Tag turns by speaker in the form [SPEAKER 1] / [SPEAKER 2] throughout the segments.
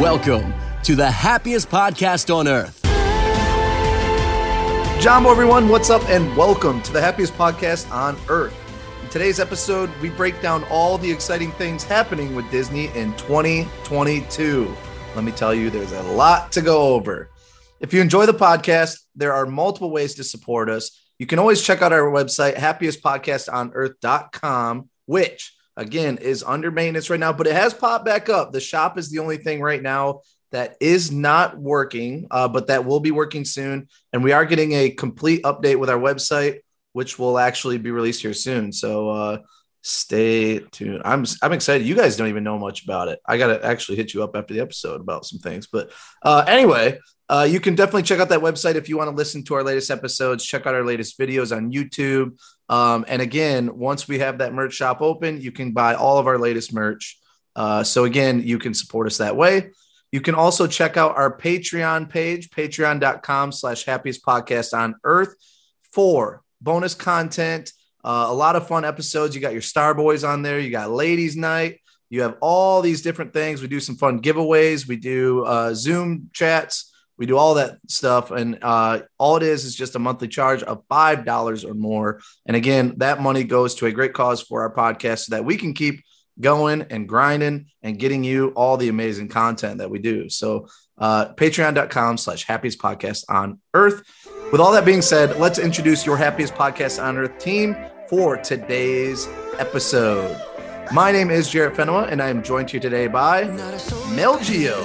[SPEAKER 1] Welcome to the happiest podcast on earth.
[SPEAKER 2] Jumbo, everyone, what's up, and welcome to the happiest podcast on earth. In today's episode, we break down all the exciting things happening with Disney in 2022. Let me tell you, there's a lot to go over. If you enjoy the podcast, there are multiple ways to support us. You can always check out our website, happiestpodcastonearth.com, which again is under maintenance right now, but it has popped back up. The shop is the only thing right now that is not working, uh, but that will be working soon and we are getting a complete update with our website, which will actually be released here soon. So uh, stay tuned. I'm I'm excited. You guys don't even know much about it. I gotta actually hit you up after the episode about some things. But uh, anyway, uh, you can definitely check out that website if you want to listen to our latest episodes. Check out our latest videos on YouTube. Um, and again, once we have that merch shop open, you can buy all of our latest merch. Uh, so again, you can support us that way. You can also check out our Patreon page, patreon.com slash happiest podcast on earth for bonus content, uh, a lot of fun episodes. You got your Star Boys on there, you got Ladies Night, you have all these different things. We do some fun giveaways, we do uh, Zoom chats, we do all that stuff. And uh, all it is is just a monthly charge of $5 or more. And again, that money goes to a great cause for our podcast so that we can keep going and grinding and getting you all the amazing content that we do. So uh, patreon.com slash happiest podcast on earth. With all that being said, let's introduce your happiest podcast on earth team for today's episode. My name is Jarrett Fenema, and I am joined here today by Melgio,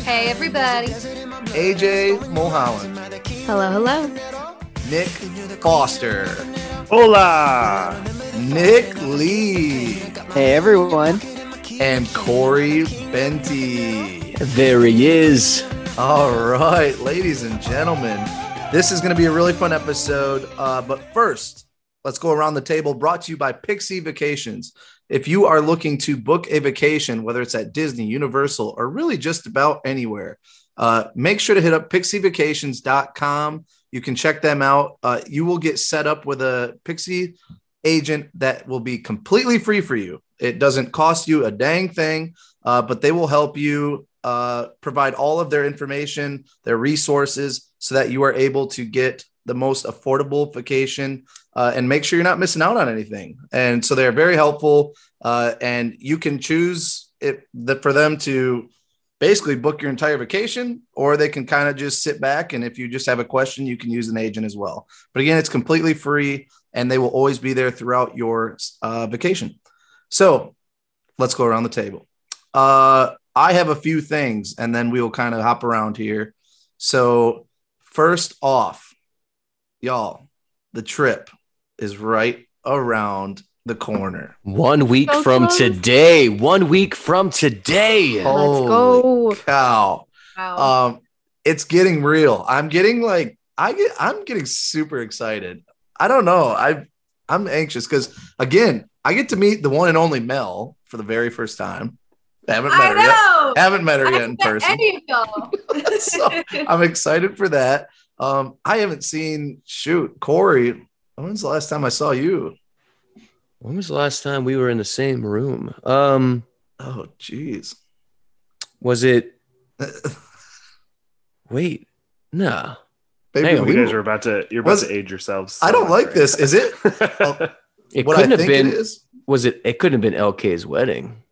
[SPEAKER 3] Hey, everybody.
[SPEAKER 2] AJ Mulholland,
[SPEAKER 3] Hello, hello.
[SPEAKER 2] Nick Foster,
[SPEAKER 4] Hola!
[SPEAKER 2] Nick Lee,
[SPEAKER 5] Hey everyone.
[SPEAKER 2] and Corey Benty.
[SPEAKER 5] There he is.
[SPEAKER 2] All right, ladies and gentlemen, this is going to be a really fun episode. Uh, but first, let's go around the table. Brought to you by Pixie Vacations. If you are looking to book a vacation, whether it's at Disney, Universal, or really just about anywhere, uh, make sure to hit up pixievacations.com. You can check them out. Uh, you will get set up with a Pixie agent that will be completely free for you. It doesn't cost you a dang thing uh, but they will help you uh, provide all of their information, their resources, so that you are able to get the most affordable vacation uh, and make sure you're not missing out on anything. And so they're very helpful, uh, and you can choose it the, for them to basically book your entire vacation, or they can kind of just sit back and if you just have a question, you can use an agent as well. But again, it's completely free, and they will always be there throughout your uh, vacation. So let's go around the table. Uh, I have a few things, and then we will kind of hop around here. So, first off, y'all, the trip is right around the corner.
[SPEAKER 1] One week
[SPEAKER 3] So
[SPEAKER 1] from
[SPEAKER 3] close.
[SPEAKER 1] today. One week from today.
[SPEAKER 2] Oh. Holy
[SPEAKER 3] Let's go.
[SPEAKER 2] Cow,
[SPEAKER 3] Wow.
[SPEAKER 2] um, it's getting real. I'm getting like I get. I'm getting super excited. I don't know. I I'm anxious because again, I get to meet the one and only Mel for the very first time. haven't met
[SPEAKER 3] I
[SPEAKER 2] her yet.
[SPEAKER 3] know.
[SPEAKER 2] Haven't met her yet in
[SPEAKER 3] I haven't met
[SPEAKER 2] person.
[SPEAKER 3] Any of y'all.
[SPEAKER 2] So, I'm excited for that. Um, I haven't seen shoot Corey. When's the last time I saw you?
[SPEAKER 1] When was the last time we were in the same room? Um,
[SPEAKER 2] Oh, jeez.
[SPEAKER 1] was it wait, no.
[SPEAKER 2] Maybe
[SPEAKER 1] Hang on,
[SPEAKER 2] we-
[SPEAKER 1] we
[SPEAKER 4] You guys are about to you're about
[SPEAKER 2] Was-
[SPEAKER 4] to age yourselves.
[SPEAKER 2] I don't
[SPEAKER 4] so
[SPEAKER 2] like
[SPEAKER 4] much,
[SPEAKER 2] this. Is it
[SPEAKER 4] right?
[SPEAKER 2] Oh.
[SPEAKER 1] It
[SPEAKER 2] what I
[SPEAKER 1] couldn't
[SPEAKER 2] think
[SPEAKER 1] have been
[SPEAKER 2] it is?
[SPEAKER 1] was it it couldn't have been LK's wedding.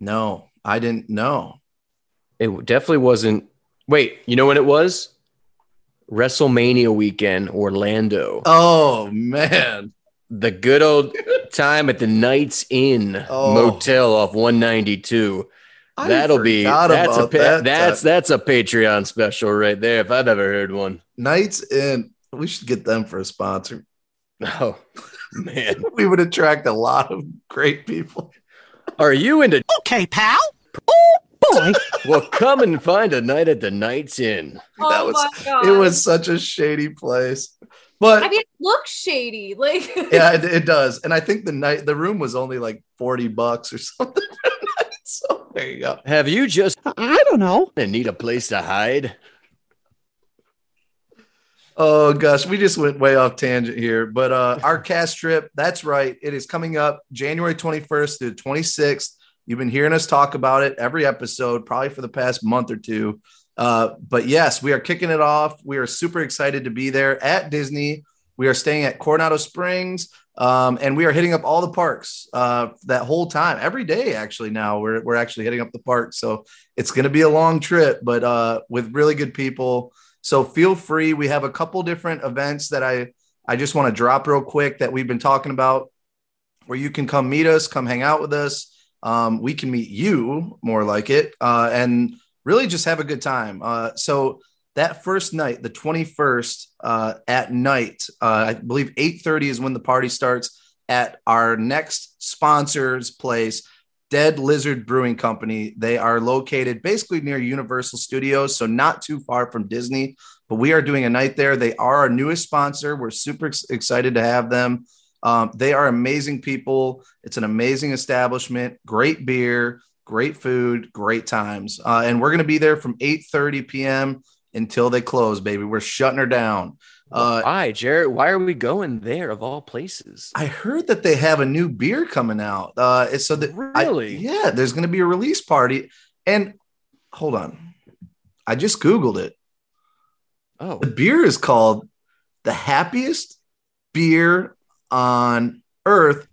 [SPEAKER 2] No, I didn't know.
[SPEAKER 1] It definitely wasn't wait, you know when it was? WrestleMania weekend, Orlando.
[SPEAKER 2] Oh man.
[SPEAKER 1] the good old time at the Knights Inn
[SPEAKER 2] Oh.
[SPEAKER 1] motel off 192.
[SPEAKER 2] I
[SPEAKER 1] That'll be
[SPEAKER 2] forgot
[SPEAKER 1] that's a
[SPEAKER 2] about
[SPEAKER 1] pa-
[SPEAKER 2] that.
[SPEAKER 1] that's that's a Patreon special right there if I've ever heard one.
[SPEAKER 2] nights in. We should get them for a sponsor.
[SPEAKER 1] Oh man,
[SPEAKER 2] We would attract a lot of great people.
[SPEAKER 1] are you into? Okay, pal. Oh boy. well, come and find a night at the Knights Inn.
[SPEAKER 3] oh
[SPEAKER 2] that was-
[SPEAKER 3] my God.
[SPEAKER 2] It was such a shady place.
[SPEAKER 3] I
[SPEAKER 2] But
[SPEAKER 3] mean, it looks shady. Like,
[SPEAKER 2] yeah, it, it does. And I think the night the room was only like 40 bucks or something. for a night. so there you go.
[SPEAKER 1] Have you just
[SPEAKER 5] I don't know.
[SPEAKER 1] need a place to hide?
[SPEAKER 2] Oh gosh, we just went way off tangent here. But uh our cast trip, that's right. It is coming up January 21st through 26th. You've been hearing us talk about it every episode, probably for the past month or two. Uh, but yes, we are kicking it off. We are super excited to be there at Disney. We are staying at Coronado Springs, um, and we are hitting up all the parks uh, that whole time, every day. Actually, now we're we're actually hitting up the park, so it's going to be a long trip, but uh, with really good people. So feel free. We have a couple different events that I I just want to drop real quick that we've been talking about, where you can come meet us, come hang out with us. Um, we can meet you more like it, uh, and really just have a good time. Uh, so that first night, the 21st uh, at night, uh, I believe 8:30 is when the party starts at our next sponsor's place. Dead Lizard Brewing Company. They are located basically near Universal Studios, so not too far from Disney. But we are doing a night there. They are our newest sponsor. We're super ex- excited to have them. Um, they are amazing people. It's an amazing establishment. Great beer, great food, great times. Uh, and we're going to be there from 8:30 p.m. until they close, baby. We're shutting her down. Uh,
[SPEAKER 1] why, Jared? Why are we going there of all places?
[SPEAKER 2] I heard that they have a new beer coming out. Uh, it's so that I-
[SPEAKER 1] Really?
[SPEAKER 2] yeah, there's going to be a release party. And hold on, I just googled it.
[SPEAKER 1] Oh,
[SPEAKER 2] The beer is called the happiest beer on earth,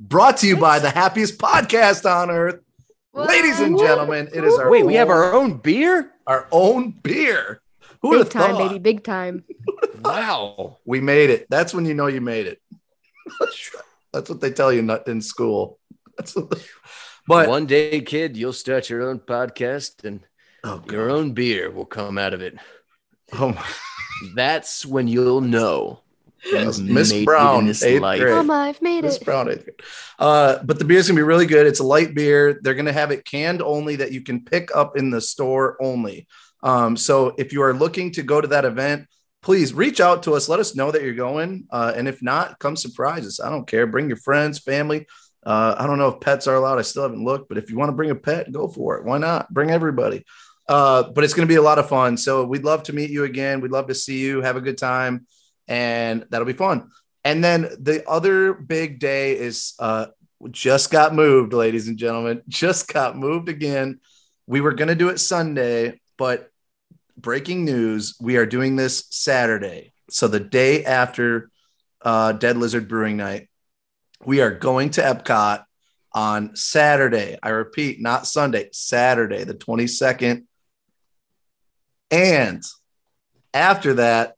[SPEAKER 2] brought to you by the happiest podcast on earth, ladies and gentlemen. It is our
[SPEAKER 1] wait, we have our own beer.
[SPEAKER 2] our own beer. Who would
[SPEAKER 6] Big
[SPEAKER 2] have
[SPEAKER 6] time,
[SPEAKER 2] thought?
[SPEAKER 6] baby. Big time.
[SPEAKER 1] Wow.
[SPEAKER 2] We made it. That's when you know you made it. That's what they tell you not in school. That's what the- but
[SPEAKER 1] One day, kid, you'll start your own podcast and
[SPEAKER 2] oh, God.
[SPEAKER 1] your own beer will come out of it.
[SPEAKER 2] Oh, my-
[SPEAKER 1] That's when you'll know.
[SPEAKER 2] Yes,
[SPEAKER 1] you've
[SPEAKER 2] Miss
[SPEAKER 1] made it
[SPEAKER 2] Brown,
[SPEAKER 1] in this
[SPEAKER 2] eighth
[SPEAKER 1] life.
[SPEAKER 3] Oh
[SPEAKER 2] grade.
[SPEAKER 6] Mama, I've made
[SPEAKER 2] Miss
[SPEAKER 6] it.
[SPEAKER 2] Brown, eighth grade. Uh, but the beer's gonna be really good. It's a light beer. They're gonna have it canned only that you can pick up in the store only. Um, so if you are looking to go to that event, please reach out to us. Let us know that you're going. Uh, and if not, come surprise us. I don't care. Bring your friends, family. Uh, I don't know if pets are allowed. I still haven't looked, but if you want to bring a pet, go for it. Why not? Bring everybody. Uh, but it's going to be a lot of fun. So we'd love to meet you again. We'd love to see you. Have a good time, and that'll be fun. And then the other big day is uh, just got moved, ladies and gentlemen. Just got moved again. We were going to do it Sunday, but breaking news: we are doing this Saturday. So the day after uh, Dead Lizard Brewing Night, we are going to Epcot on Saturday. I repeat, not Sunday, Saturday, the 22nd. And after that,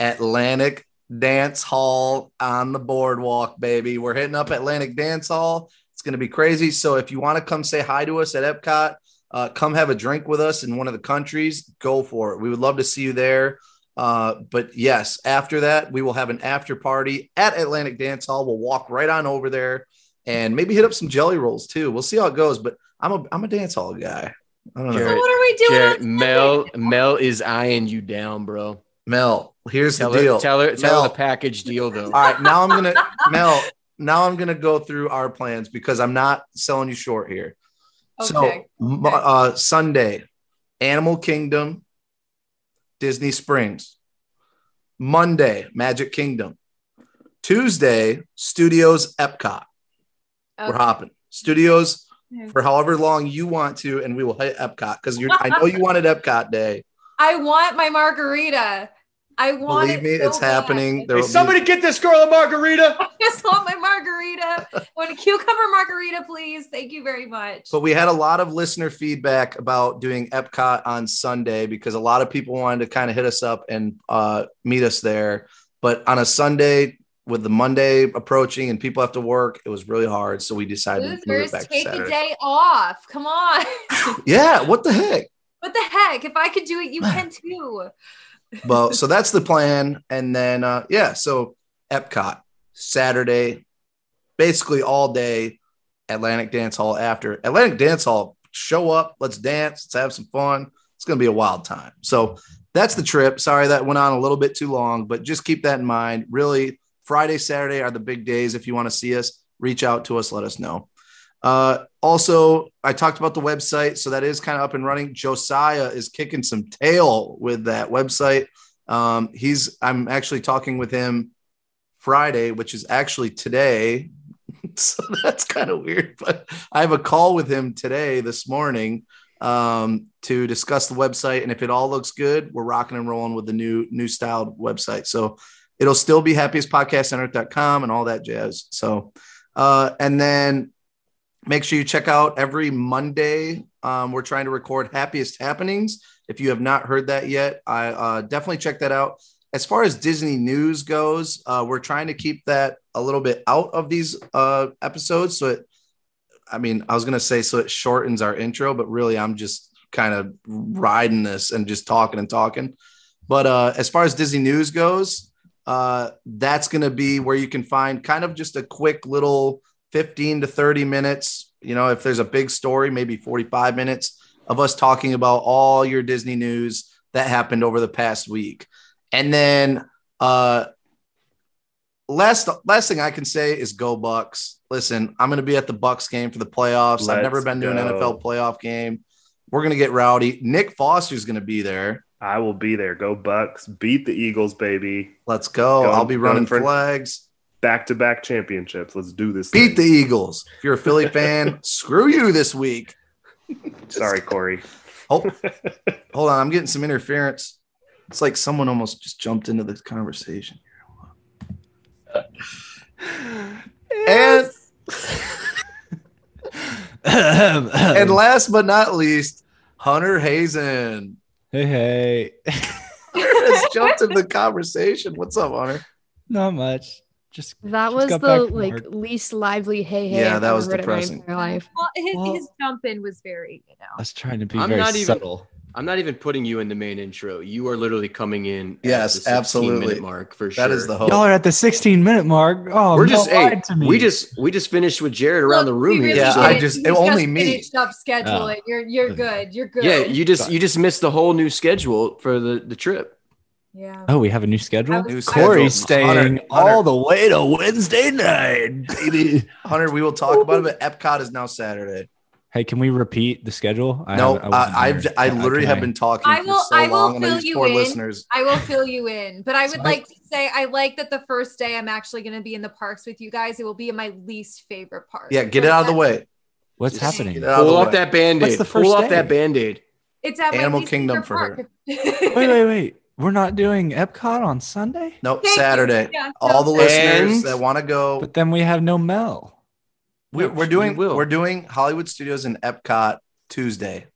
[SPEAKER 2] Atlantic Dance Hall on the boardwalk, baby. We're hitting up Atlantic Dance Hall. It's going to be crazy. So if you want to come say hi to us at Epcot, uh, come have a drink with us in one of the countries, go for it. We would love to see you there. Uh, but yes, after that, we will have an after party at Atlantic Dance Hall. We'll walk right on over there and maybe hit up some jelly rolls too. We'll see how it goes. But I'm a I'm a dance hall guy. I don't know.
[SPEAKER 1] Jared,
[SPEAKER 3] So what are we doing?
[SPEAKER 1] Jared,
[SPEAKER 3] on
[SPEAKER 1] Mel,
[SPEAKER 3] Sunday?
[SPEAKER 1] Mel is eyeing you down, bro.
[SPEAKER 2] Mel, here's
[SPEAKER 1] Tell
[SPEAKER 2] the
[SPEAKER 1] her,
[SPEAKER 2] deal.
[SPEAKER 1] tell her, tell her
[SPEAKER 2] Mel.
[SPEAKER 1] the package deal though.
[SPEAKER 2] All right, now I'm gonna Mel. Now I'm gonna go through our plans because I'm not selling you short here. So
[SPEAKER 3] Okay.
[SPEAKER 2] m- uh, Sunday, Animal Kingdom, Disney Springs. Monday, Magic Kingdom. Tuesday, Studios Epcot. We're
[SPEAKER 3] Okay.
[SPEAKER 2] hopping Studios
[SPEAKER 3] Okay.
[SPEAKER 2] for however long you want to, and we will hit Epcot because I know you wanted Epcot Day.
[SPEAKER 3] I want my margarita. I want.
[SPEAKER 2] Believe me,
[SPEAKER 3] it so
[SPEAKER 2] it's
[SPEAKER 3] bad.
[SPEAKER 2] happening. There
[SPEAKER 1] Hey,
[SPEAKER 2] will be-
[SPEAKER 1] somebody get this girl a margarita.
[SPEAKER 3] I just want my margarita. I want a cucumber margarita, please. Thank you very much.
[SPEAKER 2] But we had a lot of listener feedback about doing Epcot on Sunday because a lot of people wanted to kind of hit us up and uh, meet us there. But on a Sunday, with the Monday approaching and people have to work, it was really hard. So we decided to move it
[SPEAKER 3] Losers,
[SPEAKER 2] back to
[SPEAKER 3] take a
[SPEAKER 2] Saturday.
[SPEAKER 3] day off. Come on.
[SPEAKER 2] Yeah, what the heck?
[SPEAKER 3] what the heck? If I could do it, you can too.
[SPEAKER 2] Well, so that's the plan. And then, uh, yeah, so Epcot Saturday, basically all day, Atlantic Dance Hall after. Atlantic Dance Hall, show up, let's dance, let's have some fun. It's going to be a wild time. So that's the trip. Sorry that went on a little bit too long, but just keep that in mind. Really, Friday, Saturday are the big days. If you want to see us, reach out to us, let us know. Uh, also, I talked about the website, so that is kind of up and running. Josiah is kicking some tail with that website. Um, he's I'm actually talking with him Friday, which is actually today. so that's kind of weird. But I have a call with him today, this morning, um, to discuss the website. And if it all looks good, we're rocking and rolling with the new new styled website. So it'll still be happiestpodcastnetwork.com and all that jazz. So uh, and then make sure you check out every Monday. Um, we're trying to record happiest happenings. If you have not heard that yet, I uh, definitely check that out as far as Disney news goes, uh, we're trying to keep that a little bit out of these uh, episodes. So it, I mean, I was gonna say so it shortens our intro, but really, I'm just kind of riding this and just talking and talking. But uh, as far as Disney news goes, uh, that's gonna be where you can find kind of just a quick little 15 to 30 minutes. You know, if there's a big story, maybe 45 minutes of us talking about all your Disney news that happened over the past week. And then uh last last thing I can say is go Bucks. Listen, I'm gonna be at the Bucks game for the playoffs. I've
[SPEAKER 4] Let's
[SPEAKER 2] never been to an
[SPEAKER 4] go.
[SPEAKER 2] NFL playoff game. We're gonna get rowdy. Nick Foster's gonna be there.
[SPEAKER 4] I will be there. Go Bucks. Beat the Eagles, baby.
[SPEAKER 2] Let's go.
[SPEAKER 4] Going-
[SPEAKER 2] I'll be running
[SPEAKER 4] going for-
[SPEAKER 2] flags.
[SPEAKER 4] Back to back championships. Let's do this.
[SPEAKER 2] Beat the
[SPEAKER 4] thing.
[SPEAKER 2] Eagles. If you're a Philly fan, screw you this week.
[SPEAKER 4] Sorry, Corey.
[SPEAKER 2] Hold on, I'm getting some interference. It's like someone almost just jumped into the conversation. And and last but not least, Hunter Hazen.
[SPEAKER 6] hey, hey.
[SPEAKER 2] has jumped in the conversation. What's up, Hunter?
[SPEAKER 6] Not much. Just
[SPEAKER 7] That
[SPEAKER 6] Just
[SPEAKER 7] was
[SPEAKER 6] got back
[SPEAKER 7] the
[SPEAKER 6] from
[SPEAKER 7] like
[SPEAKER 6] work.
[SPEAKER 7] least lively hey hey.
[SPEAKER 2] Yeah,
[SPEAKER 7] I've
[SPEAKER 2] that was
[SPEAKER 7] ever heard in my
[SPEAKER 2] depressing.
[SPEAKER 7] entire life.
[SPEAKER 3] Well, his,
[SPEAKER 6] Well-
[SPEAKER 3] his jump in was very, you
[SPEAKER 6] I
[SPEAKER 3] know.
[SPEAKER 6] was trying to be
[SPEAKER 1] I'm
[SPEAKER 6] very
[SPEAKER 1] not even-
[SPEAKER 6] subtle.
[SPEAKER 1] I'm not even putting you in the main intro. You are literally coming in. at
[SPEAKER 2] Yes,
[SPEAKER 1] the 16 minute
[SPEAKER 2] absolutely.
[SPEAKER 1] Mark for sure.
[SPEAKER 2] That is the hope.
[SPEAKER 6] Y'all are at the 16 minute mark. Oh,
[SPEAKER 1] We're just
[SPEAKER 6] Mel lied
[SPEAKER 1] hey,
[SPEAKER 6] to me.
[SPEAKER 1] we just we just finished with Jared around the
[SPEAKER 3] Look,
[SPEAKER 1] room
[SPEAKER 3] we
[SPEAKER 1] here.
[SPEAKER 3] really
[SPEAKER 2] Yeah,
[SPEAKER 1] so-
[SPEAKER 3] did.
[SPEAKER 2] I just-
[SPEAKER 3] You
[SPEAKER 2] only me. Ah.
[SPEAKER 3] Finished up scheduling. You're you're good. You're good.
[SPEAKER 1] yeah, you just you just missed the whole new schedule for the the trip.
[SPEAKER 3] yeah.
[SPEAKER 6] Oh, we have a new schedule.
[SPEAKER 3] was-
[SPEAKER 2] New schedule.
[SPEAKER 6] Corey's staying
[SPEAKER 2] Hunter,
[SPEAKER 6] all the way to Wednesday night, baby.
[SPEAKER 2] Hunter, we will talk about it, but Epcot is now Saturday.
[SPEAKER 6] hey, can we repeat the schedule? I
[SPEAKER 2] no,
[SPEAKER 6] haven't- wasn't
[SPEAKER 2] I, I've,
[SPEAKER 6] there.
[SPEAKER 2] I
[SPEAKER 6] Uh,
[SPEAKER 2] literally
[SPEAKER 6] can
[SPEAKER 2] have
[SPEAKER 6] I-
[SPEAKER 2] been talking
[SPEAKER 3] I will-
[SPEAKER 2] for so
[SPEAKER 3] I will
[SPEAKER 2] long on
[SPEAKER 3] fill
[SPEAKER 2] these
[SPEAKER 3] you
[SPEAKER 2] poor
[SPEAKER 3] in.
[SPEAKER 2] listeners.
[SPEAKER 3] I will fill you in, but I would
[SPEAKER 6] So I-
[SPEAKER 3] like to say I like that the first day I'm actually going to be in the parks with you guys. It will be in my least favorite park.
[SPEAKER 2] Yeah, get it out of the way.
[SPEAKER 6] What's
[SPEAKER 2] Just
[SPEAKER 6] happening?
[SPEAKER 2] get it out of the
[SPEAKER 1] Pull off
[SPEAKER 2] way.
[SPEAKER 1] that band
[SPEAKER 6] What's
[SPEAKER 1] aid.
[SPEAKER 6] the
[SPEAKER 1] Pull
[SPEAKER 6] first
[SPEAKER 1] off
[SPEAKER 6] day?
[SPEAKER 1] that band aid.
[SPEAKER 3] It's at my
[SPEAKER 2] Animal
[SPEAKER 3] least
[SPEAKER 2] Kingdom
[SPEAKER 3] favorite
[SPEAKER 2] for her.
[SPEAKER 3] park.
[SPEAKER 6] Wait, wait, wait. We're not doing Epcot on Sunday?
[SPEAKER 2] Nope,
[SPEAKER 3] Thank you.
[SPEAKER 2] Saturday.
[SPEAKER 3] Yeah,
[SPEAKER 2] All the
[SPEAKER 3] so-
[SPEAKER 2] listeners
[SPEAKER 1] And-
[SPEAKER 2] that want to go,
[SPEAKER 6] But then we have no Mel.
[SPEAKER 2] we're, we're doing
[SPEAKER 1] we will.
[SPEAKER 2] we're doing Hollywood Studios and Epcot Tuesday.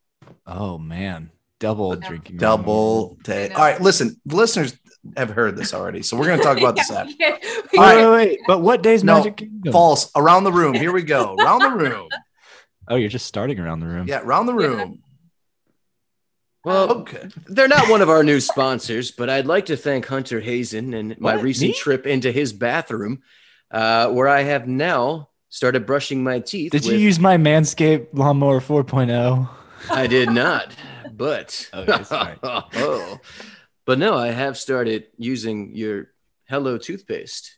[SPEAKER 6] Oh, man. Double
[SPEAKER 3] Yeah.
[SPEAKER 6] drinking.
[SPEAKER 2] Double
[SPEAKER 3] I
[SPEAKER 2] day.
[SPEAKER 3] know.
[SPEAKER 2] All right, listen, the listeners have heard this already, so we're going to talk about this
[SPEAKER 3] Yeah,
[SPEAKER 2] after.
[SPEAKER 3] we can't- we
[SPEAKER 6] Wait,
[SPEAKER 2] All
[SPEAKER 3] can't-
[SPEAKER 6] wait, wait. But what day's
[SPEAKER 2] No,
[SPEAKER 6] Magic Kingdom?
[SPEAKER 2] False. Around the room. Here we go. Round the room.
[SPEAKER 6] Oh, you're just starting around the room.
[SPEAKER 2] Yeah, round the
[SPEAKER 3] Yeah.
[SPEAKER 2] room.
[SPEAKER 1] Well,
[SPEAKER 2] Okay.
[SPEAKER 1] they're not one of our new sponsors, but I'd like to thank Hunter Hazen and my
[SPEAKER 6] What?
[SPEAKER 1] recent
[SPEAKER 6] Me?
[SPEAKER 1] trip into his bathroom, uh, where I have now started brushing my teeth.
[SPEAKER 6] Did you
[SPEAKER 1] with-
[SPEAKER 6] use my Manscaped Lawnmower 4.0?
[SPEAKER 1] I did not, but
[SPEAKER 6] Okay, sorry.
[SPEAKER 1] oh, but no, I have started using your Hello toothpaste,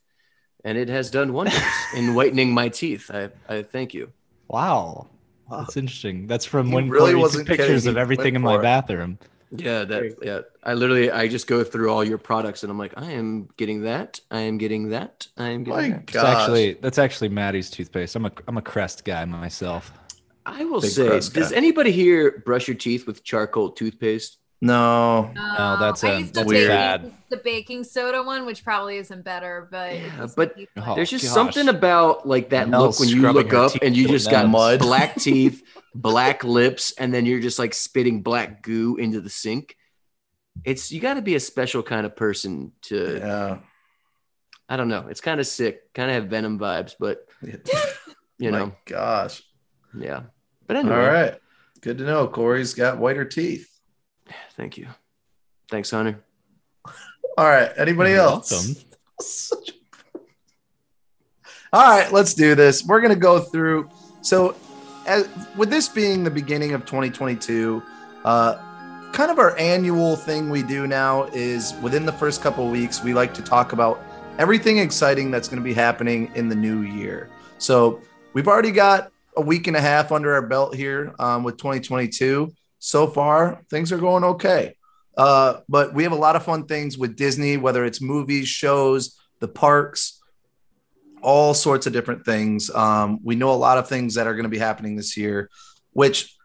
[SPEAKER 1] and it has done wonders in whitening my teeth. I, I thank you.
[SPEAKER 6] Wow.
[SPEAKER 2] Wow.
[SPEAKER 6] That's interesting. That's from
[SPEAKER 2] He
[SPEAKER 6] when
[SPEAKER 2] really
[SPEAKER 6] really Corey
[SPEAKER 2] wasn't
[SPEAKER 6] took pictures
[SPEAKER 2] kidding.
[SPEAKER 6] of
[SPEAKER 2] He
[SPEAKER 6] everything
[SPEAKER 2] went
[SPEAKER 6] in my
[SPEAKER 2] for it.
[SPEAKER 6] bathroom.
[SPEAKER 1] Yeah, that yeah. I literally I just go through all your products, and I'm like, I am getting that. I am getting that. I am getting.
[SPEAKER 2] My
[SPEAKER 1] that.
[SPEAKER 6] It's
[SPEAKER 2] gosh.
[SPEAKER 6] actually that's actually Maddie's toothpaste. I'm a I'm a Crest guy myself.
[SPEAKER 1] I will
[SPEAKER 2] Big
[SPEAKER 1] say,
[SPEAKER 2] press
[SPEAKER 1] does
[SPEAKER 2] guy.
[SPEAKER 1] anybody here brush your teeth with charcoal toothpaste?
[SPEAKER 2] no.
[SPEAKER 6] No, that's
[SPEAKER 3] I
[SPEAKER 6] a-
[SPEAKER 3] used
[SPEAKER 6] that's
[SPEAKER 3] the
[SPEAKER 6] bad.
[SPEAKER 3] Baking, the baking soda one, which probably isn't better, but
[SPEAKER 1] Yeah,
[SPEAKER 3] it's-
[SPEAKER 1] but-
[SPEAKER 3] it's
[SPEAKER 6] Oh,
[SPEAKER 1] There's just
[SPEAKER 6] gosh.
[SPEAKER 1] something about like that
[SPEAKER 6] Mel
[SPEAKER 1] look when you
[SPEAKER 6] scrubbing
[SPEAKER 1] look
[SPEAKER 6] her
[SPEAKER 1] up
[SPEAKER 6] teeth
[SPEAKER 1] and you
[SPEAKER 6] with
[SPEAKER 1] just got
[SPEAKER 6] Mud.
[SPEAKER 1] black teeth, black lips, and then you're just like spitting black goo into the sink. It's you got to be a special kind of person to.
[SPEAKER 2] Yeah.
[SPEAKER 1] I don't know. It's kind of sick, kind of have venom vibes, but you
[SPEAKER 2] My
[SPEAKER 1] know,
[SPEAKER 2] gosh.
[SPEAKER 1] yeah. But
[SPEAKER 2] All
[SPEAKER 1] anyway,
[SPEAKER 2] right. Good to know. Corey's got whiter teeth.
[SPEAKER 1] thank you. Thanks, Hunter.
[SPEAKER 2] All right. Anybody
[SPEAKER 6] You're
[SPEAKER 2] else?
[SPEAKER 6] welcome.
[SPEAKER 2] Such a- All right, let's do this. We're going to go through. So, as, with this being the beginning of 2022, uh, kind of our annual thing we do now is within the first couple of weeks, we like to talk about everything exciting that's going to be happening in the new year. So, we've already got a week and a half under our belt here um, with 2022. So far, things are going okay. Uh, but we have a lot of fun things with Disney, whether it's movies, shows, the parks. all sorts of different things. Um, we know a lot of things that are going to be happening this year, which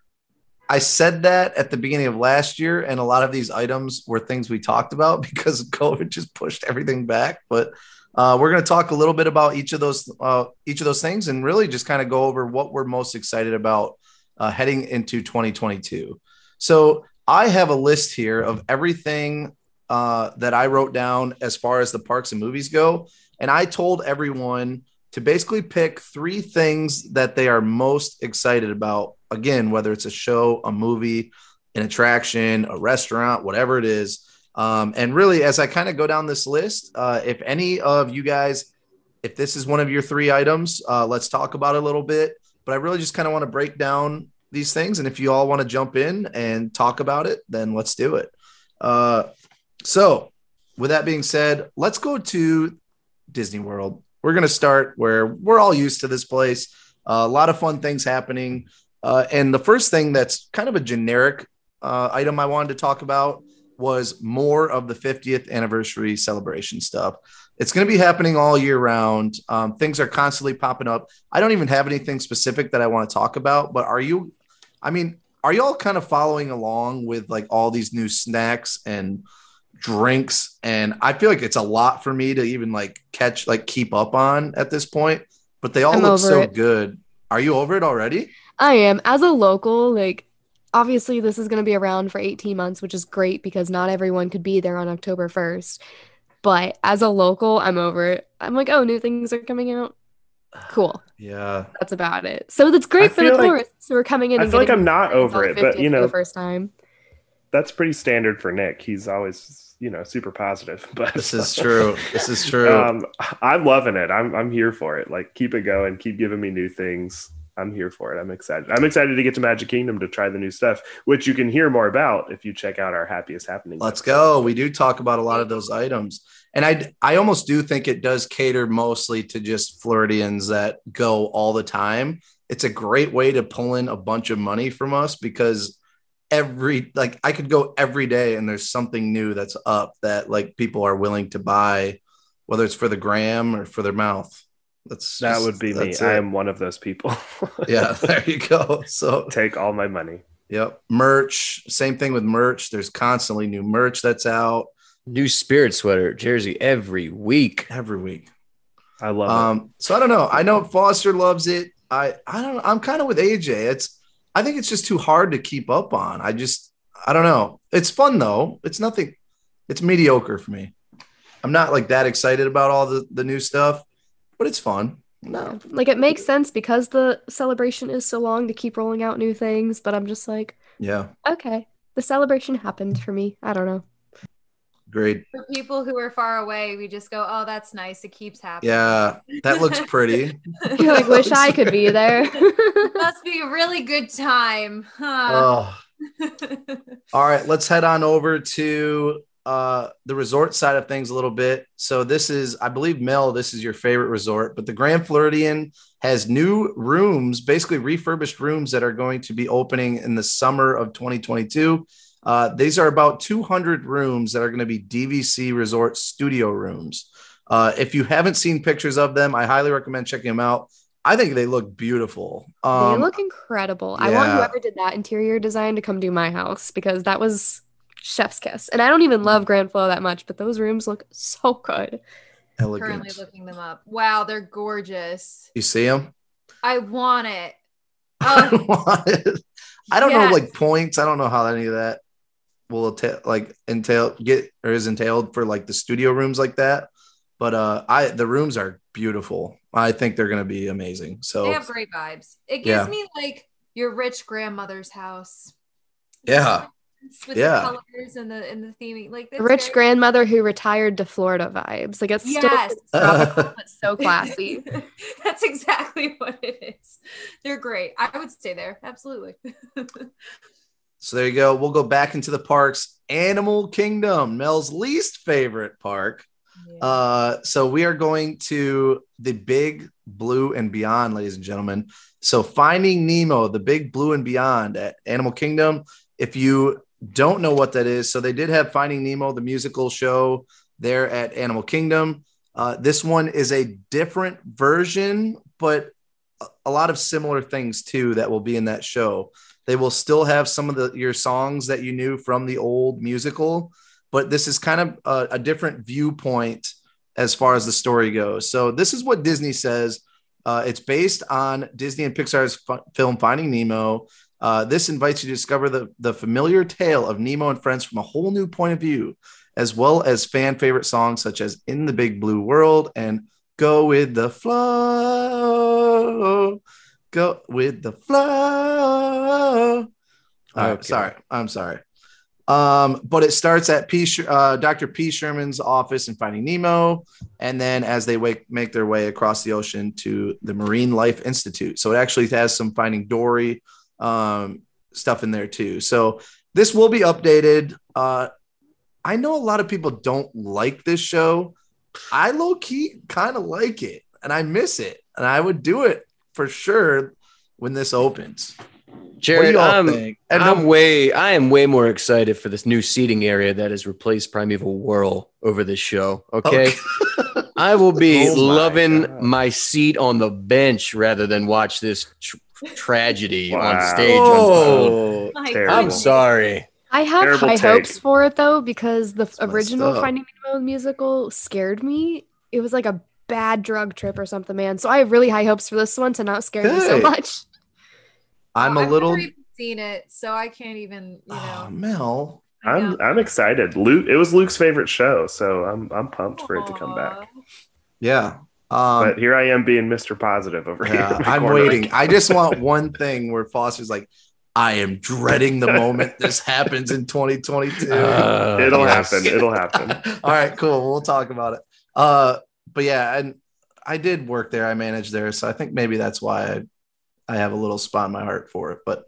[SPEAKER 2] I said that at the beginning of last year, and a lot of these items were things we talked about because COVID just pushed everything back. But uh, we're going to talk a little bit about each of those uh, each of those things, and really just kind of go over what we're most excited about uh, heading into 2022. So I have a list here of everything uh, that I wrote down as far as the parks and movies go. And I told everyone to basically pick three things that they are most excited about. Again, whether it's a show, a movie, an attraction, a restaurant, whatever it is. Um, and really, as I kind of go down this list, uh, if any of you guys, if this is one of your three items, uh, let's talk about it a little bit. But I really just kind of want to break down these things. And if you all want to jump in and talk about it, then let's do it. Uh, so, with that being said, let's go to Disney World. We're going to start where we're all used to this place. Uh, a lot of fun things happening. Uh, and the first thing that's kind of a generic uh, item I wanted to talk about was more of the 50th anniversary celebration stuff. It's going to be happening all year round. Um, things are constantly popping up. I don't even have anything specific that I want to talk about, but are you, I mean, are y'all kind of following along with like all these new snacks and drinks and i feel like it's a lot for me to even like catch like keep up on at this point but they all
[SPEAKER 7] I'm
[SPEAKER 2] look
[SPEAKER 7] over
[SPEAKER 2] so
[SPEAKER 7] it.
[SPEAKER 2] good are you over it already
[SPEAKER 7] I am as a local like obviously this is going to be around for 18 months which is great because not everyone could be there on October 1st but as a local I'm over it I'm like oh new things are coming out cool
[SPEAKER 2] yeah
[SPEAKER 7] that's about it so that's great
[SPEAKER 4] I
[SPEAKER 7] for the
[SPEAKER 4] feel like-
[SPEAKER 7] tourists who are coming in
[SPEAKER 4] I
[SPEAKER 7] and
[SPEAKER 4] feel like
[SPEAKER 7] getting
[SPEAKER 4] I'm not
[SPEAKER 7] friends on
[SPEAKER 4] over
[SPEAKER 7] the
[SPEAKER 4] it, but
[SPEAKER 7] 50th
[SPEAKER 4] you
[SPEAKER 7] for the
[SPEAKER 4] know,
[SPEAKER 7] first time
[SPEAKER 4] that's pretty standard for Nick. He's always, you know, super positive. But
[SPEAKER 2] this is true this is true
[SPEAKER 4] Um, I'm loving it. I'm I'm here for it. Like keep it going. Keep giving me new things. I'm here for it. I'm excited. I'm excited to get to Magic Kingdom to try the new stuff, which you can hear more about if you check out our happiest happening.
[SPEAKER 2] let's go we do talk about a lot of those items and i i almost do think it does cater mostly to just floridians that go all the time it's a great way to pull in a bunch of money from us because every like i could go every day and there's something new that's up that like people are willing to buy whether it's for the gram or for their mouth that's
[SPEAKER 4] That
[SPEAKER 2] just-
[SPEAKER 4] would be me.
[SPEAKER 2] that's
[SPEAKER 4] I
[SPEAKER 2] it.
[SPEAKER 4] am one of those people.
[SPEAKER 2] yeah there you go so
[SPEAKER 4] Take all my money.
[SPEAKER 2] yep merch same thing with merch there's constantly new merch that's out
[SPEAKER 1] New spirit sweater jersey every week.
[SPEAKER 2] every week
[SPEAKER 4] I love it.
[SPEAKER 2] Um, so I don't know. I know Foster loves it. I I don't. I'm kind of with AJ. It's I think it's just too hard to keep up on. I just I don't know. It's fun though. It's nothing. It's mediocre for me. I'm not like that excited about all the the new stuff, but it's fun. No,
[SPEAKER 7] like it makes sense because the celebration is so long to keep rolling out new things but I'm just like
[SPEAKER 2] yeah,
[SPEAKER 7] okay the celebration happened for me I don't know
[SPEAKER 2] great.
[SPEAKER 3] For people who are far away, we just go, oh, that's nice. It keeps happening.
[SPEAKER 2] Yeah, that looks pretty.
[SPEAKER 7] You're like wish I could be there
[SPEAKER 3] Must be a really good time. Huh.
[SPEAKER 2] Oh. All right, let's head on over to uh, the resort side of things a little bit. So this is, I believe, Mel, this is your favorite resort, but the Grand Floridian has new rooms, basically refurbished rooms that are going to be opening in the summer of 2022. Uh, these are about 200 rooms that are going to be DVC Resort studio rooms. Uh, if you haven't seen pictures of them, I highly recommend checking them out. I think they look beautiful. Um,
[SPEAKER 7] they look incredible. I want
[SPEAKER 2] yeah.
[SPEAKER 7] whoever did that interior design to come do my house because that was chef's kiss. And I don't even love Grand Flow that much, but those rooms look so good.
[SPEAKER 2] elegant.
[SPEAKER 3] Currently looking them up. Wow, they're gorgeous.
[SPEAKER 2] you see them?
[SPEAKER 3] I want it.
[SPEAKER 2] I
[SPEAKER 3] Oh,
[SPEAKER 2] want it. I don't
[SPEAKER 3] Yes.
[SPEAKER 2] know like points. I don't know how any of that will entail, like entail get or is entailed for like the studio rooms like that. But uh I the rooms are beautiful. I think they're gonna be amazing.
[SPEAKER 3] they
[SPEAKER 2] So
[SPEAKER 3] have great vibes. It gives
[SPEAKER 2] Yeah.
[SPEAKER 3] me like your rich grandmother's house.
[SPEAKER 2] yeah,
[SPEAKER 3] With
[SPEAKER 2] Yeah.
[SPEAKER 3] the colors and the and the theming. Like
[SPEAKER 7] The
[SPEAKER 3] it's
[SPEAKER 7] rich
[SPEAKER 3] very-
[SPEAKER 7] grandmother who retired to Florida vibes. Like it's
[SPEAKER 3] Yes.
[SPEAKER 7] still tropical, but so classy.
[SPEAKER 3] That's exactly what it is. They're great. I would stay there. Absolutely.
[SPEAKER 2] so there you go. We'll go back into the parks. Animal Kingdom, Mel's least favorite park. Uh, so we are going to the big blue and beyond, ladies and gentlemen. So finding Nemo, the big blue and beyond at Animal Kingdom. If you don't know what that is, so they did have Finding Nemo, the musical show there at Animal Kingdom. Uh, Uh, this one is a different version, but a- a lot of similar things too that will be in that show. They will still have some of the your songs that you knew from the old musical, but this is kind of a, a different viewpoint as far as the story goes. So this is what Disney says. Uh, it's based on Disney and Pixar's fu- film Finding Nemo. Uh, this invites you to discover the, the familiar tale of Nemo and friends from a whole new point of view, as well as fan favorite songs such as In the Big Blue World and Go with the Flow. Go with the Flow. All right,
[SPEAKER 1] Okay.
[SPEAKER 2] sorry. I'm sorry. Um, but it starts at P. Sh- Uh, Dr. P. Sherman's office in Finding Nemo, and then as they wake, make their way across the ocean to the Marine Life Institute. So it actually has some Finding Dory um, stuff in there too. So this will be updated. Uh, I know a lot of people don't like this show. I low key kind of like it, and I miss it, and I would do it for sure when this opens. What do
[SPEAKER 1] Jared,
[SPEAKER 2] y'all
[SPEAKER 1] I'm,
[SPEAKER 2] think? And
[SPEAKER 1] I'm way I am way more excited for this new seating area that has replaced Primeval Whirl over this show. Okay. I will be
[SPEAKER 4] Oh my
[SPEAKER 1] loving
[SPEAKER 4] God.
[SPEAKER 1] my seat on the bench rather than watch this tr- tragedy on
[SPEAKER 4] Wow.
[SPEAKER 1] stage
[SPEAKER 2] Oh,
[SPEAKER 1] unfold.
[SPEAKER 2] Whoa.
[SPEAKER 3] My
[SPEAKER 4] Terrible.
[SPEAKER 1] I'm sorry.
[SPEAKER 7] I have
[SPEAKER 4] Terrible
[SPEAKER 7] high
[SPEAKER 4] take.
[SPEAKER 7] hopes for it though because the
[SPEAKER 2] messed
[SPEAKER 7] original
[SPEAKER 2] up.
[SPEAKER 7] Finding Nemo musical scared me. It was like a bad drug trip or something, man. So I have really high hopes for this one to not scare me so
[SPEAKER 2] Good.
[SPEAKER 7] much.
[SPEAKER 2] I'm a
[SPEAKER 3] I've
[SPEAKER 2] little.
[SPEAKER 3] never even seen it, so I can't even. You
[SPEAKER 2] Oh,
[SPEAKER 3] know.
[SPEAKER 2] Mel.
[SPEAKER 3] I
[SPEAKER 4] I'm
[SPEAKER 3] know.
[SPEAKER 4] I'm excited. Luke, it was Luke's favorite show, so I'm I'm pumped for it to come back.
[SPEAKER 3] Aw.
[SPEAKER 2] Yeah. Um,
[SPEAKER 4] but here I am being Mr. Positive over here.
[SPEAKER 2] yeah,
[SPEAKER 4] in my
[SPEAKER 2] I'm
[SPEAKER 4] corner.
[SPEAKER 2] waiting. I just want one thing where Foster's like, I am dreading the moment this happens in 2022.
[SPEAKER 1] Uh,
[SPEAKER 4] It'll
[SPEAKER 1] yes.
[SPEAKER 4] happen. It'll happen.
[SPEAKER 2] All right, cool. We'll talk about it. Uh, but yeah, and I did work there. I managed there, so I think maybe that's why I, I have a little spot in my heart for it. But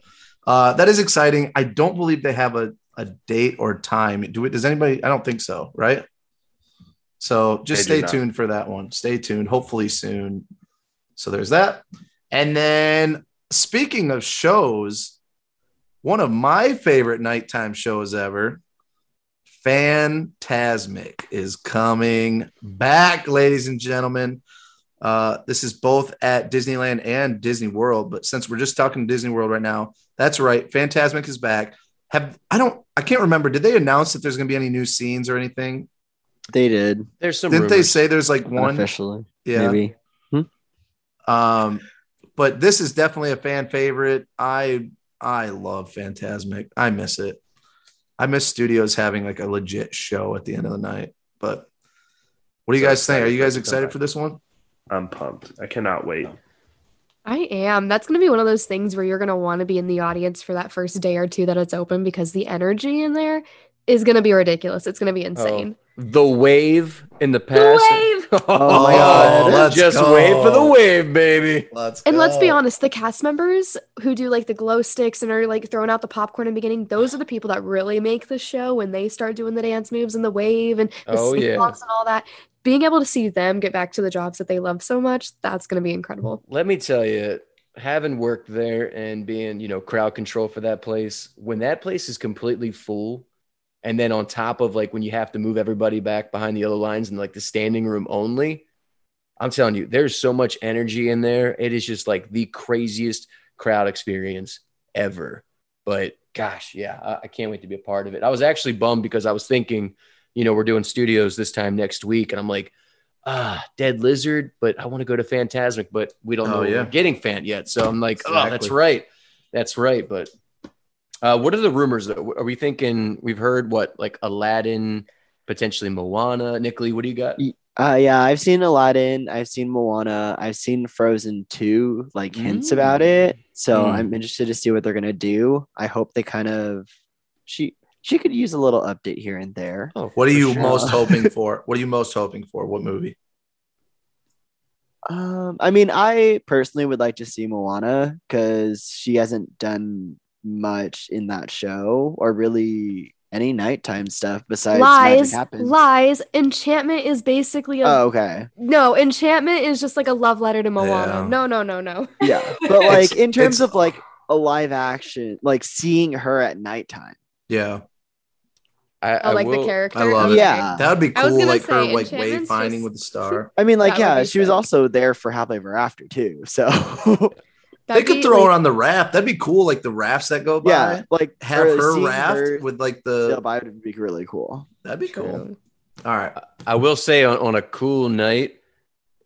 [SPEAKER 2] uh, that is exciting. I don't believe they have a, a date or time. Do it? Does anybody? I don't think so. Right. So just
[SPEAKER 4] They do
[SPEAKER 2] stay
[SPEAKER 4] not.
[SPEAKER 2] tuned for that one. Stay tuned. Hopefully soon. So there's that. And then speaking of shows, one of my favorite nighttime shows ever, Fantasmic is coming back, ladies and gentlemen. Uh, this is both at Disneyland and Disney World, but since we're just talking Disney World right now, that's right. Fantasmic is back. Have I don't I can't remember. Did they announce that there's going to be any new scenes or anything?
[SPEAKER 5] They did
[SPEAKER 1] There's some
[SPEAKER 2] Didn't they
[SPEAKER 1] rumors.
[SPEAKER 2] say there's like one?
[SPEAKER 5] unofficially.
[SPEAKER 2] Yeah.
[SPEAKER 5] Maybe.
[SPEAKER 2] Um, but this is definitely a fan favorite. I I love Fantasmic. I miss it. I miss studios having like a legit show at the end of the night. But what do you
[SPEAKER 4] So
[SPEAKER 2] guys think? Are
[SPEAKER 4] excited
[SPEAKER 2] you guys
[SPEAKER 4] for it to come
[SPEAKER 2] excited
[SPEAKER 4] back.
[SPEAKER 2] for this one?
[SPEAKER 4] I'm pumped. I cannot wait.
[SPEAKER 7] I am. That's going to be one of those things where you're going to want to be in the audience for that first day or two that it's open because the energy in there is going to be ridiculous. It's
[SPEAKER 5] Oh,
[SPEAKER 7] going to be insane.
[SPEAKER 1] the wave in the
[SPEAKER 3] The
[SPEAKER 1] past.
[SPEAKER 3] wave.
[SPEAKER 5] Oh my God.
[SPEAKER 2] Let's
[SPEAKER 1] Just
[SPEAKER 2] go.
[SPEAKER 1] wait for the wave, baby.
[SPEAKER 2] Let's
[SPEAKER 7] And let's be honest, the cast members who do like the glow sticks and are like throwing out the popcorn in the beginning, those are the people that really make the show when they start doing the dance moves and the wave and the
[SPEAKER 1] Oh,
[SPEAKER 7] sing
[SPEAKER 1] yeah.
[SPEAKER 7] songs and all that. Being able to see them get back to the jobs that they love so much, that's going to be incredible.
[SPEAKER 1] Let me tell you, having worked there and being, you know, crowd control for that place, when that place is completely full, and then on top of like when you have to move everybody back behind the other lines and like the standing room only, I'm telling you, there's so much energy in there. It is just like the craziest crowd experience ever. But gosh, yeah, I, I can't wait to be a part of it. I was actually bummed because I was thinking, you know, we're doing studios this time next week, and I'm like, ah, Dead Lizard, but I want to go to Fantasmic, but we don't
[SPEAKER 2] Oh,
[SPEAKER 1] know what
[SPEAKER 2] yeah.
[SPEAKER 1] we're getting Fant yet. So I'm like, oh, that's
[SPEAKER 2] Exactly.
[SPEAKER 1] right, that's right. But uh, what are the rumors? That, are we thinking we've heard what like Aladdin, potentially Moana? Nickly, what do you got?
[SPEAKER 5] Uh, yeah, I've seen Aladdin. I've seen Moana. I've seen Frozen 2, like hints about it. So
[SPEAKER 2] Hmm.
[SPEAKER 1] Mm.
[SPEAKER 5] I'm interested to see what they're going to do. I hope they kind of. She she could use a little update here and there.
[SPEAKER 1] Oh,
[SPEAKER 2] What are
[SPEAKER 1] for
[SPEAKER 2] you
[SPEAKER 1] sure.
[SPEAKER 2] most hoping for? What are you most hoping for? What movie?
[SPEAKER 5] Um, I mean, I personally would like to see Moana because she hasn't done much in that show or really any nighttime stuff besides Magic
[SPEAKER 7] lies,
[SPEAKER 5] Happens.
[SPEAKER 7] lies. Enchantment is basically a
[SPEAKER 5] Oh, okay.
[SPEAKER 7] no. Enchantment is just like a love letter to Moana.
[SPEAKER 2] Yeah.
[SPEAKER 7] No, no, no, no.
[SPEAKER 5] Yeah, but
[SPEAKER 2] It's-
[SPEAKER 5] like in terms
[SPEAKER 2] it's-
[SPEAKER 5] of like a live action, like seeing her at nighttime.
[SPEAKER 2] Yeah.
[SPEAKER 1] I,
[SPEAKER 7] Oh,
[SPEAKER 1] I
[SPEAKER 7] like
[SPEAKER 1] will-
[SPEAKER 7] the character.
[SPEAKER 2] I love it.
[SPEAKER 7] Okay.
[SPEAKER 5] Yeah.
[SPEAKER 2] That would be
[SPEAKER 3] I was
[SPEAKER 2] cool,
[SPEAKER 3] gonna
[SPEAKER 2] like her
[SPEAKER 3] say,
[SPEAKER 2] like
[SPEAKER 3] enchantments
[SPEAKER 2] wayfinding
[SPEAKER 3] just-
[SPEAKER 2] with the star.
[SPEAKER 5] I mean, like,
[SPEAKER 7] That would
[SPEAKER 5] yeah,
[SPEAKER 7] be
[SPEAKER 5] she was
[SPEAKER 7] sick.
[SPEAKER 5] also there for Happily Ever After too. So
[SPEAKER 2] They
[SPEAKER 7] That'd
[SPEAKER 2] could
[SPEAKER 7] be,
[SPEAKER 2] throw
[SPEAKER 7] like-
[SPEAKER 2] her on the raft. That'd be cool, like the rafts that go by.
[SPEAKER 5] yeah, like
[SPEAKER 2] Have
[SPEAKER 5] or
[SPEAKER 2] her
[SPEAKER 5] seeing
[SPEAKER 2] raft
[SPEAKER 5] her
[SPEAKER 2] with like
[SPEAKER 5] sail
[SPEAKER 2] the.
[SPEAKER 5] by would be really cool.
[SPEAKER 2] That'd be cool.
[SPEAKER 7] True.
[SPEAKER 2] All right.
[SPEAKER 1] I will say on, on a cool night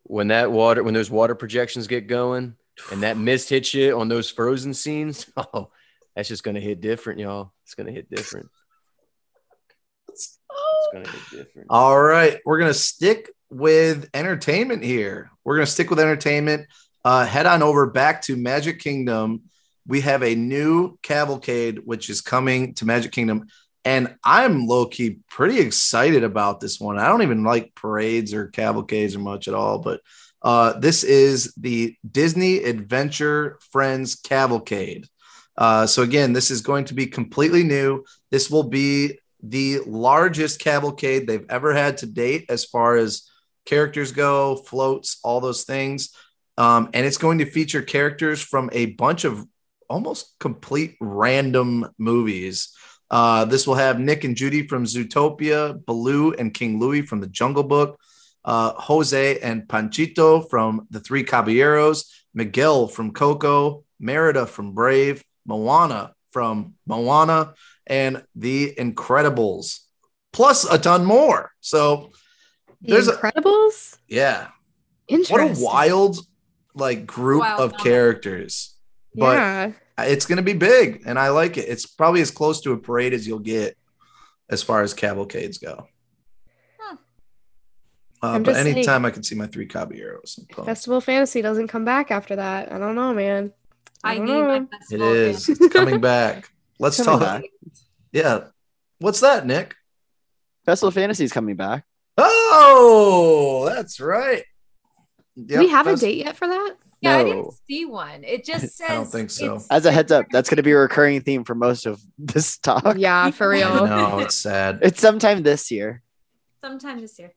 [SPEAKER 1] when that water when those water projections get going and that mist hits you on those frozen scenes, oh, that's just gonna hit different, y'all. It's gonna hit different. It's gonna hit different.
[SPEAKER 7] Oh.
[SPEAKER 2] All right. We're going to stick with entertainment here. We're going to stick with entertainment. Uh, head on over back to Magic Kingdom. We have a new cavalcade, which is coming to Magic Kingdom. And I'm low key pretty excited about this one. I don't even like parades or cavalcades or much at all, but uh, this is the Disney Adventure Friends Cavalcade. Uh, so, again, this is going to be completely new. This will be the largest cavalcade they've ever had to date as far as characters go, floats, all those things. Um, and it's going to feature characters from a bunch of almost complete random movies. Uh, this will have Nick and Judy from Zootopia, Baloo and King Louie from The Jungle Book, uh, Jose and Panchito from The Three Caballeros, Miguel from Coco, Merida from Brave, Moana from Moana, and The Incredibles, plus a ton more. So,
[SPEAKER 7] The
[SPEAKER 2] There's a-
[SPEAKER 7] Incredibles.
[SPEAKER 2] yeah, what a
[SPEAKER 7] Interesting.
[SPEAKER 2] wild like group
[SPEAKER 3] Wild
[SPEAKER 2] of
[SPEAKER 3] number.
[SPEAKER 2] characters. But
[SPEAKER 7] yeah.
[SPEAKER 2] it's going to be big, and I like it. It's probably as close to a parade as you'll get as far as cavalcades go.
[SPEAKER 3] Huh.
[SPEAKER 2] Uh,
[SPEAKER 7] I'm
[SPEAKER 2] but
[SPEAKER 7] just saying-
[SPEAKER 2] anytime I can see my three caballeros, I'm pumped.
[SPEAKER 7] Festival Fantasy doesn't come back after that. I don't know, man.
[SPEAKER 3] I
[SPEAKER 7] don't
[SPEAKER 3] need my
[SPEAKER 7] know.
[SPEAKER 2] it
[SPEAKER 3] festival. again.
[SPEAKER 2] is it's coming back. Let's
[SPEAKER 5] Coming
[SPEAKER 2] talk.
[SPEAKER 5] back.
[SPEAKER 2] Yeah, what's that, Nick?
[SPEAKER 5] Festival Fantasy's coming back.
[SPEAKER 2] Oh, that's right.
[SPEAKER 7] Do
[SPEAKER 2] Yep,
[SPEAKER 7] we have a
[SPEAKER 2] that's-
[SPEAKER 7] date yet for that?
[SPEAKER 3] Yeah, I
[SPEAKER 5] No.
[SPEAKER 3] didn't see one. It just says.
[SPEAKER 2] I don't think so.
[SPEAKER 3] it's-
[SPEAKER 5] As a heads up, that's going to be a recurring theme for most of this talk.
[SPEAKER 7] Yeah, for
[SPEAKER 2] I
[SPEAKER 7] real.
[SPEAKER 2] know it's sad.
[SPEAKER 5] It's sometime this year.
[SPEAKER 3] sometime this year.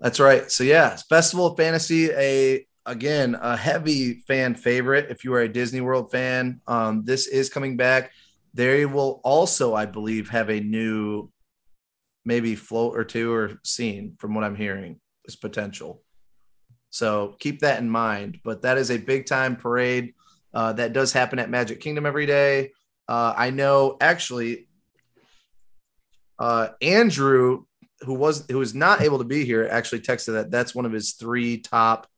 [SPEAKER 2] That's right. So yeah, Festival of Fantasy, a again a heavy fan favorite. If you are a Disney World fan, um, this is coming back. They will also, I believe, have a new maybe float or two or scene from what I'm hearing is potential. So keep that in mind. But that is a big time parade uh, that does happen at Magic Kingdom every day. Uh, I know actually, uh, Andrew who was who was not able to be here actually texted that that's one of his three top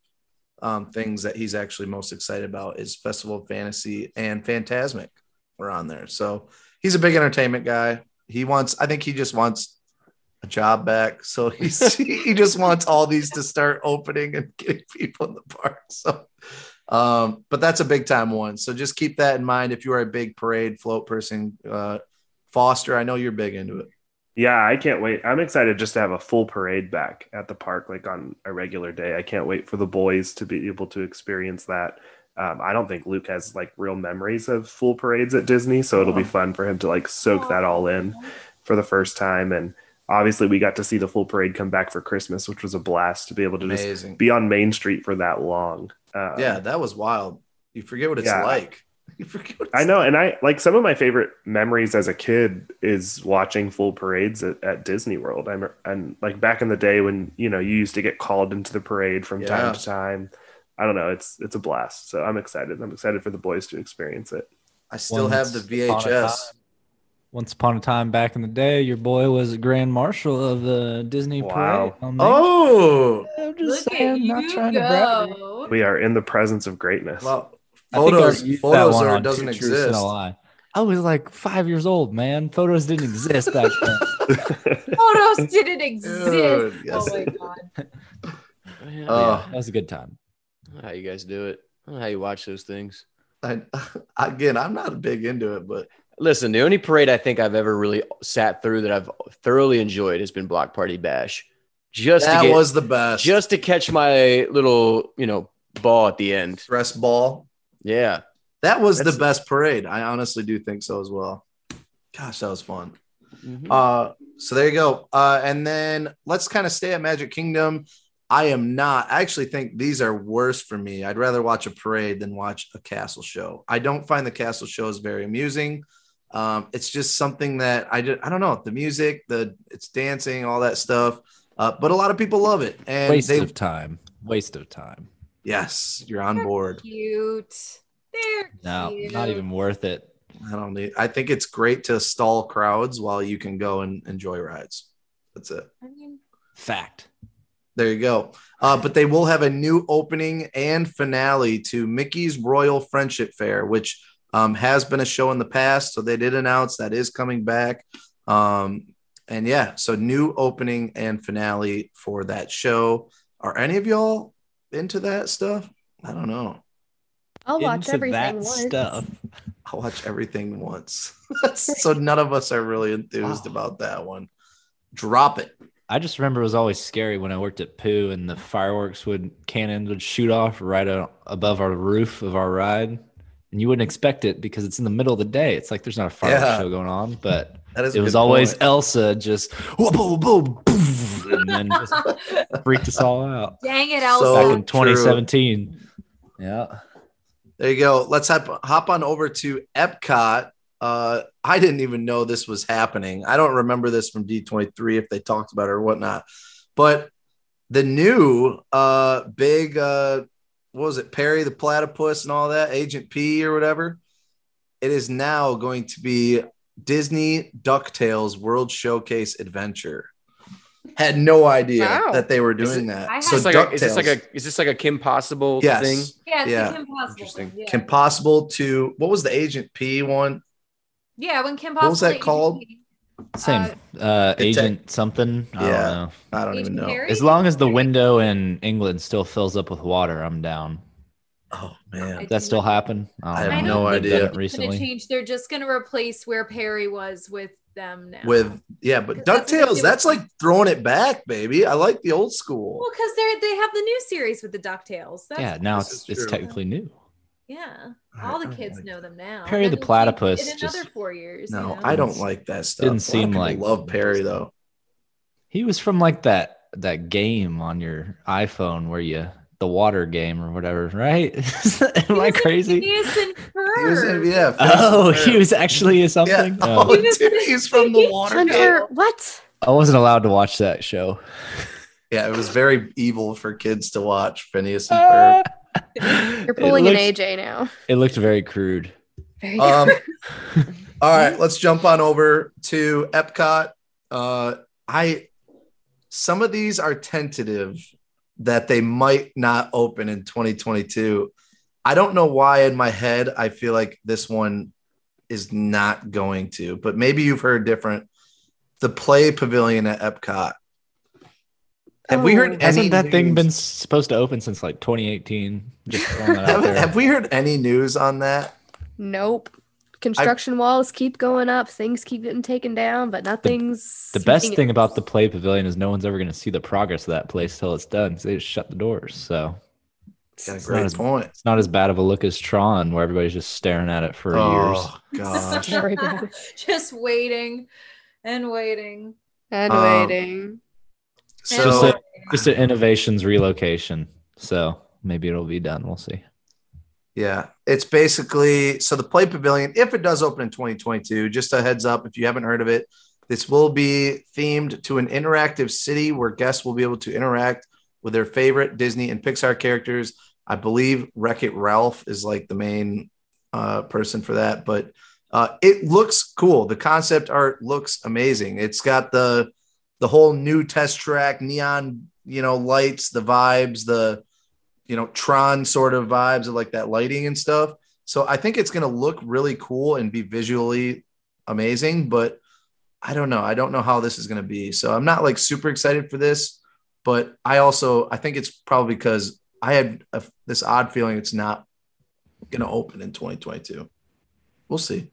[SPEAKER 2] um, things that he's actually most excited about is Festival of Fantasy and Phantasmic are on there. So he's a big entertainment guy. He wants, I think he just wants a job back. So he's he just wants all these to start opening and getting people in the park. So um, but that's a big time one. So just keep that in mind if you are a big parade float person. Uh, Foster, I know you're big into it.
[SPEAKER 4] Yeah, I can't wait. I'm excited just to have a full parade back at the park, like on a regular day. I can't wait for the boys to be able to experience that. Um, I don't think Luke has like real memories of full parades at Disney, so it'll be fun for him to like soak that all in for the first time. And obviously, we got to see the full parade come back for Christmas, which was a blast to be able to just
[SPEAKER 2] Amazing.
[SPEAKER 4] be on Main Street for that long. Uh,
[SPEAKER 2] yeah, that was wild. You forget what it's
[SPEAKER 4] yeah.
[SPEAKER 2] like. You forget what it's
[SPEAKER 4] I know, and I like some of my favorite memories as a kid is watching full parades at, at Disney World. I'm and like back in the day when you know you used to get called into the parade from
[SPEAKER 2] Yeah.
[SPEAKER 4] time to time. I don't know, it's it's a blast. So I'm excited. I'm excited for the boys to experience it.
[SPEAKER 2] I still have the
[SPEAKER 6] Once upon a
[SPEAKER 2] VHS.
[SPEAKER 6] time- Once upon a time back in the day, your boy was a grand marshal of the Disney
[SPEAKER 4] Wow.
[SPEAKER 6] parade. on Main
[SPEAKER 2] Oh,
[SPEAKER 6] Street. I'm just
[SPEAKER 3] Look at
[SPEAKER 6] saying,
[SPEAKER 3] you
[SPEAKER 6] not trying to brag.
[SPEAKER 3] go.
[SPEAKER 4] We are in the presence of greatness.
[SPEAKER 2] well,
[SPEAKER 6] I think I
[SPEAKER 2] photos
[SPEAKER 6] used that
[SPEAKER 2] photos
[SPEAKER 6] one
[SPEAKER 2] are
[SPEAKER 6] on
[SPEAKER 2] it doesn't
[SPEAKER 6] Two Truths and a
[SPEAKER 2] exist.
[SPEAKER 6] Lie. I was like five years old, man. Photos didn't exist back then.
[SPEAKER 3] Photos didn't exist.
[SPEAKER 2] Dude, yes.
[SPEAKER 3] Oh my god.
[SPEAKER 1] Yeah,
[SPEAKER 2] Uh,
[SPEAKER 6] that was a good time.
[SPEAKER 1] I don't know how you guys do it? I don't know how you watch those things?
[SPEAKER 2] I, again, I'm not big into it, but
[SPEAKER 1] Listen, the only parade I think I've ever really sat through that I've thoroughly enjoyed has been Block Party Bash. Just
[SPEAKER 2] that
[SPEAKER 1] to get,
[SPEAKER 2] was the best.
[SPEAKER 1] just to catch my little you know ball at the end.
[SPEAKER 2] stress ball.
[SPEAKER 1] Yeah,
[SPEAKER 2] That was
[SPEAKER 4] That's-
[SPEAKER 2] the best parade. I honestly do think so as well. Gosh, that was fun.
[SPEAKER 7] Mm-hmm.
[SPEAKER 2] Uh, so there you go. Uh, and then let's kind of stay at Magic Kingdom. I am not. I actually think these are worse for me. I'd rather watch a parade than watch a castle show. I don't find the castle shows very amusing. Um, it's just something that I just I don't know the music, the it's dancing, all that stuff. Uh, but a lot of people love it, and
[SPEAKER 6] Waste
[SPEAKER 2] they
[SPEAKER 6] of time. Waste of time.
[SPEAKER 2] yes, you're on board.
[SPEAKER 3] Cute. They're
[SPEAKER 6] No,
[SPEAKER 3] cute.
[SPEAKER 6] not even worth it.
[SPEAKER 2] I don't need. I think it's great to stall crowds while you can go and enjoy rides. That's it.
[SPEAKER 3] I mean,
[SPEAKER 6] Fact.
[SPEAKER 2] There you go. Uh, but they will have a new opening and finale to Mickey's Royal Friendship Fair, which um, has been a show in the past. So they did announce that is coming back. Um, and yeah, so new opening and finale for that show. Are any of y'all into that stuff? I don't know.
[SPEAKER 7] I'll watch
[SPEAKER 6] Into
[SPEAKER 7] everything
[SPEAKER 6] that
[SPEAKER 7] once.
[SPEAKER 6] stuff.
[SPEAKER 2] I watch everything once. so none of us are really enthused
[SPEAKER 6] Wow.
[SPEAKER 2] about that one. Drop it.
[SPEAKER 6] I just remember it was always scary when I worked at Pooh and the fireworks would cannons would shoot off right o- above our roof of our ride. And you wouldn't expect it because it's in the middle of the day. It's like there's not a fireworks
[SPEAKER 2] Yeah.
[SPEAKER 6] show going on, but
[SPEAKER 2] That is a
[SPEAKER 6] it was
[SPEAKER 2] good
[SPEAKER 6] always
[SPEAKER 2] point.
[SPEAKER 6] Elsa just whoa, whoa, whoa, poof, and then just freaked us all out
[SPEAKER 3] Dang
[SPEAKER 2] So-
[SPEAKER 3] it,
[SPEAKER 6] back
[SPEAKER 3] Elsa.
[SPEAKER 2] Oh,
[SPEAKER 6] in 2017. Yeah.
[SPEAKER 2] There you go. Let's hop, hop on over to Epcot. Uh, I didn't even know this was happening. I don't remember this from D23 if they talked about it or whatnot. But the new uh, big, uh, what was it, Perry the Platypus and all that, Agent P or whatever, it is now going to be Disney DuckTales World Showcase Adventure. Had no idea
[SPEAKER 1] Wow.
[SPEAKER 2] that they were
[SPEAKER 1] Is
[SPEAKER 2] doing
[SPEAKER 1] it-
[SPEAKER 3] I
[SPEAKER 2] that.
[SPEAKER 1] So
[SPEAKER 2] So
[SPEAKER 3] had-
[SPEAKER 1] it's like a, is this like
[SPEAKER 2] DuckTales-
[SPEAKER 1] a is this like a Kim Possible
[SPEAKER 2] yes.
[SPEAKER 1] thing?
[SPEAKER 3] yeah, it's
[SPEAKER 2] yeah.
[SPEAKER 3] Like Kim Possible.
[SPEAKER 1] Interesting.
[SPEAKER 3] Yeah.
[SPEAKER 2] Kim Possible to what was the Agent P one?
[SPEAKER 3] yeah, when Kim Possible.
[SPEAKER 2] What was that
[SPEAKER 3] Agent
[SPEAKER 2] called?
[SPEAKER 3] P-
[SPEAKER 6] Same. Uh,
[SPEAKER 2] detec-
[SPEAKER 6] agent something. I
[SPEAKER 2] Yeah.
[SPEAKER 6] don't know.
[SPEAKER 2] I don't
[SPEAKER 3] Agent
[SPEAKER 2] even know.
[SPEAKER 3] Perry?
[SPEAKER 6] As long as the window in England still fills up with water, I'm down.
[SPEAKER 2] Oh man,
[SPEAKER 3] I-
[SPEAKER 6] that still happen?
[SPEAKER 2] I
[SPEAKER 6] don't
[SPEAKER 2] have
[SPEAKER 6] know.
[SPEAKER 2] no
[SPEAKER 6] They've done
[SPEAKER 2] idea.
[SPEAKER 6] it
[SPEAKER 3] Gonna
[SPEAKER 6] Recently,
[SPEAKER 3] change. They're just gonna replace where Perry was with them now.
[SPEAKER 2] with yeah, but
[SPEAKER 3] That's what they
[SPEAKER 2] Ducktales,
[SPEAKER 3] do.
[SPEAKER 2] that's like throwing it back, baby. I like the old school.
[SPEAKER 3] well, because they they have the new series with the Ducktales. That's,
[SPEAKER 6] yeah. Now
[SPEAKER 2] This
[SPEAKER 6] it's
[SPEAKER 2] is
[SPEAKER 6] it's
[SPEAKER 2] true.
[SPEAKER 6] technically new.
[SPEAKER 3] yeah.
[SPEAKER 2] I-
[SPEAKER 3] All
[SPEAKER 2] I
[SPEAKER 3] the
[SPEAKER 2] don't
[SPEAKER 3] kids
[SPEAKER 2] like-
[SPEAKER 3] know them now.
[SPEAKER 6] Perry
[SPEAKER 3] And
[SPEAKER 6] the
[SPEAKER 3] then we'll change it
[SPEAKER 6] Platypus
[SPEAKER 3] In
[SPEAKER 6] just-
[SPEAKER 3] another four years. you
[SPEAKER 2] No,
[SPEAKER 3] know?
[SPEAKER 2] I don't like that stuff.
[SPEAKER 6] Didn't
[SPEAKER 2] A lot of
[SPEAKER 6] seem
[SPEAKER 2] people
[SPEAKER 6] like-
[SPEAKER 2] love Perry though.
[SPEAKER 6] He was from like that that game on your iPhone where you the water game or whatever, right? Am I
[SPEAKER 3] He was in
[SPEAKER 6] crazy?
[SPEAKER 3] Phineas and
[SPEAKER 2] He was
[SPEAKER 3] Ferb.
[SPEAKER 2] in- yeah,
[SPEAKER 6] Oh,
[SPEAKER 2] Ferb.
[SPEAKER 6] he was actually a something.
[SPEAKER 2] Yeah.
[SPEAKER 6] Oh,
[SPEAKER 2] Oh, dude, he's from the water.
[SPEAKER 7] Hunter,
[SPEAKER 2] Girl.
[SPEAKER 7] what?
[SPEAKER 6] I wasn't allowed to watch that show.
[SPEAKER 2] Yeah, it was very evil for kids to watch. Phineas
[SPEAKER 3] Oh,
[SPEAKER 2] and Ferb.
[SPEAKER 7] You're
[SPEAKER 6] You're
[SPEAKER 7] pulling
[SPEAKER 6] it
[SPEAKER 7] an
[SPEAKER 6] looked,
[SPEAKER 7] AJ now.
[SPEAKER 6] It looked very crude.
[SPEAKER 7] Very
[SPEAKER 2] Um, all right, let's jump on over to Epcot. Uh, I some of these are tentative that they might not open in 2022. I don't know why in my head I feel like this one is not going to, but maybe you've heard different. The play pavilion at Epcot. Have we heard
[SPEAKER 7] Oh.
[SPEAKER 2] any
[SPEAKER 6] Hasn't that thing
[SPEAKER 2] news-
[SPEAKER 6] been supposed to open since like 2018? Just throwing that out
[SPEAKER 2] have,
[SPEAKER 6] there.
[SPEAKER 2] have we heard any news on that?
[SPEAKER 7] Nope. Construction walls keep going up. Things keep getting taken down, but nothing's.
[SPEAKER 6] The best
[SPEAKER 7] speaking-
[SPEAKER 6] thing about the play pavilion is no one's ever going to see the progress of that place till it's done. 'cause they just shut the doors, so
[SPEAKER 2] Got a
[SPEAKER 6] It's not
[SPEAKER 2] great
[SPEAKER 6] as-
[SPEAKER 2] point.
[SPEAKER 6] it's not as bad of a look as Tron, where everybody's just staring at it for years.
[SPEAKER 2] Oh gosh.
[SPEAKER 7] Very bad.
[SPEAKER 3] just waiting and waiting.
[SPEAKER 7] And
[SPEAKER 2] Um,
[SPEAKER 7] waiting.
[SPEAKER 3] and
[SPEAKER 2] So-
[SPEAKER 6] Just a-
[SPEAKER 3] waiting.
[SPEAKER 6] Just an innovations relocation, so maybe it'll be done. We'll see.
[SPEAKER 2] Yeah, it's basically so the Play Pavilion, if it does open in 2022, just a heads up if you haven't heard of it, this will be themed to an interactive city where guests will be able to interact with their favorite Disney and Pixar characters. I believe Wreck It Ralph is like the main uh, person for that, but uh, it looks cool. The concept art looks amazing. It's got the the whole new test track, neon, you know, lights, the vibes, the you know Tron sort of vibes of like that lighting and stuff. So I think it's going to look really cool and be visually amazing, but I don't know. I don't know how this is going to be. So I'm not like super excited for this, but I also I think it's probably because I had a, this odd feeling it's not going to open in 2022. We'll see.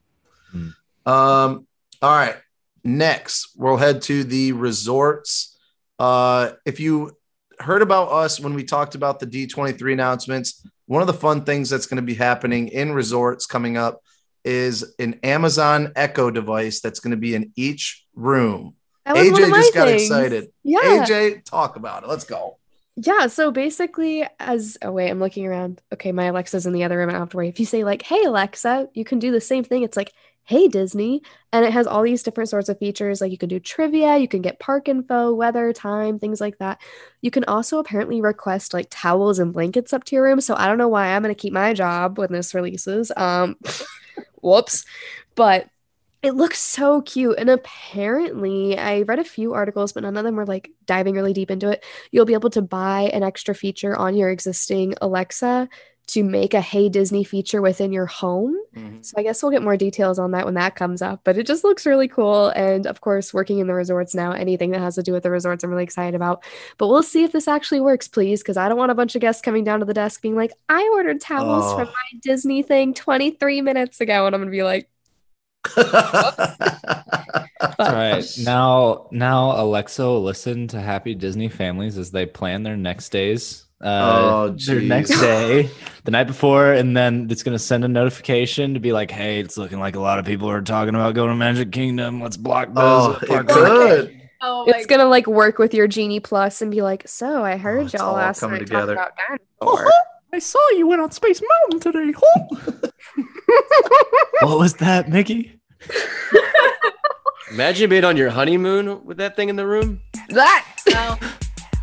[SPEAKER 6] Hmm.
[SPEAKER 2] Um all right. Next, we'll head to the resorts. Uh if you heard about us when we talked about the D23 announcements. One of the fun things that's going to be happening in resorts coming up is an Amazon Echo device that's going to be in each room.
[SPEAKER 7] That was one
[SPEAKER 2] AJ
[SPEAKER 7] of my
[SPEAKER 2] just got
[SPEAKER 7] things.
[SPEAKER 2] excited.
[SPEAKER 7] Yeah.
[SPEAKER 2] AJ, talk about it. Let's go.
[SPEAKER 7] Yeah, so basically, as oh wait, I'm looking around. Okay, my Alexa's in the other room. I don't have to worry. If you say like, "Hey Alexa," you can do the same thing. It's like, "Hey Disney," and it has all these different sorts of features. Like you can do trivia, you can get park info, weather, time, things like that. You can also apparently request like towels and blankets up to your room. So I don't know why I'm gonna keep my job when this releases. Um, whoops, but it looks so cute. And apparently, I read a few articles, but none of them were like diving really deep into it. You'll be able to buy an extra feature on your existing Alexa to make a Hey Disney feature within your home.
[SPEAKER 6] Mm-hmm.
[SPEAKER 2] Mhm.
[SPEAKER 7] So I guess we'll get more details on that when that comes up, but it just looks really cool. And of course, working in the resorts now, anything that has to do with the resorts, I'm really excited about. But we'll see if this actually works, please, because I don't want a bunch of guests coming down to the desk being like, I ordered towels
[SPEAKER 2] Oh.
[SPEAKER 7] from my Disney thing 23 minutes ago. And I'm going to be like,
[SPEAKER 2] Oh,
[SPEAKER 6] All right. Now, now Alexa will listen to happy Disney families as they plan their next days. Uh,
[SPEAKER 2] Oh,
[SPEAKER 6] their
[SPEAKER 2] geez.
[SPEAKER 6] next day, the night before, and then it's going to send a notification to be like, hey, it's looking like a lot of people are talking about going to Magic Kingdom. Let's block those.
[SPEAKER 2] oh,
[SPEAKER 6] at the
[SPEAKER 2] it
[SPEAKER 6] park."
[SPEAKER 2] could.
[SPEAKER 3] Oh my
[SPEAKER 7] it's going to like work with your Genie Plus and be like, so I heard
[SPEAKER 2] Oh, it's
[SPEAKER 7] y'all
[SPEAKER 2] all
[SPEAKER 7] last
[SPEAKER 2] coming
[SPEAKER 7] night
[SPEAKER 2] together.
[SPEAKER 7] talk about dinosaurs.
[SPEAKER 6] Oh, I saw you went on Space Mountain today. what was that, Mickey?
[SPEAKER 1] Imagine being on your honeymoon with that thing in the room.
[SPEAKER 7] that
[SPEAKER 3] God. No.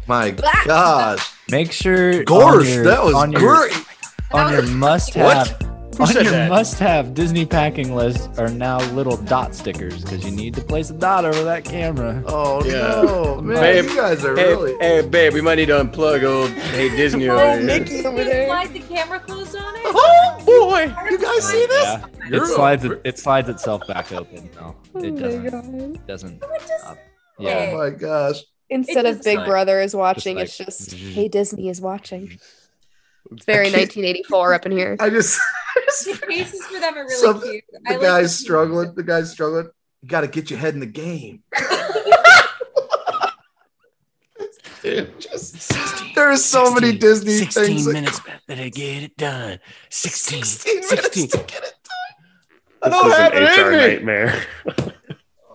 [SPEAKER 2] My gosh.
[SPEAKER 6] Make sure.
[SPEAKER 2] Gorsh,
[SPEAKER 6] on your-
[SPEAKER 2] that was
[SPEAKER 6] on your-
[SPEAKER 2] great.
[SPEAKER 6] on your must
[SPEAKER 2] What?
[SPEAKER 6] have
[SPEAKER 2] Who
[SPEAKER 6] on
[SPEAKER 2] said
[SPEAKER 6] your
[SPEAKER 2] that?
[SPEAKER 6] must have Disney packing list are now little dot stickers because you need to place a dot over that camera.
[SPEAKER 2] Oh
[SPEAKER 1] Yeah.
[SPEAKER 2] no, man,
[SPEAKER 1] Babe.
[SPEAKER 2] you guys are
[SPEAKER 1] Hey,
[SPEAKER 2] really.
[SPEAKER 1] hey, babe, we might need to unplug old Hey Disney over
[SPEAKER 3] Oh,
[SPEAKER 1] here.
[SPEAKER 3] Mickey over Slide the camera closed on it.
[SPEAKER 2] Oh boy, you guys see this?
[SPEAKER 6] Yeah. It
[SPEAKER 2] You're
[SPEAKER 6] slides it, it slides itself back open. No,
[SPEAKER 3] Oh
[SPEAKER 6] it doesn't.
[SPEAKER 7] Oh god.
[SPEAKER 6] doesn't.
[SPEAKER 3] It just-
[SPEAKER 6] stop.
[SPEAKER 2] Oh
[SPEAKER 6] Yeah.
[SPEAKER 2] my gosh.
[SPEAKER 7] Instead
[SPEAKER 3] It
[SPEAKER 7] of
[SPEAKER 3] just
[SPEAKER 7] Big
[SPEAKER 6] like-
[SPEAKER 7] Brother is watching,
[SPEAKER 6] like-
[SPEAKER 7] it's just Hey Disney is watching. It's
[SPEAKER 2] I
[SPEAKER 7] very
[SPEAKER 2] can't-
[SPEAKER 7] 1984 up in here.
[SPEAKER 2] I just
[SPEAKER 3] The faces for them are really
[SPEAKER 2] Some-
[SPEAKER 3] cute. I
[SPEAKER 2] the
[SPEAKER 3] like
[SPEAKER 2] guy's
[SPEAKER 3] the-
[SPEAKER 2] struggling. The guy's struggling. You got to get your head in the game. Dude, just there are so many Disney things. like-
[SPEAKER 1] better get it done. 16,
[SPEAKER 2] 16 minutes to get it.
[SPEAKER 1] I
[SPEAKER 4] This
[SPEAKER 1] don't
[SPEAKER 4] is
[SPEAKER 1] have
[SPEAKER 4] an
[SPEAKER 1] it
[SPEAKER 4] HR
[SPEAKER 1] in me.
[SPEAKER 4] nightmare.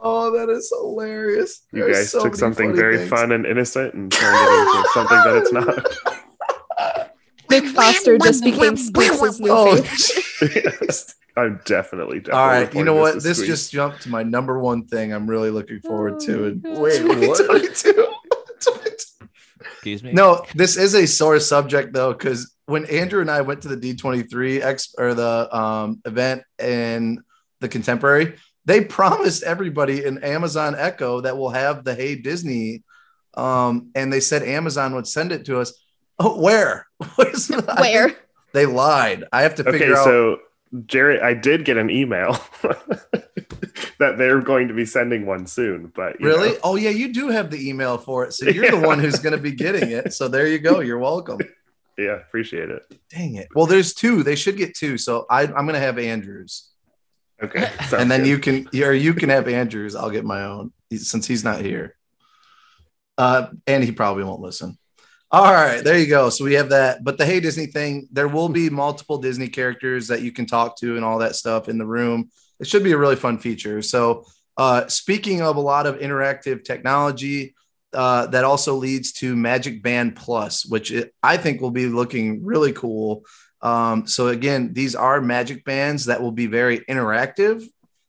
[SPEAKER 2] Oh, that is hilarious.
[SPEAKER 4] You
[SPEAKER 2] There are
[SPEAKER 4] guys
[SPEAKER 2] so
[SPEAKER 4] took
[SPEAKER 2] many
[SPEAKER 4] something
[SPEAKER 2] funny
[SPEAKER 4] very
[SPEAKER 2] things.
[SPEAKER 4] fun and innocent and turned it into something that it's not.
[SPEAKER 7] Nick Foster just became Squeaks' new
[SPEAKER 2] Oh,
[SPEAKER 7] favorite.
[SPEAKER 4] I'm definitely, definitely.
[SPEAKER 2] All right, you know
[SPEAKER 4] reporting
[SPEAKER 2] what?
[SPEAKER 4] as
[SPEAKER 2] This
[SPEAKER 4] squeeze.
[SPEAKER 2] just jumped to my number one thing. I'm really looking forward to in
[SPEAKER 7] Oh,
[SPEAKER 1] Wait, what?
[SPEAKER 2] 2022.
[SPEAKER 6] Excuse me.
[SPEAKER 2] No, this is a sore subject though, because when Andrew and I went to the D23 X or the um, event in the Contemporary, they promised everybody an Amazon Echo that will have the Hey Disney, um, and they said Amazon would send it to us. Oh, where? Where's I think
[SPEAKER 7] Where?
[SPEAKER 2] They lied. I have to figure
[SPEAKER 4] okay,
[SPEAKER 2] out.
[SPEAKER 4] so Jared, I did get an email that they're going to be sending one soon, but you
[SPEAKER 2] Really?
[SPEAKER 4] know,
[SPEAKER 2] Oh yeah, you do have the email for it. So you're the
[SPEAKER 4] Yeah.
[SPEAKER 2] one who's going to be getting it. So there you go. You're welcome.
[SPEAKER 4] yeah, appreciate it.
[SPEAKER 2] Dang it. Well, there's two. They should get two. So I, I'm going to have Andrews,
[SPEAKER 4] Okay,
[SPEAKER 2] and
[SPEAKER 4] sounds
[SPEAKER 2] then
[SPEAKER 4] good.
[SPEAKER 2] you can, or you can have Andrews. I'll get my own he- since he's not here. Uh, and he probably won't listen. All right, there you go. So we have that. But the Hey Disney thing, there will be multiple Disney characters that you can talk to and all that stuff in the room. It should be a really fun feature. So, uh, speaking of a lot of interactive technology, uh, that also leads to Magic Band Plus, which it, I think will be looking really cool. Um, so, again, these are magic bands that will be very interactive.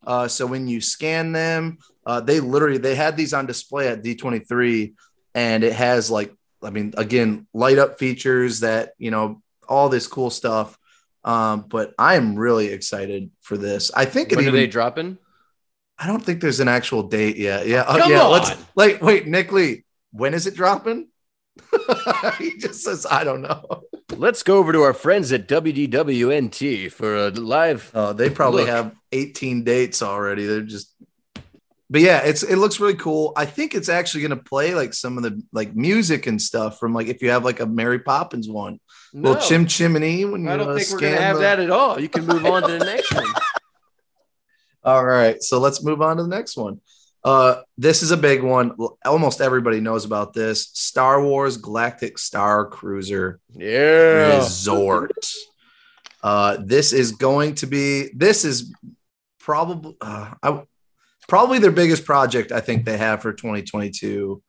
[SPEAKER 2] Uh, so when you scan them, uh, they literally they had these on display at D23, and it has like I mean, again, light up features that, you know, all this cool stuff. Um, but I am really excited for this. I think it
[SPEAKER 1] When are
[SPEAKER 2] even,
[SPEAKER 1] they dropping?
[SPEAKER 2] I don't think there's an actual date yet. Yeah. uh,
[SPEAKER 1] Come
[SPEAKER 2] yeah. Let's
[SPEAKER 1] on.
[SPEAKER 2] like, wait, Nick Lee, when is it dropping? he just says, I don't know.
[SPEAKER 1] Let's go over to our friends at WDWNT for a live.
[SPEAKER 2] Uh, they probably
[SPEAKER 1] Look.
[SPEAKER 2] have 18 dates already. They're just, but yeah, it's it looks really cool. I think it's actually going to play like some of the like music and stuff from like if you have like a Mary Poppins one,
[SPEAKER 1] No,
[SPEAKER 2] little chim chimney when you
[SPEAKER 1] I
[SPEAKER 2] uh,
[SPEAKER 1] don't think we're gonna
[SPEAKER 2] scan
[SPEAKER 1] have
[SPEAKER 2] the-
[SPEAKER 1] that at all. You can move on to the next one.
[SPEAKER 2] All right, so let's move on to the next one. Uh, this is a big one. L- Almost everybody knows about this Star Wars Galactic Star Cruiser
[SPEAKER 1] Yeah.
[SPEAKER 2] Resort. Uh, this is going to be, this is probably, uh, I, probably their biggest project I think they have for 2022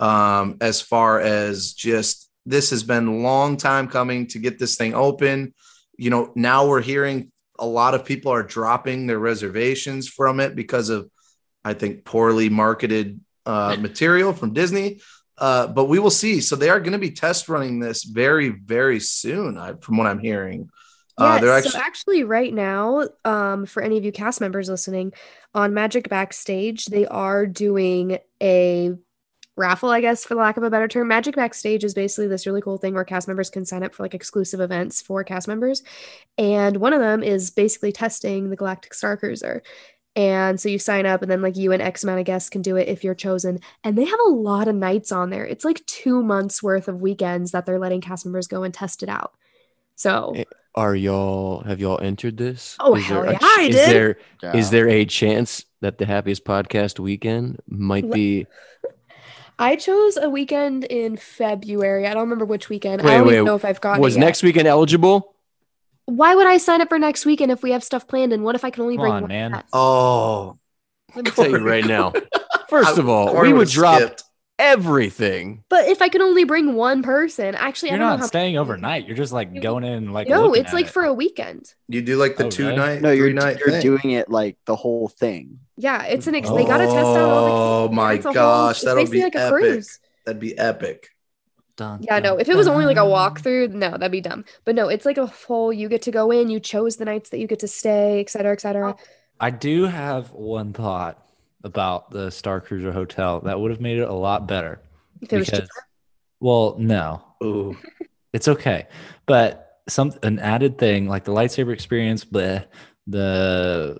[SPEAKER 2] um, as far as just This has been a long time coming to get this thing open. You know, now we're hearing a lot of people are dropping their reservations from it because of, I think, poorly marketed uh, material from Disney. Uh, but we will see. So they are going to be test running this very, very soon, I, from what I'm hearing. Uh,
[SPEAKER 7] Yeah,
[SPEAKER 2] they're
[SPEAKER 7] so
[SPEAKER 2] actually
[SPEAKER 7] actually, right now, um, for any of you cast members listening on Magic Backstage, they are doing a raffle, I guess, for lack of a better term. Magic Backstage is basically this really cool thing where cast members can sign up for like exclusive events for cast members, and one of them is basically testing the Galactic Star Cruiser. And so you sign up, and then like you and X amount of guests can do it if you're chosen. And they have a lot of nights on there. It's like two months worth of weekends that they're letting cast members go and test it out. So
[SPEAKER 1] Are y'all have y'all entered this?
[SPEAKER 7] Oh,
[SPEAKER 1] is there
[SPEAKER 7] hell
[SPEAKER 1] a
[SPEAKER 7] yeah, I
[SPEAKER 1] is
[SPEAKER 7] did.
[SPEAKER 1] there
[SPEAKER 5] Yeah.
[SPEAKER 1] is there a chance that the happiest podcast weekend might
[SPEAKER 7] Le-
[SPEAKER 1] be
[SPEAKER 7] I chose a weekend in February. I don't remember which weekend.
[SPEAKER 1] Wait,
[SPEAKER 7] I don't
[SPEAKER 1] wait,
[SPEAKER 7] even know if I've gotten
[SPEAKER 1] was
[SPEAKER 7] it yet.
[SPEAKER 1] next weekend eligible?
[SPEAKER 7] Why would I sign up for next weekend if we have stuff planned? And what if I can only
[SPEAKER 6] Come
[SPEAKER 7] bring
[SPEAKER 6] on,
[SPEAKER 7] one
[SPEAKER 6] man.
[SPEAKER 7] guest?
[SPEAKER 2] Oh,
[SPEAKER 1] Let me tell you right now. First
[SPEAKER 2] I-
[SPEAKER 1] of all,
[SPEAKER 2] Corey
[SPEAKER 1] we would
[SPEAKER 2] would've
[SPEAKER 1] drop
[SPEAKER 2] skipped.
[SPEAKER 1] everything.
[SPEAKER 7] But if I can only bring one person, actually,
[SPEAKER 6] You're
[SPEAKER 7] I don't
[SPEAKER 6] not
[SPEAKER 7] know how.
[SPEAKER 6] staying overnight. You're just like going in like
[SPEAKER 7] no,
[SPEAKER 6] looking
[SPEAKER 7] it's
[SPEAKER 6] at
[SPEAKER 7] like
[SPEAKER 6] it.
[SPEAKER 7] for a weekend.
[SPEAKER 2] You do like the
[SPEAKER 6] Oh,
[SPEAKER 2] two
[SPEAKER 6] really?
[SPEAKER 2] night,
[SPEAKER 5] No, you're
[SPEAKER 2] three night.
[SPEAKER 5] you're
[SPEAKER 2] thing.
[SPEAKER 5] doing it like the whole thing.
[SPEAKER 7] Yeah, it's an ex- they got to test out all
[SPEAKER 2] Oh
[SPEAKER 7] the.
[SPEAKER 2] my
[SPEAKER 7] it's a whole-
[SPEAKER 2] gosh,
[SPEAKER 7] it's
[SPEAKER 2] that'll
[SPEAKER 7] basically
[SPEAKER 2] be
[SPEAKER 7] like a
[SPEAKER 2] epic.
[SPEAKER 7] cruise.
[SPEAKER 2] That'd be epic.
[SPEAKER 6] Dun,
[SPEAKER 7] Yeah, no.
[SPEAKER 6] dun,
[SPEAKER 7] If it was only like a
[SPEAKER 6] dun.
[SPEAKER 7] walkthrough, no, that'd be dumb. But no, it's like a whole. You get to go in. You chose the nights that you get to stay, et cetera, et cetera.
[SPEAKER 6] I do have one thought about the Star Cruiser Hotel that would have made it a lot better.
[SPEAKER 7] If it was cheaper.
[SPEAKER 6] well, no,
[SPEAKER 2] Ooh.
[SPEAKER 6] it's okay. But some an added thing like the lightsaber experience, bleh, the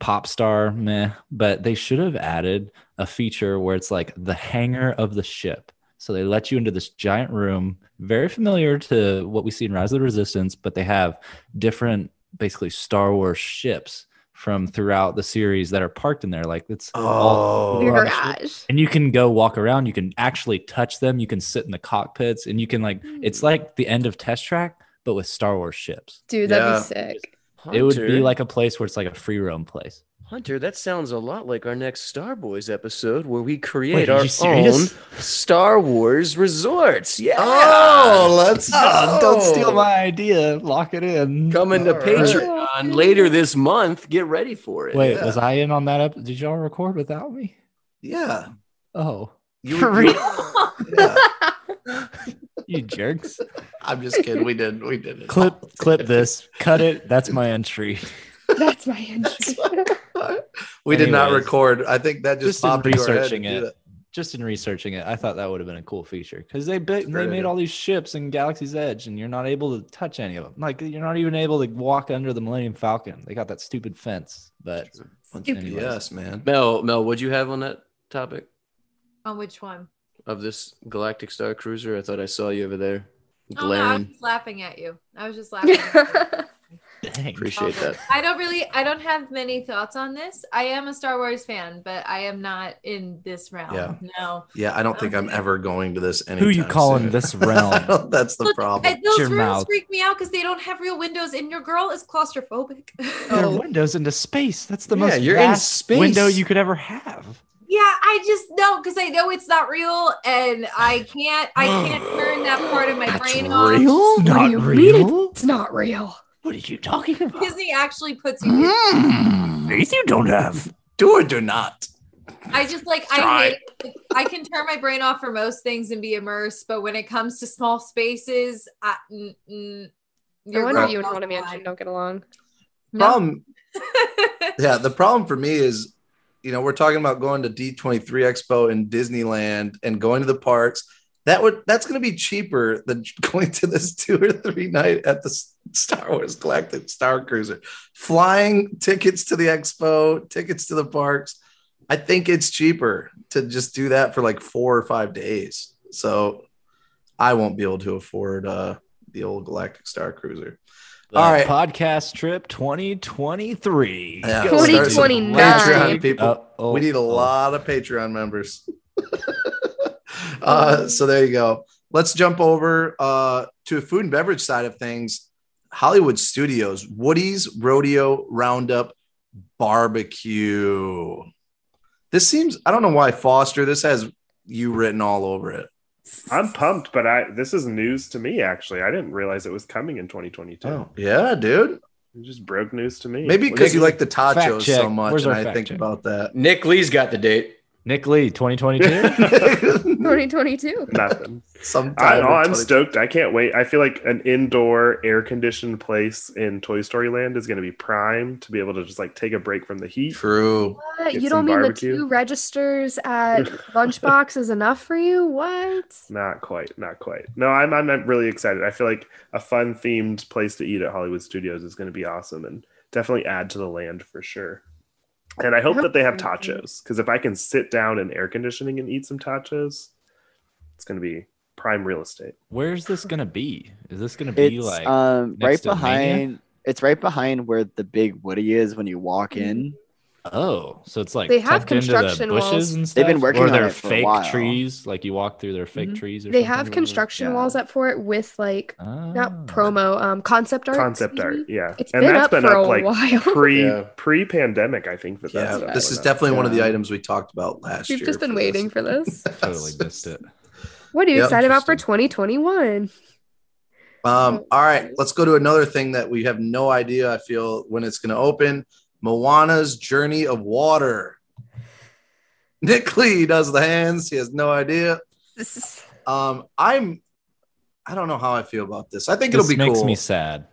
[SPEAKER 6] pop star, meh. But they should have added a feature where it's like the hangar of the ship. So they let you into this giant room, very familiar to what we see in Rise of the Resistance, but they have different basically Star Wars ships from throughout the series that are parked in there. Like it's
[SPEAKER 2] Oh.
[SPEAKER 7] your
[SPEAKER 6] we're on a ship.
[SPEAKER 7] garage.
[SPEAKER 6] and you can go walk around you can actually touch them you can sit in the cockpits and you can like it's
[SPEAKER 2] Hmm.
[SPEAKER 6] like the end of test track but with star wars ships
[SPEAKER 7] Dude,
[SPEAKER 2] Yeah.
[SPEAKER 7] that'd be sick.
[SPEAKER 6] it would
[SPEAKER 1] Hunter-
[SPEAKER 6] be like a place where it's like a free roam place
[SPEAKER 1] Hunter, that sounds a lot like our next Star Boys episode where we create
[SPEAKER 6] Wait, are
[SPEAKER 1] our
[SPEAKER 6] you serious?
[SPEAKER 1] own Star Wars resorts. Yeah.
[SPEAKER 2] Oh, let's go.
[SPEAKER 6] idea lock it in
[SPEAKER 1] Coming to
[SPEAKER 2] All
[SPEAKER 1] Patreon
[SPEAKER 7] right.
[SPEAKER 1] later this month. Get ready for it.
[SPEAKER 6] wait
[SPEAKER 2] Yeah.
[SPEAKER 6] was i in on that up did y'all record without me
[SPEAKER 2] Yeah.
[SPEAKER 6] oh
[SPEAKER 2] You,
[SPEAKER 6] For
[SPEAKER 2] you- yeah.
[SPEAKER 6] you jerks
[SPEAKER 2] I'm just kidding. We did. We did it.
[SPEAKER 6] clip clip this cut it that's my entry
[SPEAKER 7] That's my entry.
[SPEAKER 2] We did not
[SPEAKER 6] Anyways.
[SPEAKER 2] record. I think that just,
[SPEAKER 6] Just in
[SPEAKER 2] popped into our head
[SPEAKER 6] researching
[SPEAKER 2] to do
[SPEAKER 6] it.
[SPEAKER 2] that.
[SPEAKER 6] just in researching it i thought that would have been a cool feature because they
[SPEAKER 2] It's
[SPEAKER 6] bit,
[SPEAKER 2] a
[SPEAKER 6] they
[SPEAKER 2] great
[SPEAKER 6] made
[SPEAKER 2] idea.
[SPEAKER 6] all these ships in galaxy's edge and you're not able to touch any of them like you're not even able to walk under the millennium falcon they got that stupid fence but
[SPEAKER 2] Bunch of
[SPEAKER 6] Stupid.
[SPEAKER 2] BS, man.
[SPEAKER 1] Mel, Mel, what'd you have on that topic
[SPEAKER 3] On Oh, which one?
[SPEAKER 1] of this Galactic Star Cruiser? I thought I saw you over there.
[SPEAKER 3] Oh, no, I was
[SPEAKER 1] Glaring.
[SPEAKER 3] just laughing at you. I was just laughing. At you.
[SPEAKER 6] dang
[SPEAKER 1] Appreciate that.
[SPEAKER 3] I don't really I don't have many thoughts on this. I am a Star Wars fan, but I am not in this realm.
[SPEAKER 2] Yeah.
[SPEAKER 3] No.
[SPEAKER 2] Yeah, I don't think I'm ever going to this. Anytime
[SPEAKER 6] who you calling
[SPEAKER 2] soon.
[SPEAKER 6] this
[SPEAKER 2] I
[SPEAKER 6] realm
[SPEAKER 2] don't- That's the
[SPEAKER 3] Look,
[SPEAKER 2] problem.
[SPEAKER 3] And those
[SPEAKER 6] your
[SPEAKER 3] rooms
[SPEAKER 6] mouth.
[SPEAKER 3] freak me out because they don't have real windows, and your girl is claustrophobic.
[SPEAKER 6] Their windows into space that's the
[SPEAKER 1] Yeah,
[SPEAKER 6] most
[SPEAKER 1] you're in
[SPEAKER 6] vast
[SPEAKER 1] space.
[SPEAKER 6] window you could ever have
[SPEAKER 3] yeah, I just know because I know it's not real, and I can't I can't turn that part of my brain off.
[SPEAKER 6] real
[SPEAKER 7] What do
[SPEAKER 6] not
[SPEAKER 7] you mean
[SPEAKER 6] real
[SPEAKER 7] It's not real.
[SPEAKER 6] what are you talking about
[SPEAKER 3] Disney actually puts you. in-
[SPEAKER 1] Hmm.
[SPEAKER 6] Mm, these you don't have
[SPEAKER 2] Do it or not.
[SPEAKER 3] I just like I hate. I can turn my brain off for most things and be immersed, but when it comes to small spaces, I, mm, mm,
[SPEAKER 7] I
[SPEAKER 3] your
[SPEAKER 7] wonder
[SPEAKER 3] girl
[SPEAKER 7] you and
[SPEAKER 3] knows
[SPEAKER 7] Haunted
[SPEAKER 3] why.
[SPEAKER 7] Mansion don't get along.
[SPEAKER 3] No.
[SPEAKER 2] Problem yeah the problem for me is you know we're talking about going to d23 expo in disneyland and going to the parks that would that's going to be cheaper than going to this two or three night at the S- star wars galactic star cruiser flying tickets to the expo tickets to the parks i think it's cheaper to just do that for like four or five days so i won't be able to afford uh the old galactic star cruiser
[SPEAKER 6] The
[SPEAKER 2] All right.
[SPEAKER 6] Uh, podcast trip 2023
[SPEAKER 2] Yeah,
[SPEAKER 6] Go with
[SPEAKER 7] start
[SPEAKER 6] the
[SPEAKER 7] some
[SPEAKER 6] Patreon
[SPEAKER 7] 2029.
[SPEAKER 2] people.
[SPEAKER 6] oh,
[SPEAKER 2] we need a
[SPEAKER 6] oh.
[SPEAKER 2] lot of Patreon members. uh, so there you go. Let's jump over uh, to food and beverage side of things. Hollywood Studios, Woody's Rodeo Roundup Barbecue. This seems, I don't know why Foster, this has you written all over it.
[SPEAKER 4] I'm pumped, but I this is news to me. Actually, I didn't realize it was coming in 2022.
[SPEAKER 2] Oh, yeah, dude.
[SPEAKER 4] It just broke news to me.
[SPEAKER 2] Maybe because you like the tachos
[SPEAKER 6] check.
[SPEAKER 2] so much,
[SPEAKER 6] Where's
[SPEAKER 2] and
[SPEAKER 6] our
[SPEAKER 2] I
[SPEAKER 6] fact
[SPEAKER 2] think
[SPEAKER 6] check?
[SPEAKER 2] about that.
[SPEAKER 1] Nick Lee's got the date.
[SPEAKER 6] Nick Lee, 2022.
[SPEAKER 7] 2022.
[SPEAKER 4] nothing.
[SPEAKER 2] Sometime
[SPEAKER 4] I,
[SPEAKER 2] in
[SPEAKER 4] oh, I'm
[SPEAKER 2] 20
[SPEAKER 4] stoked. I can't wait. I feel like an indoor, air conditioned place in Toy Story Land is going to be prime to be able to just like take a break from the heat.
[SPEAKER 2] True.
[SPEAKER 7] What?
[SPEAKER 4] Get
[SPEAKER 7] Uh, You
[SPEAKER 4] some
[SPEAKER 7] don't mean
[SPEAKER 4] barbecue.
[SPEAKER 7] the two registers at Lunchbox is enough for you? What?
[SPEAKER 4] Not quite, not quite. No, I'm I'm not really excited. I feel like a fun themed place to eat at Hollywood Studios is going to be awesome and definitely add to the land for sure. And I hope that they have tachos because if I can sit down in air conditioning and eat some tachos, it's going to be prime real estate.
[SPEAKER 6] Where's this gonna be? Is this gonna be
[SPEAKER 5] It's
[SPEAKER 6] like?
[SPEAKER 5] um
[SPEAKER 6] next
[SPEAKER 5] right
[SPEAKER 6] to Mania?
[SPEAKER 5] behind. It's right behind where the big Woody is when you walk in.
[SPEAKER 6] oh, so it's like
[SPEAKER 7] They have
[SPEAKER 6] tucked into the
[SPEAKER 7] construction
[SPEAKER 6] bushes
[SPEAKER 7] walls.
[SPEAKER 6] and stuff.
[SPEAKER 5] They've been working
[SPEAKER 6] or
[SPEAKER 5] on
[SPEAKER 6] they're
[SPEAKER 5] it for a
[SPEAKER 6] fake
[SPEAKER 5] while.
[SPEAKER 6] trees. Like you walk through their fake
[SPEAKER 7] Mhm.
[SPEAKER 6] trees. Or
[SPEAKER 7] They
[SPEAKER 6] something.
[SPEAKER 7] have construction
[SPEAKER 5] Yeah.
[SPEAKER 7] walls up for it with like
[SPEAKER 6] Ah.
[SPEAKER 7] not promo, um, concept art.
[SPEAKER 4] Concept
[SPEAKER 7] excuse
[SPEAKER 4] art,
[SPEAKER 7] me.
[SPEAKER 4] yeah,
[SPEAKER 7] It's
[SPEAKER 4] and
[SPEAKER 7] been
[SPEAKER 4] that's
[SPEAKER 7] up
[SPEAKER 4] been
[SPEAKER 7] for
[SPEAKER 4] up
[SPEAKER 7] a
[SPEAKER 4] like
[SPEAKER 7] while.
[SPEAKER 4] pre
[SPEAKER 1] Yeah.
[SPEAKER 4] pre pandemic. I think that
[SPEAKER 2] Yeah,
[SPEAKER 4] that's up
[SPEAKER 2] this is
[SPEAKER 4] and up.
[SPEAKER 2] definitely one of the
[SPEAKER 5] Yeah.
[SPEAKER 2] items we talked about last
[SPEAKER 7] We've
[SPEAKER 2] year.
[SPEAKER 7] just been
[SPEAKER 2] for
[SPEAKER 7] waiting for this.
[SPEAKER 6] Totally missed it.
[SPEAKER 7] What are you
[SPEAKER 2] Yep.
[SPEAKER 7] excited about for 2021?
[SPEAKER 2] Um, all right, let's go to another thing that we have no idea. I feel when it's going to open. Moana's Journey of Water. Nick Lee does the hands. He has no idea.
[SPEAKER 7] This is
[SPEAKER 2] Um, I'm. I don't know how I feel about this. I think
[SPEAKER 6] This
[SPEAKER 2] it'll be
[SPEAKER 6] makes
[SPEAKER 2] cool.
[SPEAKER 6] me sad.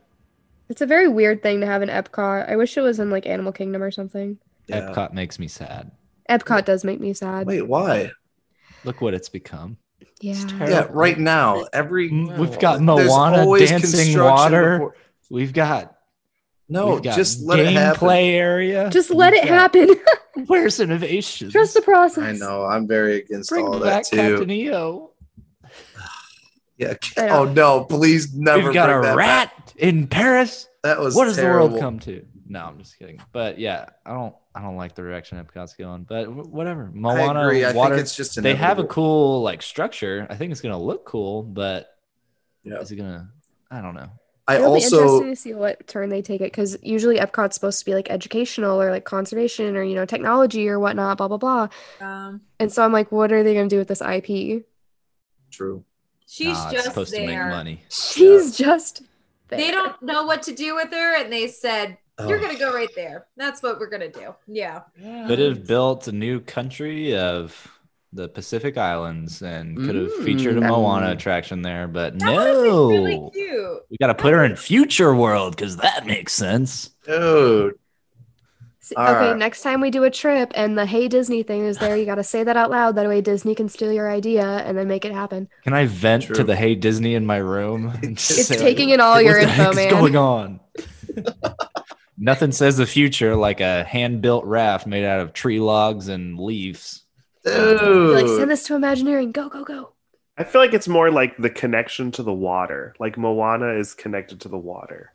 [SPEAKER 7] it's a very weird thing to have in Epcot. I wish it was in like Animal Kingdom or something.
[SPEAKER 2] Yeah.
[SPEAKER 6] Epcot makes me sad.
[SPEAKER 7] Epcot does make me sad.
[SPEAKER 2] Wait, why?
[SPEAKER 6] Look what it's become.
[SPEAKER 7] yeah.
[SPEAKER 6] terrible.
[SPEAKER 2] Yeah, right now, every
[SPEAKER 6] Mm, We've got
[SPEAKER 2] there's
[SPEAKER 6] Moana
[SPEAKER 2] always
[SPEAKER 6] dancing
[SPEAKER 2] construction
[SPEAKER 6] water.
[SPEAKER 2] before-
[SPEAKER 6] We've got
[SPEAKER 2] No,
[SPEAKER 6] we've got
[SPEAKER 2] just let it happen.
[SPEAKER 6] gameplay area.
[SPEAKER 7] Just let it
[SPEAKER 6] We've got-
[SPEAKER 7] happen.
[SPEAKER 6] Where's innovation?
[SPEAKER 7] Trust the process.
[SPEAKER 2] I know. I'm very against
[SPEAKER 6] Bring
[SPEAKER 2] all that
[SPEAKER 6] back
[SPEAKER 2] too.
[SPEAKER 6] Captain
[SPEAKER 7] E
[SPEAKER 6] EO.
[SPEAKER 2] Yeah.
[SPEAKER 7] I know.
[SPEAKER 2] Oh no! Please never.
[SPEAKER 6] We've got
[SPEAKER 2] bring
[SPEAKER 6] a
[SPEAKER 2] that
[SPEAKER 6] rat
[SPEAKER 2] back.
[SPEAKER 6] in Paris.
[SPEAKER 2] That was.
[SPEAKER 6] What does the
[SPEAKER 2] terrible.
[SPEAKER 6] world come to? No, I'm just kidding. But yeah, I don't I don't like the direction Epcot's going. But wh- whatever. Moana
[SPEAKER 2] I agree. I
[SPEAKER 6] water.
[SPEAKER 2] think it's just.
[SPEAKER 6] they have a
[SPEAKER 2] inevitable.
[SPEAKER 6] cool like structure. I think it's gonna look cool, but
[SPEAKER 2] Yeah.
[SPEAKER 6] is it gonna? I don't know.
[SPEAKER 2] I
[SPEAKER 7] It'll be
[SPEAKER 2] also.
[SPEAKER 7] interesting to see what turn they take it because usually Epcot's supposed to be like educational or like conservation or you know technology or whatnot, blah blah blah.
[SPEAKER 3] Um,
[SPEAKER 7] And so I'm like, what are they gonna do with this IP?
[SPEAKER 2] True.
[SPEAKER 3] she's
[SPEAKER 6] Nah, it's
[SPEAKER 3] just
[SPEAKER 6] supposed
[SPEAKER 3] there.
[SPEAKER 6] to make money.
[SPEAKER 7] She's just there.
[SPEAKER 3] They don't know what to do with her, and they said, "You're
[SPEAKER 2] Oh.
[SPEAKER 3] gonna go right there. That's what we're gonna do." Yeah.
[SPEAKER 6] Could have built a new country of the Pacific Islands and could have featured a
[SPEAKER 5] Mm.
[SPEAKER 6] Moana attraction there, but
[SPEAKER 3] That would've been
[SPEAKER 6] no.
[SPEAKER 3] Really cute.
[SPEAKER 6] we got to put her in future world because that makes sense.
[SPEAKER 2] Dude.
[SPEAKER 7] S-
[SPEAKER 2] All
[SPEAKER 7] okay,
[SPEAKER 2] right.
[SPEAKER 7] next time we do a trip and the Hey Disney thing is there, you got to say that out loud. That way Disney can steal your idea and then make it happen.
[SPEAKER 6] Can I vent
[SPEAKER 2] True.
[SPEAKER 6] to the Hey Disney in my room?
[SPEAKER 7] It's taking in all your
[SPEAKER 6] What the
[SPEAKER 7] info,
[SPEAKER 6] heck is going
[SPEAKER 7] man.
[SPEAKER 6] on? Nothing says the future like a hand-built raft made out of tree logs and leaves.
[SPEAKER 7] Be
[SPEAKER 2] Dude.
[SPEAKER 7] Like, send this to Imagineering. Go, go, go.
[SPEAKER 4] I feel like it's more like the connection to the water. Like Moana is connected to the water.